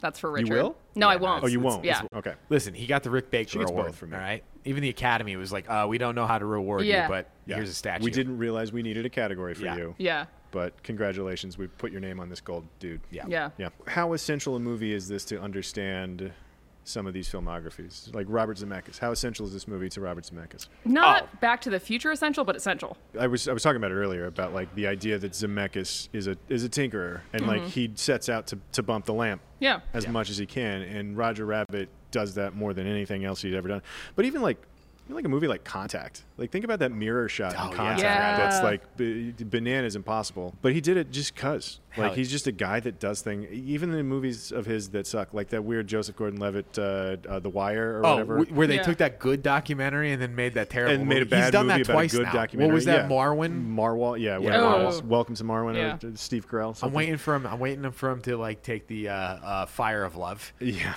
Speaker 4: That's for Richard.
Speaker 2: You will?
Speaker 4: No, I won't.
Speaker 2: Oh, you
Speaker 4: It's-
Speaker 2: won't.
Speaker 4: Yeah.
Speaker 3: Okay.
Speaker 2: Listen, he got the Rick Baker
Speaker 3: gets
Speaker 2: award
Speaker 3: both from me.
Speaker 2: All right. Even the Academy was like, uh, we don't know how to reward
Speaker 4: Yeah.
Speaker 2: you, but here's a statue.
Speaker 3: We didn't realize we needed a category for
Speaker 2: Yeah.
Speaker 3: you.
Speaker 4: Yeah.
Speaker 3: But congratulations, we put your name on this gold, dude. Yeah.
Speaker 4: Yeah.
Speaker 3: Yeah. How essential a movie is this to understand some of these filmographies? Like Robert Zemeckis. How essential is this movie to Robert Zemeckis?
Speaker 4: Not
Speaker 3: Oh.
Speaker 4: Back to the Future essential, but essential.
Speaker 3: I was I was talking about it earlier about like the idea that Zemeckis is a is a tinkerer and like
Speaker 4: Mhm.
Speaker 3: he sets out to, to bump the lamp
Speaker 4: Yeah.
Speaker 3: as much as he can and Roger Rabbit does that more than anything else he's ever done. But even like even like a movie like Contact. Like think about that mirror shot
Speaker 2: Oh,
Speaker 3: in Contact
Speaker 4: Yeah.
Speaker 3: that's
Speaker 4: Yeah.
Speaker 3: like b- bananas impossible. But he did it just cuz.
Speaker 2: Hell
Speaker 3: Like
Speaker 2: yeah.
Speaker 3: he's just a guy that does thing even in movies of his that suck like that weird Joseph Gordon-Levitt uh, uh, The Wire or
Speaker 2: Oh,
Speaker 3: whatever.
Speaker 2: wh- where they took that good documentary and then made that terrible
Speaker 3: and made a
Speaker 2: movie.
Speaker 3: bad
Speaker 2: He's done
Speaker 3: movie
Speaker 2: that
Speaker 3: about
Speaker 2: twice
Speaker 3: a good
Speaker 2: now.
Speaker 3: documentary.
Speaker 2: What was that,
Speaker 3: yeah.
Speaker 2: Marwin?
Speaker 3: Marwal, yeah,
Speaker 2: Yeah.
Speaker 3: whatever it
Speaker 2: Oh.
Speaker 3: was. Welcome to Marwin
Speaker 2: Yeah.
Speaker 3: or uh, Steve Carell.
Speaker 2: I'm
Speaker 3: something.
Speaker 2: waiting for him. I'm waiting for him to like take the uh, uh, fire of love.
Speaker 3: Yeah,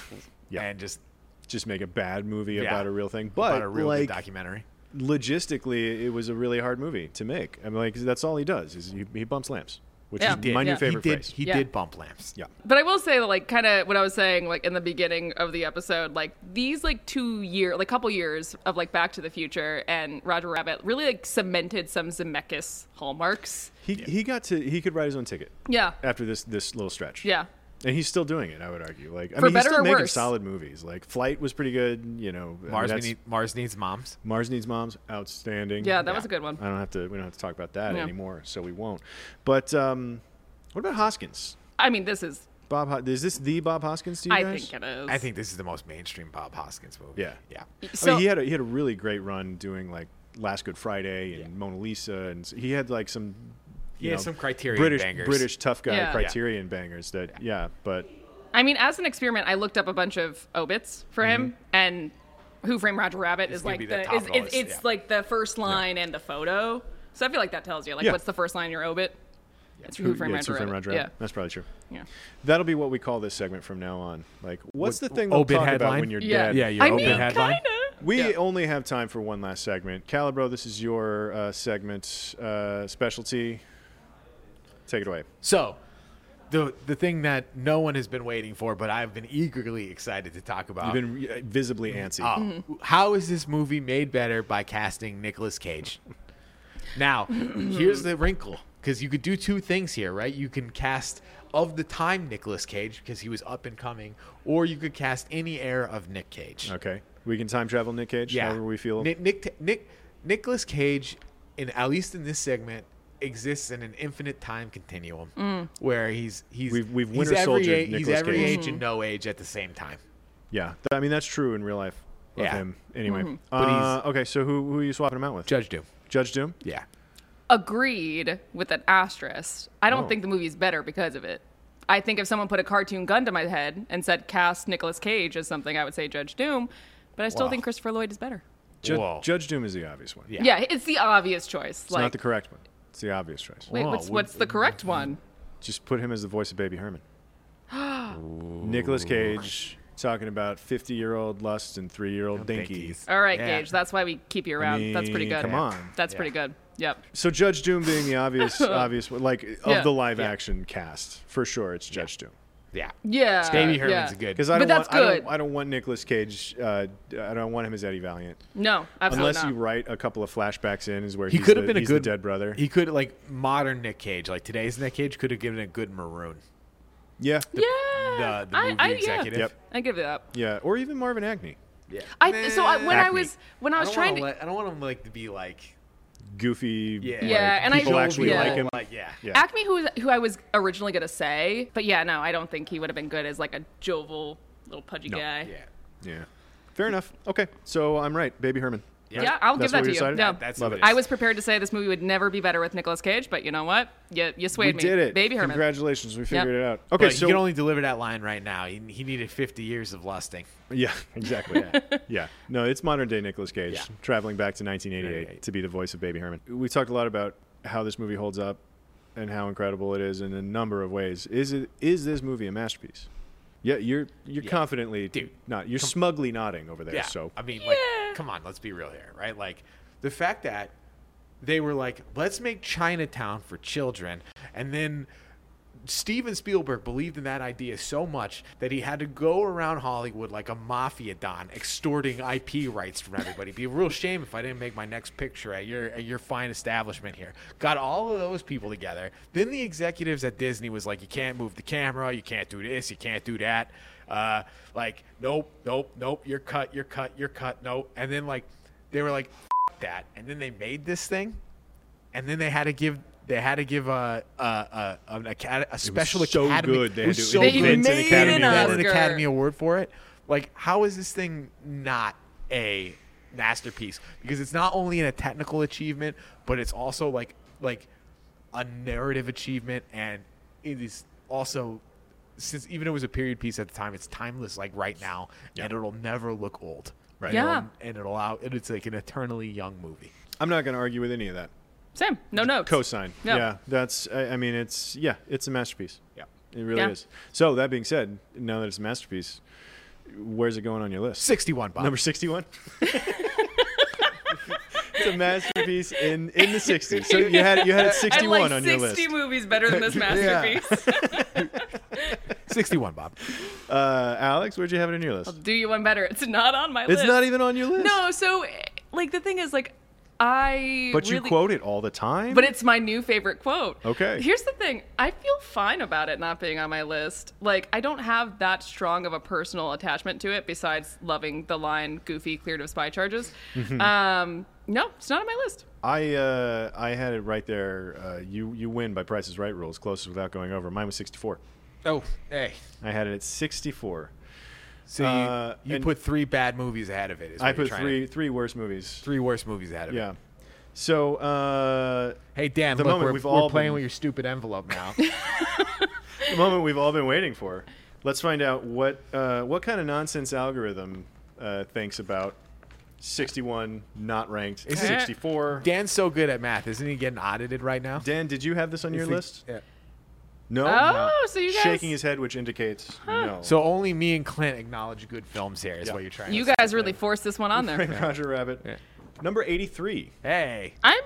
Speaker 3: yeah,
Speaker 2: and just
Speaker 3: just make a bad movie
Speaker 2: Yeah.
Speaker 3: about a real thing, but
Speaker 2: about a real
Speaker 3: like
Speaker 2: good documentary.
Speaker 3: logistically, it was a really hard movie to make. I mean, like that's all he does is he, he bumps lamps. which
Speaker 4: Yeah.
Speaker 3: is
Speaker 4: He did.
Speaker 3: my
Speaker 4: Yeah.
Speaker 3: new favorite
Speaker 2: He did-
Speaker 3: phrase.
Speaker 2: he Yeah. did bump lamps.
Speaker 3: Yeah.
Speaker 4: But I will say that, like, kind of what I was saying, like in the beginning of the episode, like these like two year, like couple years of like Back to the Future and Roger Rabbit really like cemented some Zemeckis hallmarks.
Speaker 3: He he got to he could write his own ticket.
Speaker 4: Yeah.
Speaker 3: After this this little stretch.
Speaker 4: Yeah.
Speaker 3: And he's still doing it, I would argue. Like, I mean,
Speaker 4: For
Speaker 3: he's
Speaker 4: better
Speaker 3: still
Speaker 4: or
Speaker 3: making
Speaker 4: worse.
Speaker 3: solid movies. Like, Flight was pretty good. You know, I mean,
Speaker 2: Mars,
Speaker 3: that's-
Speaker 2: need, Mars needs moms.
Speaker 3: Mars Needs Moms, outstanding.
Speaker 4: Yeah, that was a good one.
Speaker 3: I don't have to. We don't have to talk about that
Speaker 4: Yeah.
Speaker 3: anymore, so we won't. But um, what about Hoskins?
Speaker 4: I mean, this is
Speaker 3: Bob, Ho- is this the Bob Hoskins? To you
Speaker 4: I
Speaker 3: guys?
Speaker 4: think it is.
Speaker 2: I think this is the most mainstream Bob Hoskins movie.
Speaker 3: Yeah,
Speaker 2: yeah.
Speaker 3: I
Speaker 4: So-
Speaker 3: mean, he had a, he had a really great run doing like Last Good Friday and Mona Lisa, and s- he had like some.
Speaker 2: He
Speaker 3: you
Speaker 2: had
Speaker 3: know,
Speaker 2: some Criterion
Speaker 3: British
Speaker 2: bangers.
Speaker 3: British tough guy
Speaker 4: Yeah. Yeah.
Speaker 3: Criterion bangers that yeah, but
Speaker 4: I mean, as an experiment, I looked up a bunch of obits for him,
Speaker 3: Mm-hmm.
Speaker 4: and Who Framed Roger Rabbit
Speaker 2: It's
Speaker 4: is
Speaker 2: gonna
Speaker 4: like
Speaker 2: be
Speaker 4: the,
Speaker 2: the top
Speaker 4: is, is,
Speaker 2: lowest,
Speaker 4: it's
Speaker 2: yeah.
Speaker 4: like the first line and the photo. So I feel like that tells you like
Speaker 3: Yeah.
Speaker 4: what's the first line in your obit. It's Who,
Speaker 3: Who-
Speaker 4: Framed
Speaker 3: yeah, it's
Speaker 4: Roger,
Speaker 3: Who Framed
Speaker 4: Rabbit.
Speaker 3: Roger Rabbit. That's probably true.
Speaker 4: Yeah. yeah.
Speaker 3: That'll be what we call this segment from now on. Like, what's
Speaker 2: What-
Speaker 3: the thing they'll
Speaker 2: obit
Speaker 3: talk about
Speaker 2: headline?
Speaker 3: when you're
Speaker 2: Yeah.
Speaker 3: dead?
Speaker 2: Yeah, your I obit mean, headline.
Speaker 3: We only have time for one last segment. Calibro, this is your uh, segment uh, specialty. Take it away.
Speaker 2: So, the the thing that no one has been waiting for, but I've been eagerly excited to talk about.
Speaker 3: You've been re- uh, visibly antsy.
Speaker 2: Oh, how is this movie made better by casting Nicolas Cage?
Speaker 4: *laughs*
Speaker 2: now, here's the wrinkle because you could do two things here, right? You can cast of the time Nicolas Cage because he was up and coming, or you could cast any era of Nick Cage.
Speaker 3: Okay, we can time travel, Nick Cage. However we feel.
Speaker 2: Nick Nick Nick Nicolas Cage, in at least in this segment, exists in an infinite time continuum
Speaker 3: Mm.
Speaker 2: where he's he's
Speaker 3: We've- we've
Speaker 2: he's
Speaker 3: Winter
Speaker 2: every
Speaker 3: Soldiered
Speaker 2: a- he's
Speaker 3: Nicolas
Speaker 2: every
Speaker 3: Cage.
Speaker 2: age and no age at the same time.
Speaker 3: yeah, Th- I mean that's true in real life of
Speaker 2: Yeah.
Speaker 3: him. Anyway,
Speaker 4: Mm-hmm.
Speaker 2: Mhm. But
Speaker 3: uh, okay. So who who are you swapping him out with?
Speaker 2: Judge Doom.
Speaker 3: Judge Doom.
Speaker 2: Yeah.
Speaker 4: Agreed with an asterisk. I don't
Speaker 3: Oh.
Speaker 4: think the movie's better because of it. I think if someone put a cartoon gun to my head and said cast Nicolas Cage as something, I would say Judge Doom. But I still
Speaker 3: Wow.
Speaker 4: think Christopher Lloyd is better.
Speaker 3: Ju-
Speaker 2: Whoa.
Speaker 3: Judge Doom is the obvious one.
Speaker 4: Yeah, it's the obvious choice.
Speaker 3: it's
Speaker 4: like,
Speaker 3: not the correct one. It's the obvious choice.
Speaker 4: wait, what's what's the correct one?
Speaker 3: Just put him as the voice of Baby
Speaker 2: *gasps*
Speaker 3: Herman. Nicholas Cage talking about 50 year old lust and three year
Speaker 2: Oh,
Speaker 3: old dinkies.
Speaker 4: All right,
Speaker 3: Yeah.
Speaker 4: Gage. That's why we keep you around. that's pretty
Speaker 3: mean,
Speaker 4: good.
Speaker 3: come on.
Speaker 4: That's
Speaker 3: Yeah.
Speaker 4: pretty good. Yep.
Speaker 3: So Judge Doom being the
Speaker 4: *laughs*
Speaker 3: obvious, obvious, one, like of
Speaker 4: Yeah.
Speaker 3: the live action cast for sure, it's Judge Doom.
Speaker 2: Yeah.
Speaker 4: Yeah,
Speaker 2: Baby Herman's yeah. good.
Speaker 3: Because I
Speaker 4: But
Speaker 3: don't
Speaker 4: that's
Speaker 3: want, I
Speaker 4: good.
Speaker 3: don't, I don't want Nicolas Cage. Uh, I don't want him as Eddie Valiant.
Speaker 4: No, absolutely
Speaker 3: Unless
Speaker 4: not.
Speaker 3: you write a couple of flashbacks in, is where
Speaker 2: He
Speaker 3: he's
Speaker 2: could have
Speaker 3: the-
Speaker 2: been a
Speaker 3: he's the
Speaker 2: good
Speaker 3: dead brother.
Speaker 2: He could like modern Nick Cage, like today's Nick Cage, could have given a good maroon.
Speaker 3: Yeah.
Speaker 2: yeah. The, the movie executive.
Speaker 4: Yeah, I give it up.
Speaker 3: Yeah, or even Marvin Agnew.
Speaker 2: Yeah.
Speaker 4: I so I, when I
Speaker 2: Acme.
Speaker 4: was when I was
Speaker 2: don't
Speaker 4: trying
Speaker 2: wanna
Speaker 4: to
Speaker 2: let- I don't want him like to be like
Speaker 3: Goofy.
Speaker 2: Yeah.
Speaker 3: like,
Speaker 4: Yeah, and I-
Speaker 3: people actually
Speaker 4: Yeah.
Speaker 3: like him.
Speaker 2: Like, yeah.
Speaker 4: Acme, who who I was originally gonna say, but yeah, no, I don't think he would have been good as like a jovial little pudgy
Speaker 3: No.
Speaker 4: guy.
Speaker 2: Yeah.
Speaker 3: Yeah. Fair enough. Okay. So I'm right. Baby Herman.
Speaker 4: Yeah,
Speaker 3: Right?
Speaker 4: I'll
Speaker 3: That's
Speaker 4: give that
Speaker 3: what
Speaker 4: to
Speaker 3: we
Speaker 4: you.
Speaker 3: decided?
Speaker 4: No,
Speaker 3: Love it.
Speaker 4: I was prepared to say this movie would never be better with Nicolas Cage, but you know what? You you
Speaker 3: We
Speaker 4: swayed me.
Speaker 3: did it.
Speaker 4: Baby Herman.
Speaker 3: Congratulations. We
Speaker 4: Yep.
Speaker 3: figured it out. Okay.
Speaker 2: But
Speaker 3: so
Speaker 2: you can only deliver that line right now. He, he needed 50 years of lusting.
Speaker 3: Yeah, *laughs* exactly. yeah. No, it's modern day Nicolas Cage traveling back to 1988 to be the voice of Baby Herman. We talked a lot about how this movie holds up and how incredible it is in a number of ways. Is it is this movie a masterpiece? Yeah, you're you're confidently not you're smugly nodding over there.
Speaker 2: Yeah.
Speaker 3: So
Speaker 2: I mean, like, come on, let's be real here, right? Like, the fact that they were like, let's make Chinatown for children, and then Steven Spielberg believed in that idea so much that he had to go around Hollywood like a mafia don, extorting IP rights from everybody. It'd be a real shame if I didn't make my next picture at your at your fine establishment here. Got all of those people together. Then the executives at Disney was like, you can't move the camera, you can't do this, you can't do that. Uh, like, nope, nope, nope. You're cut. You're cut. You're cut. Nope. And then like, they were like, F- that. And then they made this thing and then they had to give they had to give a a a, an acad- a special
Speaker 3: so
Speaker 2: academy.
Speaker 3: good, they
Speaker 2: it
Speaker 3: had
Speaker 2: was
Speaker 3: to
Speaker 2: so
Speaker 3: invent an
Speaker 2: good.
Speaker 3: They Academy made an
Speaker 2: They had
Speaker 3: Award.
Speaker 2: an
Speaker 3: Oscar.
Speaker 2: academy award for it. Like, how is this thing not a masterpiece? Because it's not only in a technical achievement, but it's also like like a narrative achievement, and it is also since even it was a period piece at the time, it's timeless. Like right now, and it'll never look old. Right.
Speaker 4: Yeah.
Speaker 2: And it'll- and it'll out. And it's like an eternally young movie.
Speaker 3: I'm not going to argue with any of that.
Speaker 4: Sam, no notes.
Speaker 3: Cosine.
Speaker 4: No.
Speaker 3: Yeah, that's. I, I mean, it's yeah, it's a masterpiece.
Speaker 2: Yeah,
Speaker 3: it really
Speaker 4: Yeah.
Speaker 3: is. So that being said, now that it's a masterpiece, where's it going on your list?
Speaker 2: Sixty-one, Bob.
Speaker 3: Number sixty-one. It's a masterpiece in, in the 60s. So you had you had it 61
Speaker 4: I like
Speaker 3: on
Speaker 4: 60
Speaker 3: your list.
Speaker 4: movies better than
Speaker 3: *laughs*
Speaker 4: this
Speaker 3: Yeah.
Speaker 4: masterpiece.
Speaker 3: 61, Bob. Uh, Alex, where'd you have it in your list?
Speaker 4: I'll do you one better. It's not on my
Speaker 3: It's
Speaker 4: list.
Speaker 3: not even on your list.
Speaker 4: No, so like the thing is like I
Speaker 3: But you
Speaker 4: really-
Speaker 3: quote it all the time.
Speaker 4: But it's my new favorite quote.
Speaker 3: Okay.
Speaker 4: Here's the thing. I feel fine about it not being on my list. Like I don't have that strong of a personal attachment to it besides loving the line goofy cleared of spy charges.
Speaker 3: Mhm.
Speaker 4: um no, it's not on my list.
Speaker 3: I uh, I had it right there. Uh, you you win by Price is Right rules. Closest without going over. Mine was 64.
Speaker 2: *laughs* Oh, hey.
Speaker 3: I had it at 64.
Speaker 2: So you,
Speaker 3: Uh,
Speaker 2: you
Speaker 3: and-
Speaker 2: put three bad movies ahead of it. Is what
Speaker 3: I
Speaker 2: you're
Speaker 3: put
Speaker 2: trying
Speaker 3: three three worst movies.
Speaker 2: Three worst movies ahead of
Speaker 3: yeah.
Speaker 2: it.
Speaker 3: So uh,
Speaker 2: hey Dan,
Speaker 3: the
Speaker 2: look,
Speaker 3: moment
Speaker 2: we're,
Speaker 3: we've
Speaker 2: we're
Speaker 3: all
Speaker 2: playing
Speaker 3: been-
Speaker 2: with your stupid
Speaker 3: *laughs*
Speaker 2: envelope now.
Speaker 3: the moment we've all been waiting for. Let's find out what uh, what kind of nonsense algorithm uh, thinks about 61 not ranked,
Speaker 2: Is it-
Speaker 3: 64.
Speaker 2: Dan's so good at math, isn't he getting audited right now?
Speaker 3: Dan, did you have this on your list?
Speaker 2: Yeah.
Speaker 3: No.
Speaker 4: Oh, so you guys-
Speaker 3: shaking his head, which indicates no.
Speaker 2: So only me and Clint acknowledge good films here. Is what you're trying.
Speaker 4: You
Speaker 2: to
Speaker 4: guys really forced this one on
Speaker 3: *laughs*
Speaker 4: there.
Speaker 3: Frank *laughs* Roger Rabbit, number 83.
Speaker 2: Hey.
Speaker 4: I'm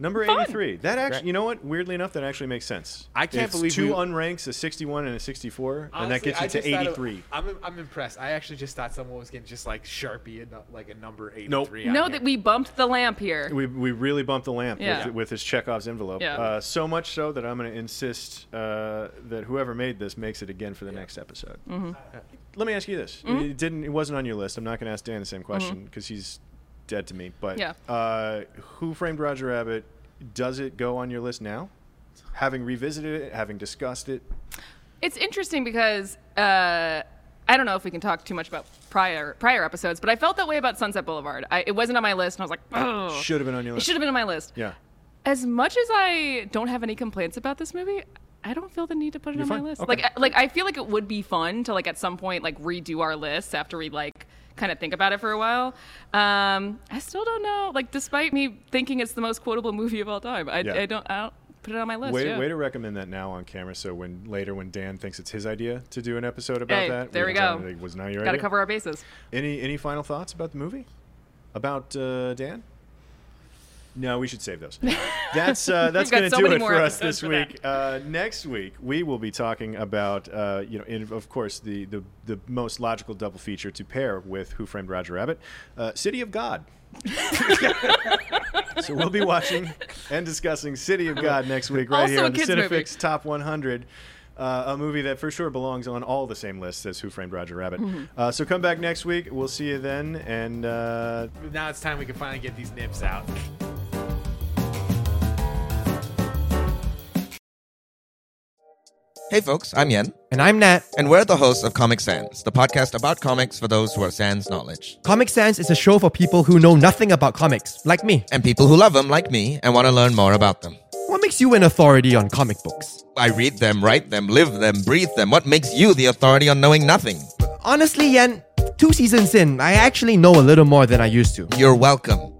Speaker 3: Number
Speaker 4: Fun.
Speaker 3: 83. That
Speaker 2: Right.
Speaker 3: actually, you know what? Weirdly enough, that actually makes sense.
Speaker 2: I can't
Speaker 3: It's
Speaker 2: believe
Speaker 3: two
Speaker 2: we-
Speaker 3: unranks, a 61 and a 64, and that
Speaker 2: Honestly,
Speaker 3: gets you
Speaker 2: I
Speaker 3: to
Speaker 2: just thought it-
Speaker 3: 83.
Speaker 2: I'm, I'm impressed. I actually just thought someone was getting just like Sharpie and uh, like a number 83.
Speaker 3: Nope.
Speaker 2: on
Speaker 4: no,
Speaker 2: here.
Speaker 4: that we bumped the lamp here.
Speaker 3: We, we really bumped the lamp
Speaker 4: Yeah.
Speaker 3: with, with this Chekhov's envelope.
Speaker 4: Yeah.
Speaker 3: Uh, so much so that I'm going to insist uh, that whoever made this makes it again for the next episode.
Speaker 4: Mm-hmm.
Speaker 11: Mhm.
Speaker 3: Uh, Let me ask you this:
Speaker 11: Mhm.
Speaker 3: It didn't. It wasn't on your list. I'm not going to ask Dan the same
Speaker 4: Mm-hmm.
Speaker 3: question because he's dead to me. But
Speaker 11: Yeah.
Speaker 3: uh, who framed Roger Rabbit? Does it go on your list now? Having revisited it, having discussed it,
Speaker 4: It's interesting because uh, I don't know if we can talk too much about prior prior episodes, but I felt that way about Sunset Boulevard. I, it wasn't on my list, and I was like, oh,
Speaker 3: should have been on your
Speaker 4: it
Speaker 3: list.
Speaker 4: should have been on my list.
Speaker 3: Yeah.
Speaker 4: As much as I don't have any complaints about this movie, I don't feel the need to put it
Speaker 3: You're
Speaker 4: on
Speaker 3: fine.
Speaker 4: my list.
Speaker 3: Okay.
Speaker 4: Like, I- like I feel like it would be fun to like at some point like redo our lists after we like kind of think about it for a while. Um, I still don't know. Like, despite me thinking it's the most quotable movie of all time, I,
Speaker 3: Yeah.
Speaker 4: I don't. I don't put it on my list.
Speaker 3: way,
Speaker 4: yeah.
Speaker 3: way to recommend that now on camera. So when later, when Dan thinks it's his idea to do an episode about
Speaker 4: Hey,
Speaker 3: that,
Speaker 4: there we
Speaker 3: can tell
Speaker 4: go.
Speaker 3: him it Was not your
Speaker 4: Got to
Speaker 3: idea.
Speaker 4: cover our bases.
Speaker 3: Any any final thoughts about the movie? About uh, Dan? No, we should
Speaker 11: *laughs*
Speaker 3: save those. That's uh, that's
Speaker 11: We've got
Speaker 3: going to
Speaker 11: so
Speaker 3: do
Speaker 11: many
Speaker 3: it
Speaker 11: more
Speaker 3: for us
Speaker 11: episodes
Speaker 3: this
Speaker 11: for that.
Speaker 3: week. Uh, next week we will be talking about uh, you know in, of course the, the the most logical double feature to pair with Who Framed Roger Rabbit, uh, City of God. so we'll be watching and discussing City of God next week right
Speaker 11: Also
Speaker 3: here
Speaker 11: a
Speaker 3: on the
Speaker 11: kids' movie.
Speaker 3: Cinefix Top 100. Uh, a movie that for sure belongs on all the same lists as Who Framed Roger Rabbit.
Speaker 11: Mm-hmm.
Speaker 2: Mhm.
Speaker 3: Uh, so come back next week. We'll see you then. And uh,
Speaker 2: Now it's time we can finally get these nibs out.
Speaker 13: Hey folks, I'm Yen. And I'm Nat. And we're the hosts of Comic Sans, the podcast about comics for those who are sans knowledge.
Speaker 14: Comic Sans is a show for people who know nothing about comics, like me.
Speaker 13: And people who love them, like me, and want to learn more about them.
Speaker 14: What makes you an authority on comic books?
Speaker 13: I read them, write them, live them, breathe them. What makes you the authority on knowing nothing?
Speaker 14: Honestly, Yen, two seasons in, I actually know a little more than I used to.
Speaker 13: You're welcome.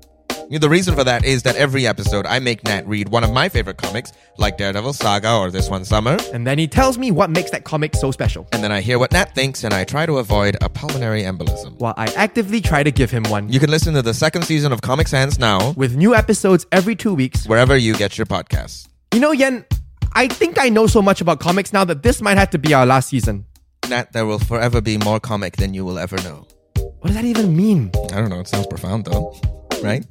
Speaker 13: The reason for that is that every episode I make Nat read one of my favorite comics, like Daredevil Saga or This One Summer.
Speaker 14: And then he tells me what makes that comic so special,
Speaker 13: And then I hear what Nat thinks and I try to avoid a pulmonary embolism.
Speaker 14: while I actively try to give him one.
Speaker 13: You can listen to the second season of Comic Sans now,
Speaker 14: with new episodes every two weeks,
Speaker 13: wherever you get your podcasts.
Speaker 14: You know, Yen, I think I know so much about comics now that this might have to be our last season.
Speaker 13: Nat, there will forever be more comic than you will ever know.
Speaker 14: What does that even mean?
Speaker 13: I don't know. It sounds profound, though, right?